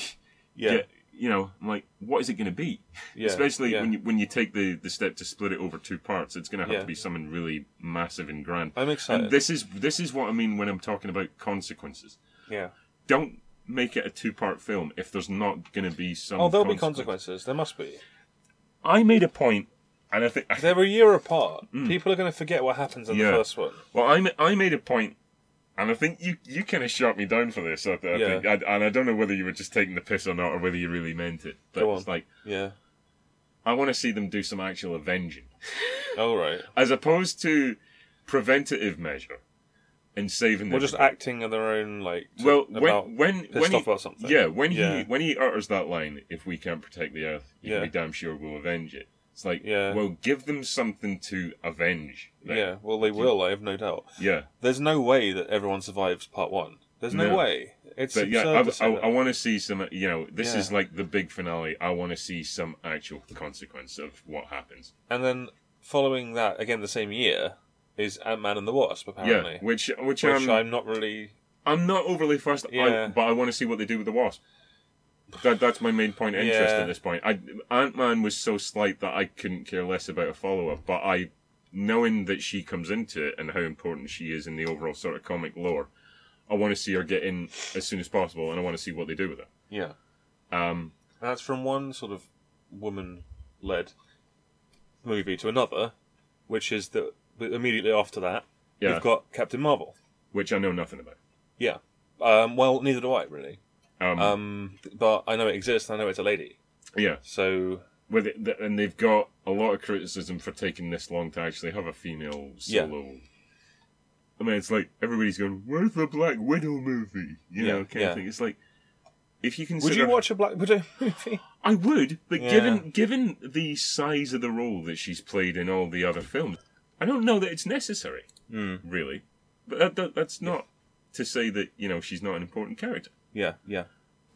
A: Yeah,
B: get you know I'm like what is it going to be?
A: yeah,
B: Especially
A: yeah.
B: when you when you take the, the step to split it over two parts, it's going to have
A: Yeah.
B: to be something really massive and grand.
A: I'm excited.
B: And this is this is what I mean when I'm talking about consequences.
A: yeah.
B: Don't make it a two part film if there's not going to be some.
A: Oh, there'll be
B: consequence.
A: consequences. There must be.
B: I made a point, and I think
A: They're a year apart. People are going to forget what happens in
B: Mm. Yeah.
A: the first one.
B: well, I ma- I made a point, and I think you you kind of shot me down for this. I, th- I
A: Yeah.
B: think, I, and I don't know whether you were just taking the piss or not, or whether you really meant it. But
A: Go
B: it's
A: on.
B: like
A: Yeah,
B: I want to see them do some actual avenging.
A: All right.
B: As opposed to preventative measure and saving
A: Well, just
B: everybody.
A: acting on their own, like to-
B: Well,
A: about
B: when when
A: pissed
B: when he,
A: off about something.
B: yeah, when he
A: Yeah.
B: when he utters that line, if we can't protect the earth, you
A: Yeah.
B: can be damn sure we'll avenge it. It's like,
A: Yeah.
B: well, give them something to avenge. then.
A: yeah. Well, they will. I have no doubt.
B: yeah.
A: There's no way that everyone survives part one. There's no
B: No.
A: way. It's
B: But yeah,
A: absurd
B: I,
A: to say
B: I,
A: that.
B: I want to see some. You know, this
A: Yeah.
B: is like the big finale. I want to see some actual consequence of what happens.
A: And then following that again the same year is Ant Man and the Wasp apparently,
B: Yeah, which which,
A: which
B: um, I'm,
A: I'm not really.
B: not overly fussed. I,
A: Yeah.
B: but I want to see what they do with the wasp. That, that's my main point of interest
A: Yeah.
B: at this point. I Ant Man was so slight that I couldn't care less about a follow up, but I knowing that she comes into it and how important she is in the overall sort of comic lore, I want to see her get in as soon as possible, and I want to see what they do with it.
A: Yeah,
B: Um,
A: And that's from one sort of woman-led movie to another, which is the but immediately after that
B: yeah,
A: we've got Captain Marvel.
B: which I know nothing about.
A: Yeah. Um, well, neither do I really.
B: Um,
A: Um, but I know it exists. and I know it's a lady.
B: yeah,
A: So
B: with it, th- and they've got a lot of criticism for taking this long to actually have a female
A: Yeah.
B: solo. I mean, it's like everybody's going, "Where's the Black Widow movie?" You know,
A: Yeah,
B: kind
A: yeah.
B: of thing. It's like if you consider,
A: would you watch a Black Widow movie?
B: I would, but
A: Yeah.
B: given given the size of the role that she's played in all the other films, I don't know that it's necessary,
A: Mm.
B: really. But that, that, that's not to say that you know she's not an important character.
A: Yeah, yeah.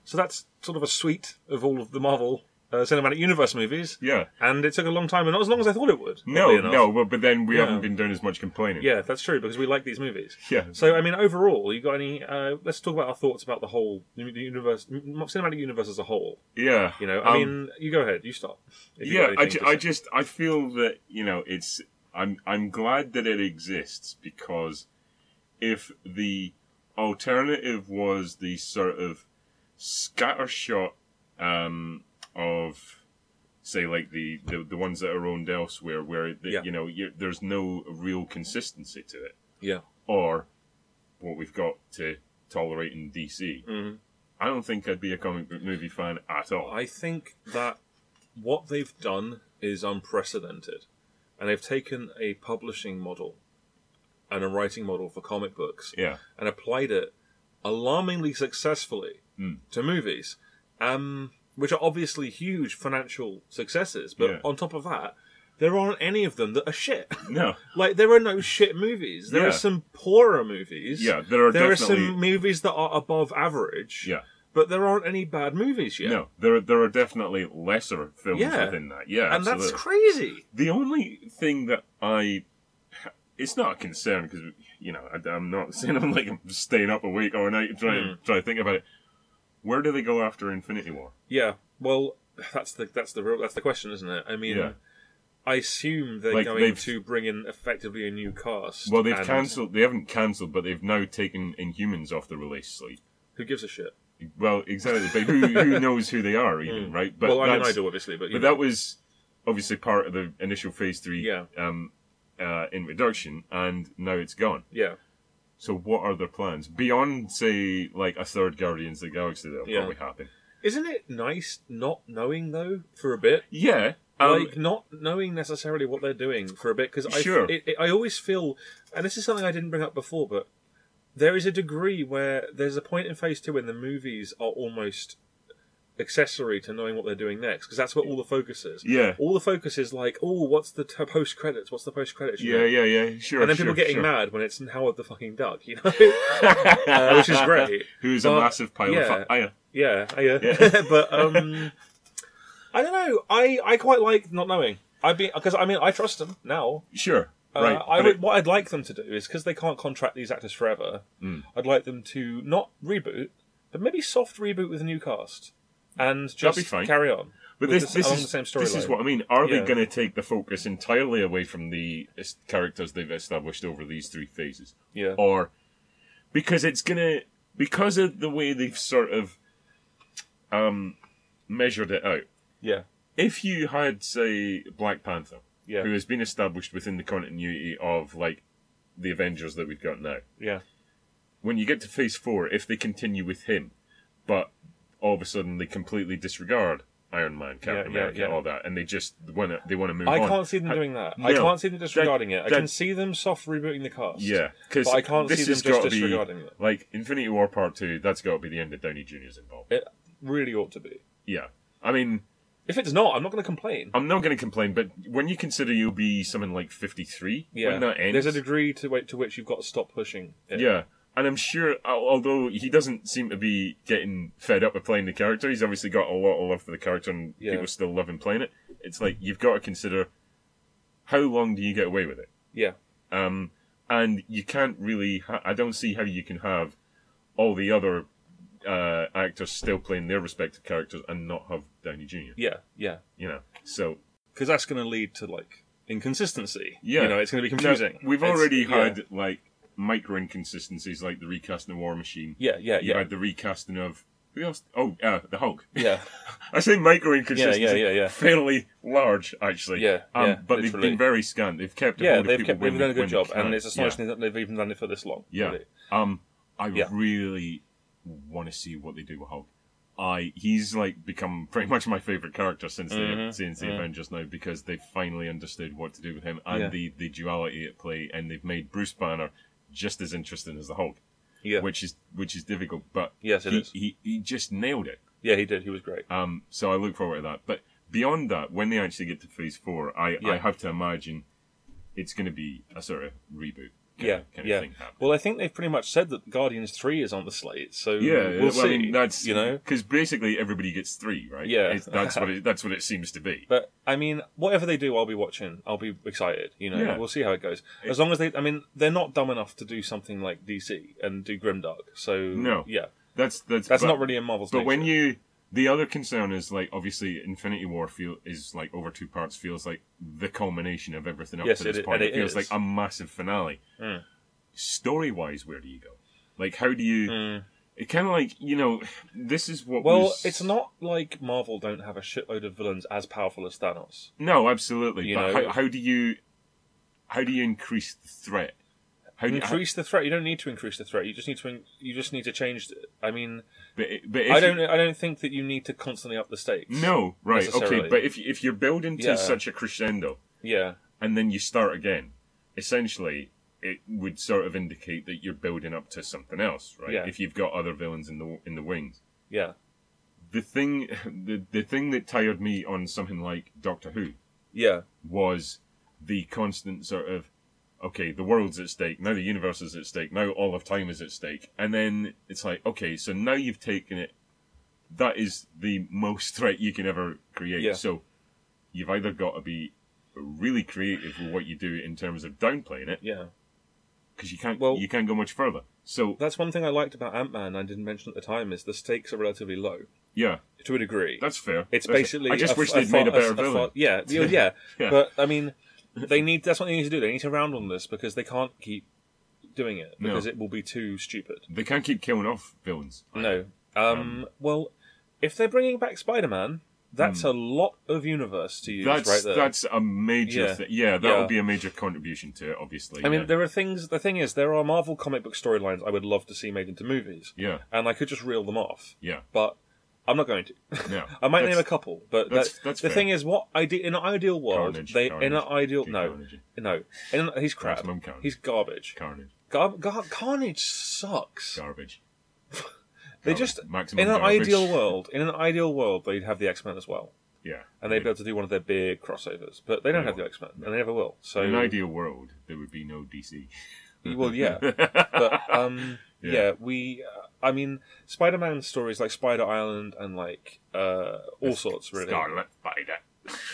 D: So that's sort of a suite of all of the Marvel uh, Cinematic Universe movies.
B: Yeah.
D: And it took a long time, and not as long as I thought it would.
B: No,
D: oddly enough.
B: no, but, but then we
D: Yeah.
B: haven't been doing as much complaining.
D: Yeah, that's true because we like these movies.
B: yeah.
D: So, I mean, overall, you got any? Uh, let's talk about our thoughts about the whole the universe, cinematic universe as a whole.
B: yeah.
D: You know, I
B: Um,
D: mean, you go ahead, you stop. if you've
B: yeah
D: got
B: I,
D: anything
B: ju-
D: to
B: I
D: say.
B: just i feel that you know it's i'm i'm glad that it exists because if the alternative was the sort of scattershot um of say like the the, the ones that are owned elsewhere where the,
A: Yeah.
B: you know you there's no real consistency to it
A: Yeah.
B: or what we've got to tolerate in dc
A: Mhm.
B: i don't think i'd be a comic book movie fan at all
A: I think that what they've done is unprecedented. And they've taken a publishing model and a writing model for comic books
B: yeah
A: and applied it alarmingly successfully
B: Mm.
A: to movies, um, which are obviously huge financial successes. But
B: Yeah.
A: on top of that, there aren't any of them that are shit.
B: no
A: like, there are no shit movies. There
B: Yeah.
A: are some poorer movies.
B: yeah there are
A: There are
B: definitely
A: some movies that are above average.
B: Yeah.
A: But there aren't any bad movies yet.
B: No, there are, there are definitely lesser films
A: Yeah.
B: within that. Yeah,
A: and
B: absolutely.
A: that's crazy.
B: the only thing that I it's not a concern because you know I, I'm not saying I'm like staying up a week or a night trying
A: Hmm.
B: trying to think about it. Where do they go after Infinity War?
A: Yeah. Well, that's the that's the real that's the question, isn't it? I mean,
B: Yeah.
A: I assume they're
B: Like,
A: going
B: they've-
A: to bring in effectively a new cast.
B: Well, they've
A: and
B: cancelled. They haven't cancelled, but they've now taken Inhumans off the release slate.
A: Who gives a shit?
B: Well, exactly. But who
A: (laughs)
B: who knows who they are even right? But
A: Hmm. well, I mean, I
B: that's-
A: do obviously, but, you
B: But
A: know.
B: that was obviously part of the initial Phase Three
A: Yeah.
B: um, uh, introduction, and now it's gone.
A: yeah,
B: So what are their plans beyond, say, like a third Guardians of the Galaxy that'll
A: Yeah.
B: probably happen?
A: isn't it nice not knowing though for a bit?
B: Yeah, um,
A: like not knowing necessarily what they're doing for a bit because I
B: Sure.
A: it, it, I always feel, and this is something I didn't bring up before, but there is a degree where there's a point in Phase Two when the movies are almost accessory to knowing what they're doing next because that's where all the focus is.
B: yeah,
A: All the focus is like, oh, what's the t- post credits? What's the post credits?
B: yeah, yeah, yeah. Sure,
A: and then people
B: sure,
A: getting
B: sure.
A: mad when it's Howard the fucking Duck, you know, (laughs) Uh, which is great.
B: Who is a
A: But,
B: massive pile
A: yeah.
B: of fire? Oh,
A: Yeah, yeah.
B: Yeah.
A: (laughs) but um, I don't know. I I quite like not knowing. I'd be because I mean I trust them now.
B: Sure,
A: Uh,
B: right. but
A: I would,
B: it-
A: what I'd like them to do is because they can't contract these actors forever.
B: Hmm.
A: I'd like them to not reboot, but maybe soft reboot with a new cast and just
B: be fine.
A: carry on.
B: but
A: with
B: this, this
A: along
B: is
A: the same storyline.
B: this is what I mean. Are
A: Yeah.
B: they going to take the focus entirely away from the es- characters they've established over these three phases?
A: Yeah.
B: or because it's gonna because of the way they've sort of um measured it out.
A: Yeah.
B: if you had say Black Panther,
A: Yeah.
B: who has been established within the continuity of like the Avengers that we've got now,
A: Yeah.
B: when you get to Phase Four, if they continue with him, but all of a sudden they completely disregard Iron Man, Captain
A: Yeah, yeah,
B: America,
A: yeah.
B: all that, and they just want to they want to move
A: I
B: on.
A: can't see them
B: I-
A: doing that. I
B: No.
A: can't see them disregarding it. I
B: that-
A: can see them soft rebooting the cast.
B: Yeah, because
A: But I can't
B: this
A: see them
B: has
A: just
B: got to be
A: disregarding it.
B: like Infinity War Part Two. That's got to be the end of Downey Jr.'s involvement.
A: It really ought to be.
B: Yeah, I mean,
A: If it's not, I'm not going to complain.
B: I'm not going to complain, but when you consider you'll be something like 53
A: Yeah,
B: when that ends,
A: there's a degree to wait to which you've got to stop pushing. It.
B: Yeah, and I'm sure, al- although he doesn't seem to be getting fed up with playing the character, he's obviously got a lot of love for the character and
A: Yeah.
B: people still love him playing it. It's like, you've got to consider how long do you get away with it?
A: yeah,
B: Um, and you can't really, ha- I don't see how you can have all the other uh, actors still playing their respective characters and not have Downey Jr.,
A: yeah, yeah.
B: you know? So
D: because that's going to lead to like inconsistency.
B: Yeah.
D: you know, it's going to be
B: No,
D: confusing.
B: we've
A: It's-
B: already
A: yeah.
B: had like micro inconsistencies, like the recasting of War Machine.
A: Yeah, yeah,
B: You
A: Uh, yeah,
B: had the recasting of who else? Oh, uh, the Hulk.
A: yeah,
B: (laughs) I say micro inconsistencies.
A: Yeah, yeah, yeah, yeah.
B: Fairly large, actually.
A: Yeah,
B: um,
A: yeah,
B: but they've
A: literally.
B: been very scant. They've kept.
A: yeah.
B: hold of
A: They've
B: people
A: kept,
B: when-
A: they've done a
B: when
A: good
B: they
A: job,
B: can.
A: and it's
B: yeah.
A: astonishing that they've even done it for this long.
B: Yeah.
A: really.
B: Um, I
A: Yeah.
B: really want to see what they do with Hulk. I he's like become pretty much my favorite character since
A: Mm-hmm,
B: the since the Avengers now because they finally understood what to do with him and
A: Yeah.
B: the the duality at play and they've made Bruce Banner just as interesting as the Hulk,
A: yeah,
B: which is which is difficult, but
A: Yes, it
B: he,
A: is.
B: he he just nailed it.
A: yeah. He did. He was great.
B: Um, so I look forward to that. But beyond that, when they actually get to Phase Four, I
A: Yeah.
B: I have to imagine it's going to be a sort of reboot. Kind
A: Yeah,
B: of, kind
A: yeah.
B: Of thing happening.
A: Well, I think they've pretty much said that Guardians Three is on the slate, so
B: Yeah,
A: we'll
B: well,
A: see.
B: I mean, that's
A: you know.
B: because basically everybody gets three, right?
A: Yeah.
B: It's- that's what it, that's what it seems to be.
A: But I mean, whatever they do, I'll be watching. I'll be excited. You know,
B: Yeah.
A: we'll see how it goes. As long as they, I mean, they're not dumb enough to do something like DC and do Grimdark. So
B: No.
A: yeah,
B: That's that's
A: that's
B: but-
A: not really in Marvel's.
B: But when
A: nature.
B: you the other concern is like obviously Infinity War feel is like over two parts feels like the culmination of everything up
A: Yes,
B: to this
A: it-
B: point.
A: and
B: It,
A: it
B: feels
A: is. Hmm.
B: like a massive finale. Story wise, where do you go? Like, how do you? It kind of like you know, this is what
A: Hmm. well,
B: was-
A: it's not like Marvel don't have a shitload of villains as powerful as Thanos.
B: No, absolutely.
A: You
B: but
A: know-
B: how, how do you? How do you increase the threat? How do you? how-
A: Increase the threat. You don't need to increase the threat. You just need to. In, you just need to change. The, I mean,
B: but, it- but if
A: I
B: you-
A: don't. I don't think that you need to constantly up the stakes.
B: No, right, okay,
A: necessarily.
B: but if if you're building to
A: Yeah.
B: such a crescendo
A: Yeah.
B: and then you start again, essentially it would sort of indicate that you're building up to something else, right?
A: Yeah.
B: If you've got other villains in the in the wings.
A: Yeah.
B: The thing (laughs) the, the thing that tired me on something like Doctor Who
A: Yeah.
B: was the constant sort of okay, the world's at stake, now the universe is at stake, now all of time is at stake. And then it's like, okay, so now you've taken it that is the most (laughs) threat you can ever create.
A: Yeah.
B: So you've either got to be really creative with what you do in terms of downplaying it
A: Yeah.
B: because you can't
A: Well-
B: you can't go much further. So
A: That's one thing I liked about Ant Man. I didn't mention at the time is the stakes are relatively low
B: yeah,
A: to a degree.
B: that's fair.
A: It's
B: That's-
A: basically.
B: I just
A: a-
B: wish
A: a
B: they'd made a
A: fa-
B: better
A: fa-
B: villain. (laughs)
A: yeah, yeah, yeah.
B: Yeah.
A: But I mean, they need. That's what they need to do. They need to round on this because they can't keep doing it
B: No.
A: because it will be too stupid.
B: They can't keep killing off villains.
A: No. Um, well, if they're bringing back Spider-Man, that's a lot of universe to use
B: Hmm. That's
A: right there.
B: that's a major
A: Yeah.
B: thing. Yeah, that
A: Yeah.
B: would be a major contribution to it. Obviously,
A: I mean,
B: yeah.
A: there are things. The thing is, there are Marvel comic book storylines I would love to see made into movies,
B: yeah,
A: and I could just reel them off,
B: yeah,
A: but I'm not going to.
B: yeah.
A: (laughs) I might
B: That's-
A: name a couple, but
B: that's-
A: that-
B: that's
A: the
B: fair.
A: thing is, what I do in an ideal world,
B: Carnage,
A: they in an
B: Carnage,
A: ideal
B: do
A: no,
B: Carnage.
A: no, in an- he's crap.
B: Maximum Carnage.
A: He's garbage.
B: Carnage,
A: Gar- gar- carnage sucks.
B: garbage.
A: they
B: Carnage.
A: just
B: Maximum
A: in an
B: garbage. (laughs)
A: ideal world, in an ideal world, they'd have the X Men as well,
B: Yeah,
A: and they'd be able to do one of their big crossovers. But they don't
B: They
A: have the
B: won't.
A: X Men, and they never will. So
B: In an ideal world, there would be no DC. (laughs)
A: well, yeah, but um,
B: Yeah.
A: yeah. we. Uh, I mean, Spider Man stories like Spider Island and like uh, all sorts really.
B: Scarlet Spider.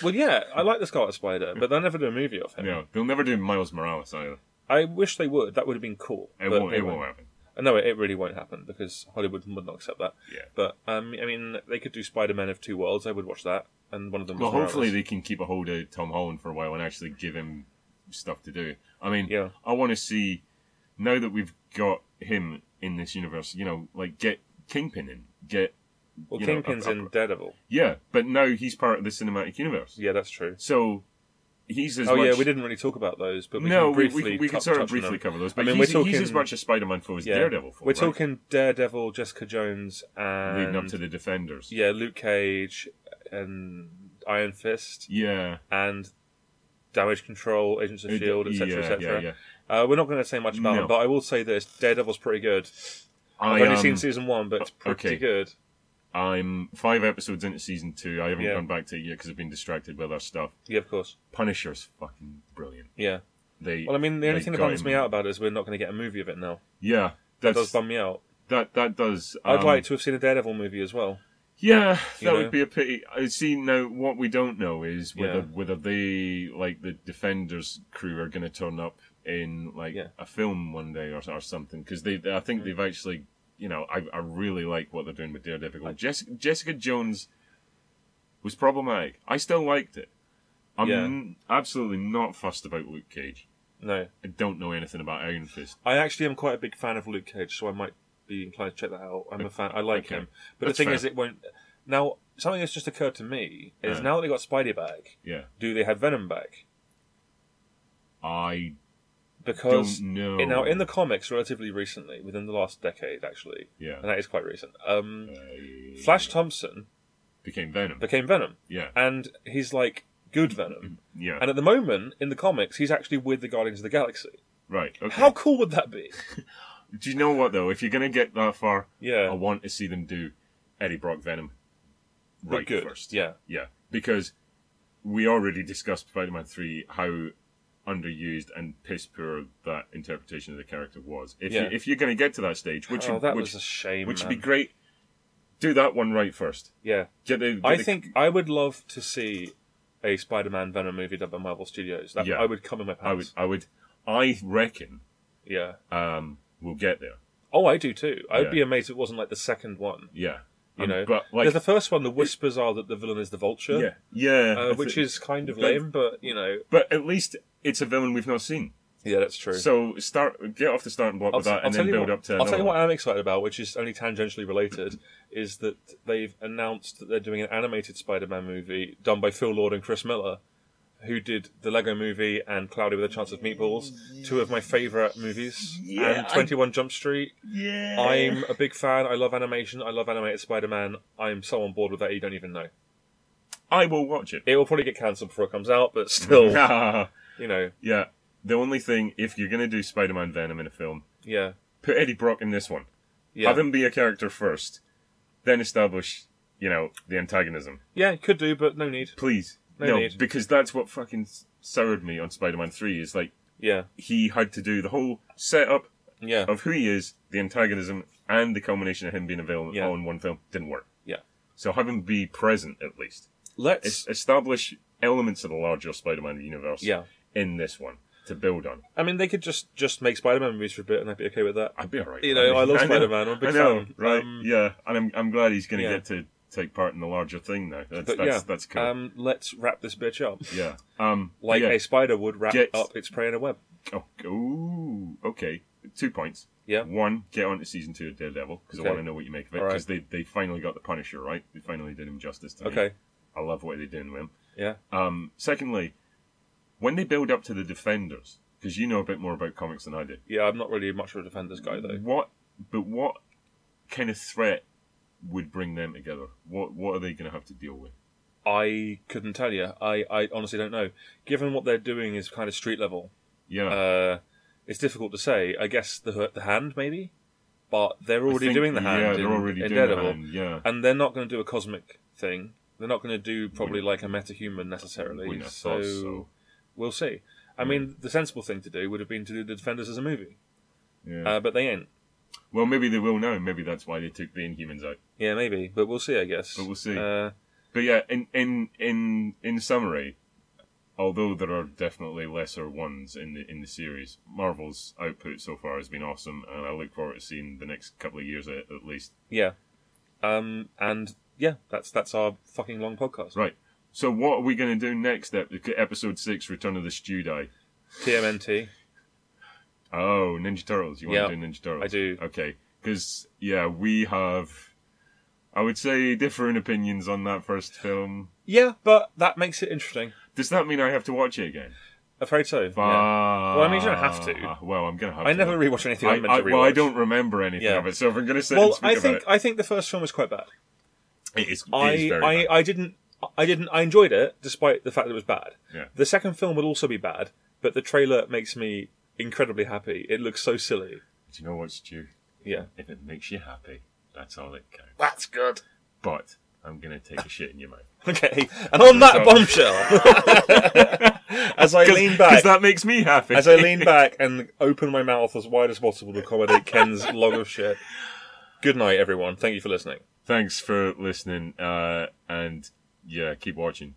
A: Well, yeah, I like the Scarlet Spider, but they'll never do a movie of him.
B: No, they'll never do Miles Morales either.
A: I wish they would. That would have been cool.
B: It
A: but
B: won't.
A: they
B: It won't happen.
A: Uh, No, it, it really won't happen because Hollywood would not accept that.
B: Yeah.
A: But um, I mean, they could do Spider-Man of Two Worlds. I would watch that, and one of them.
B: Well,
A: Was
B: hopefully
A: Morales.
B: they can keep a hold of Tom Holland for a while and actually give him stuff to do. I mean,
A: Yeah.
B: I want to see now that we've got him in this universe. You know, like get Kingpin in, get
A: well,
B: you know,
A: Kingpin's
B: up-
A: in
B: up-
A: Daredevil.
B: yeah. But now he's part of the cinematic universe,
A: Yeah, that's true.
B: so he's as
A: Oh
B: much.
A: yeah, we didn't really talk about those, but we
B: no,
A: can
B: we,
A: briefly
B: we, can- we can
A: tou-
B: sort of
A: touch on
B: briefly
A: them.
B: cover those, but
A: I mean,
B: he's,
A: we're talking-
B: he's as much a Spider-Man for as
A: Yeah.
B: Daredevil for.
A: We're um,
B: right?
A: talking Daredevil, Jessica Jones, and
B: leading up to the Defenders.
A: yeah, Luke Cage, and Iron Fist
B: Yeah.
A: and Damage Control, Agents of Shield, etc.,
B: yeah,
A: etc.
B: yeah, yeah.
A: Uh, we're not going to say much about
B: No.
A: them, but I will say this: Daredevil's pretty good.
B: I,
A: I've only
B: um,
A: seen season one, but it's pretty
B: okay.
A: good.
B: I'm five episodes into season two. I haven't
A: Yeah.
B: gone back to it yet because I've been distracted by other stuff.
A: Yeah, of course.
B: Punisher's fucking brilliant.
A: Yeah.
B: They.
A: Well, I mean, the only
B: they
A: thing that
B: got
A: bums
B: him.
A: me out about it is we're not going to get a movie of it now.
B: Yeah,
A: That does
B: that's,
A: bum me out.
B: that that does.
A: I'd
B: um,
A: like to have seen a Daredevil movie as well.
B: Yeah, that
A: You know?
B: would be a pity. I see now what we don't know is whether
A: Yeah.
B: whether they like the Defenders crew are going to turn up in like
A: Yeah. Mm.
B: a film one day or, or something because they I think they've actually you know I, I really like what they're doing with Daredevil. Jessica, Jessica Jones was problematic. I still liked it. I'm
A: Yeah.
B: n- absolutely not fussed about Luke Cage.
A: No,
B: I don't know anything about Iron Fist.
A: I actually am quite a big fan of Luke Cage, so I might be inclined to check that out. I'm a fan. I like
B: Okay.
A: him, but
B: That's
A: the thing
B: fair.
A: is, it won't. Now, something that's just occurred to me is
B: Uh.
A: now that they got Spidey back,
B: Yeah,
A: do they have Venom back?
B: I
A: Because
B: don't know.
A: now in the comics, relatively recently, within the last decade actually,
B: yeah
A: and that is quite recent, um,
B: uh,
A: Flash Thompson
B: became Venom.
A: became Venom,
B: Yeah,
A: and he's like good Venom.
B: yeah.
A: And at the moment, in the comics, he's actually with the Guardians of the Galaxy.
B: Right. Okay.
A: How cool would that be?
B: Do you know what though? If you're gonna get that far, I
A: Yeah,
B: want to see them do Eddie Brock Venom
A: but
B: right
A: good.
B: first.
A: Yeah,
B: Yeah. Because we already discussed Spider-Man Three how underused and piss poor that interpretation of the character was. If
A: Yeah.
B: you, if you're gonna get to that stage, which
A: oh,
B: would,
A: that
B: which,
A: was a shame.
B: which would
A: man.
B: be great, do that one right first.
A: Yeah.
B: Get the. Get
A: I
B: the-
A: think I would love to see a Spider-Man Venom movie done by Marvel Studios. That
B: Yeah.
A: I would come in my pants.
B: I would. I would. I reckon
A: Yeah.
B: um, we'll get there.
A: Oh, I do too. I would
B: Yeah.
A: be amazed if it wasn't like the second one.
B: Yeah.
A: You
B: Um,
A: know,
B: but like,
A: There's the first one. The whispers are that the villain is the Vulture.
B: yeah, yeah, (laughs)
A: Uh, which is kind of lame, but you know.
B: But at least it's a villain we've not seen.
A: Yeah, that's true.
B: So start get off the starting block
A: I'll,
B: with that,
A: I'll
B: and
A: tell
B: then
A: you
B: build
A: what,
B: up to.
A: I'll tell
B: another
A: you what
B: one.
A: I'm excited about, which is only tangentially related, (clears throat) is that they've announced that they're doing an animated Spider-Man movie done by Phil Lord and Chris Miller, who did the Lego Movie and Cloudy with a Chance of Meatballs, two of my favorite movies,
B: Yeah,
A: and 21 Jump Street.
B: Yeah,
A: I'm a big fan. I love animation. I love animated Spider-Man. I'm so on board with that. You don't even know.
B: I will watch it.
A: It will probably get cancelled before it comes out, but
B: (laughs)
A: still, you know,
B: yeah. The only thing, if you're gonna do Spider-Man Venom in a film,
A: yeah,
B: put Eddie Brock in this one.
A: yeah,
B: Have him be a character first, then establish, you know, the antagonism.
A: yeah. Could do, but no need.
B: Please,
A: No need.
B: because that's what fucking soured me on Spider-Man Three. Is like
A: Yeah,
B: he had to do the whole setup
A: yeah.
B: of who he is, the antagonism, and the culmination of him being available
A: Yeah.
B: all in one film didn't work.
A: Yeah.
B: So have him be present at least.
A: Let's.
B: Es- establish elements of the larger Spider-Man universe.
A: Yeah.
B: In this one to build on,
A: I mean, they could just just make Spider-Man movies for a bit, and I'd be okay with that.
B: I'd be alright.
A: You know, I love Spider-Man, I'm a big
B: I know,
A: fan.
B: right?
A: Um,
B: yeah, and I'm I'm glad he's going to
A: yeah.
B: get to take part in the larger thing now. That's
A: But
B: that's,
A: yeah,
B: that's cool.
A: Um, let's wrap this bitch up
B: yeah. Um.
A: like
B: yeah.
A: a spider would wrap
B: Get-
A: up its prey in a web.
B: Oh, ooh, okay. Two points.
A: Yeah.
B: One, get on to season two of Daredevil because
A: Okay.
B: I want to know what you make of it
A: All right.
B: because they, they finally got the Punisher right. They finally did him justice. To me.
A: Okay.
B: I love what they're doing with him.
A: Yeah.
B: Um, secondly, when they build up to the Defenders, because you know a bit more about comics than I do.
A: Yeah, I'm not really much of a defenders guy though.
B: What? But what kind of threat would bring them together? What What are they going to have to deal with?
A: I couldn't tell you. I, I honestly don't know. Given what they're doing is kind of street level,
B: Yeah.
A: uh, it's difficult to say. I guess the the hand maybe, but they're
B: I
A: already
B: think-
A: doing the hand.
B: Yeah,
A: in,
B: they're already
A: in
B: doing
A: Daredevil.
B: the hand. Yeah.
A: and they're not going to do a cosmic thing. They're not going to do probably like a metahuman necessarily.
B: Wouldn't have
A: so,
B: thought so.
A: we'll see. I
B: Hmm.
A: mean, the sensible thing to do would have been to do the Defenders as a movie,
B: Yeah.
A: uh, but they ain't.
B: well, maybe they will now. Maybe that's why they took the Inhumans out.
A: Yeah, maybe, but we'll see. I guess.
B: But we'll see.
A: Uh,
B: But yeah, in in in in summary, although there are definitely lesser ones in the in the series, Marvel's output so far has been awesome, and I look forward to seeing the next couple of years at, at least.
A: yeah. Um, and yeah, that's that's our fucking long podcast.
B: Right. So what are we going to do next? Ep- episode six, Return of the Studi.
A: TMNT.
B: Oh, Ninja Turtles. You want
A: Yeah,
B: to do Ninja Turtles?
A: I do.
B: Okay, because yeah, we have. I would say differing opinions on that first film.
A: Yeah, but that makes it interesting.
B: Does that mean I have to watch it again?
A: Afraid so. yeah.
B: Well,
A: I mean, you don't have to.
B: Well, I'm gonna have
A: I
B: to.
A: never rewatch anything I, am meant
B: I,
A: to rewatch.
B: well, I don't remember anything
A: Yeah.
B: of it, so if I'm going to sit
A: Well,
B: and speak
A: I
B: about
A: think
B: it,
A: I think the first film was quite bad.
B: it is, it is
A: I
B: very
A: I,
B: bad.
A: I didn't I didn't. I enjoyed it despite the fact that it was bad.
B: Yeah.
A: The second film would also be bad, but the trailer makes me incredibly happy. It looks so silly.
B: Do you know what, Stu?
A: Yeah.
B: If it makes you happy, that's all it counts.
C: That's good.
B: But I'm gonna take a shit in your mouth.
A: Okay. And on that bombshell, as I lean back,
B: Because that makes me happy.
A: as I lean back and open my mouth as wide as possible to accommodate Ken's log of shit. Good night, everyone. Thank you for listening.
B: Thanks for listening, uh, and yeah, keep watching.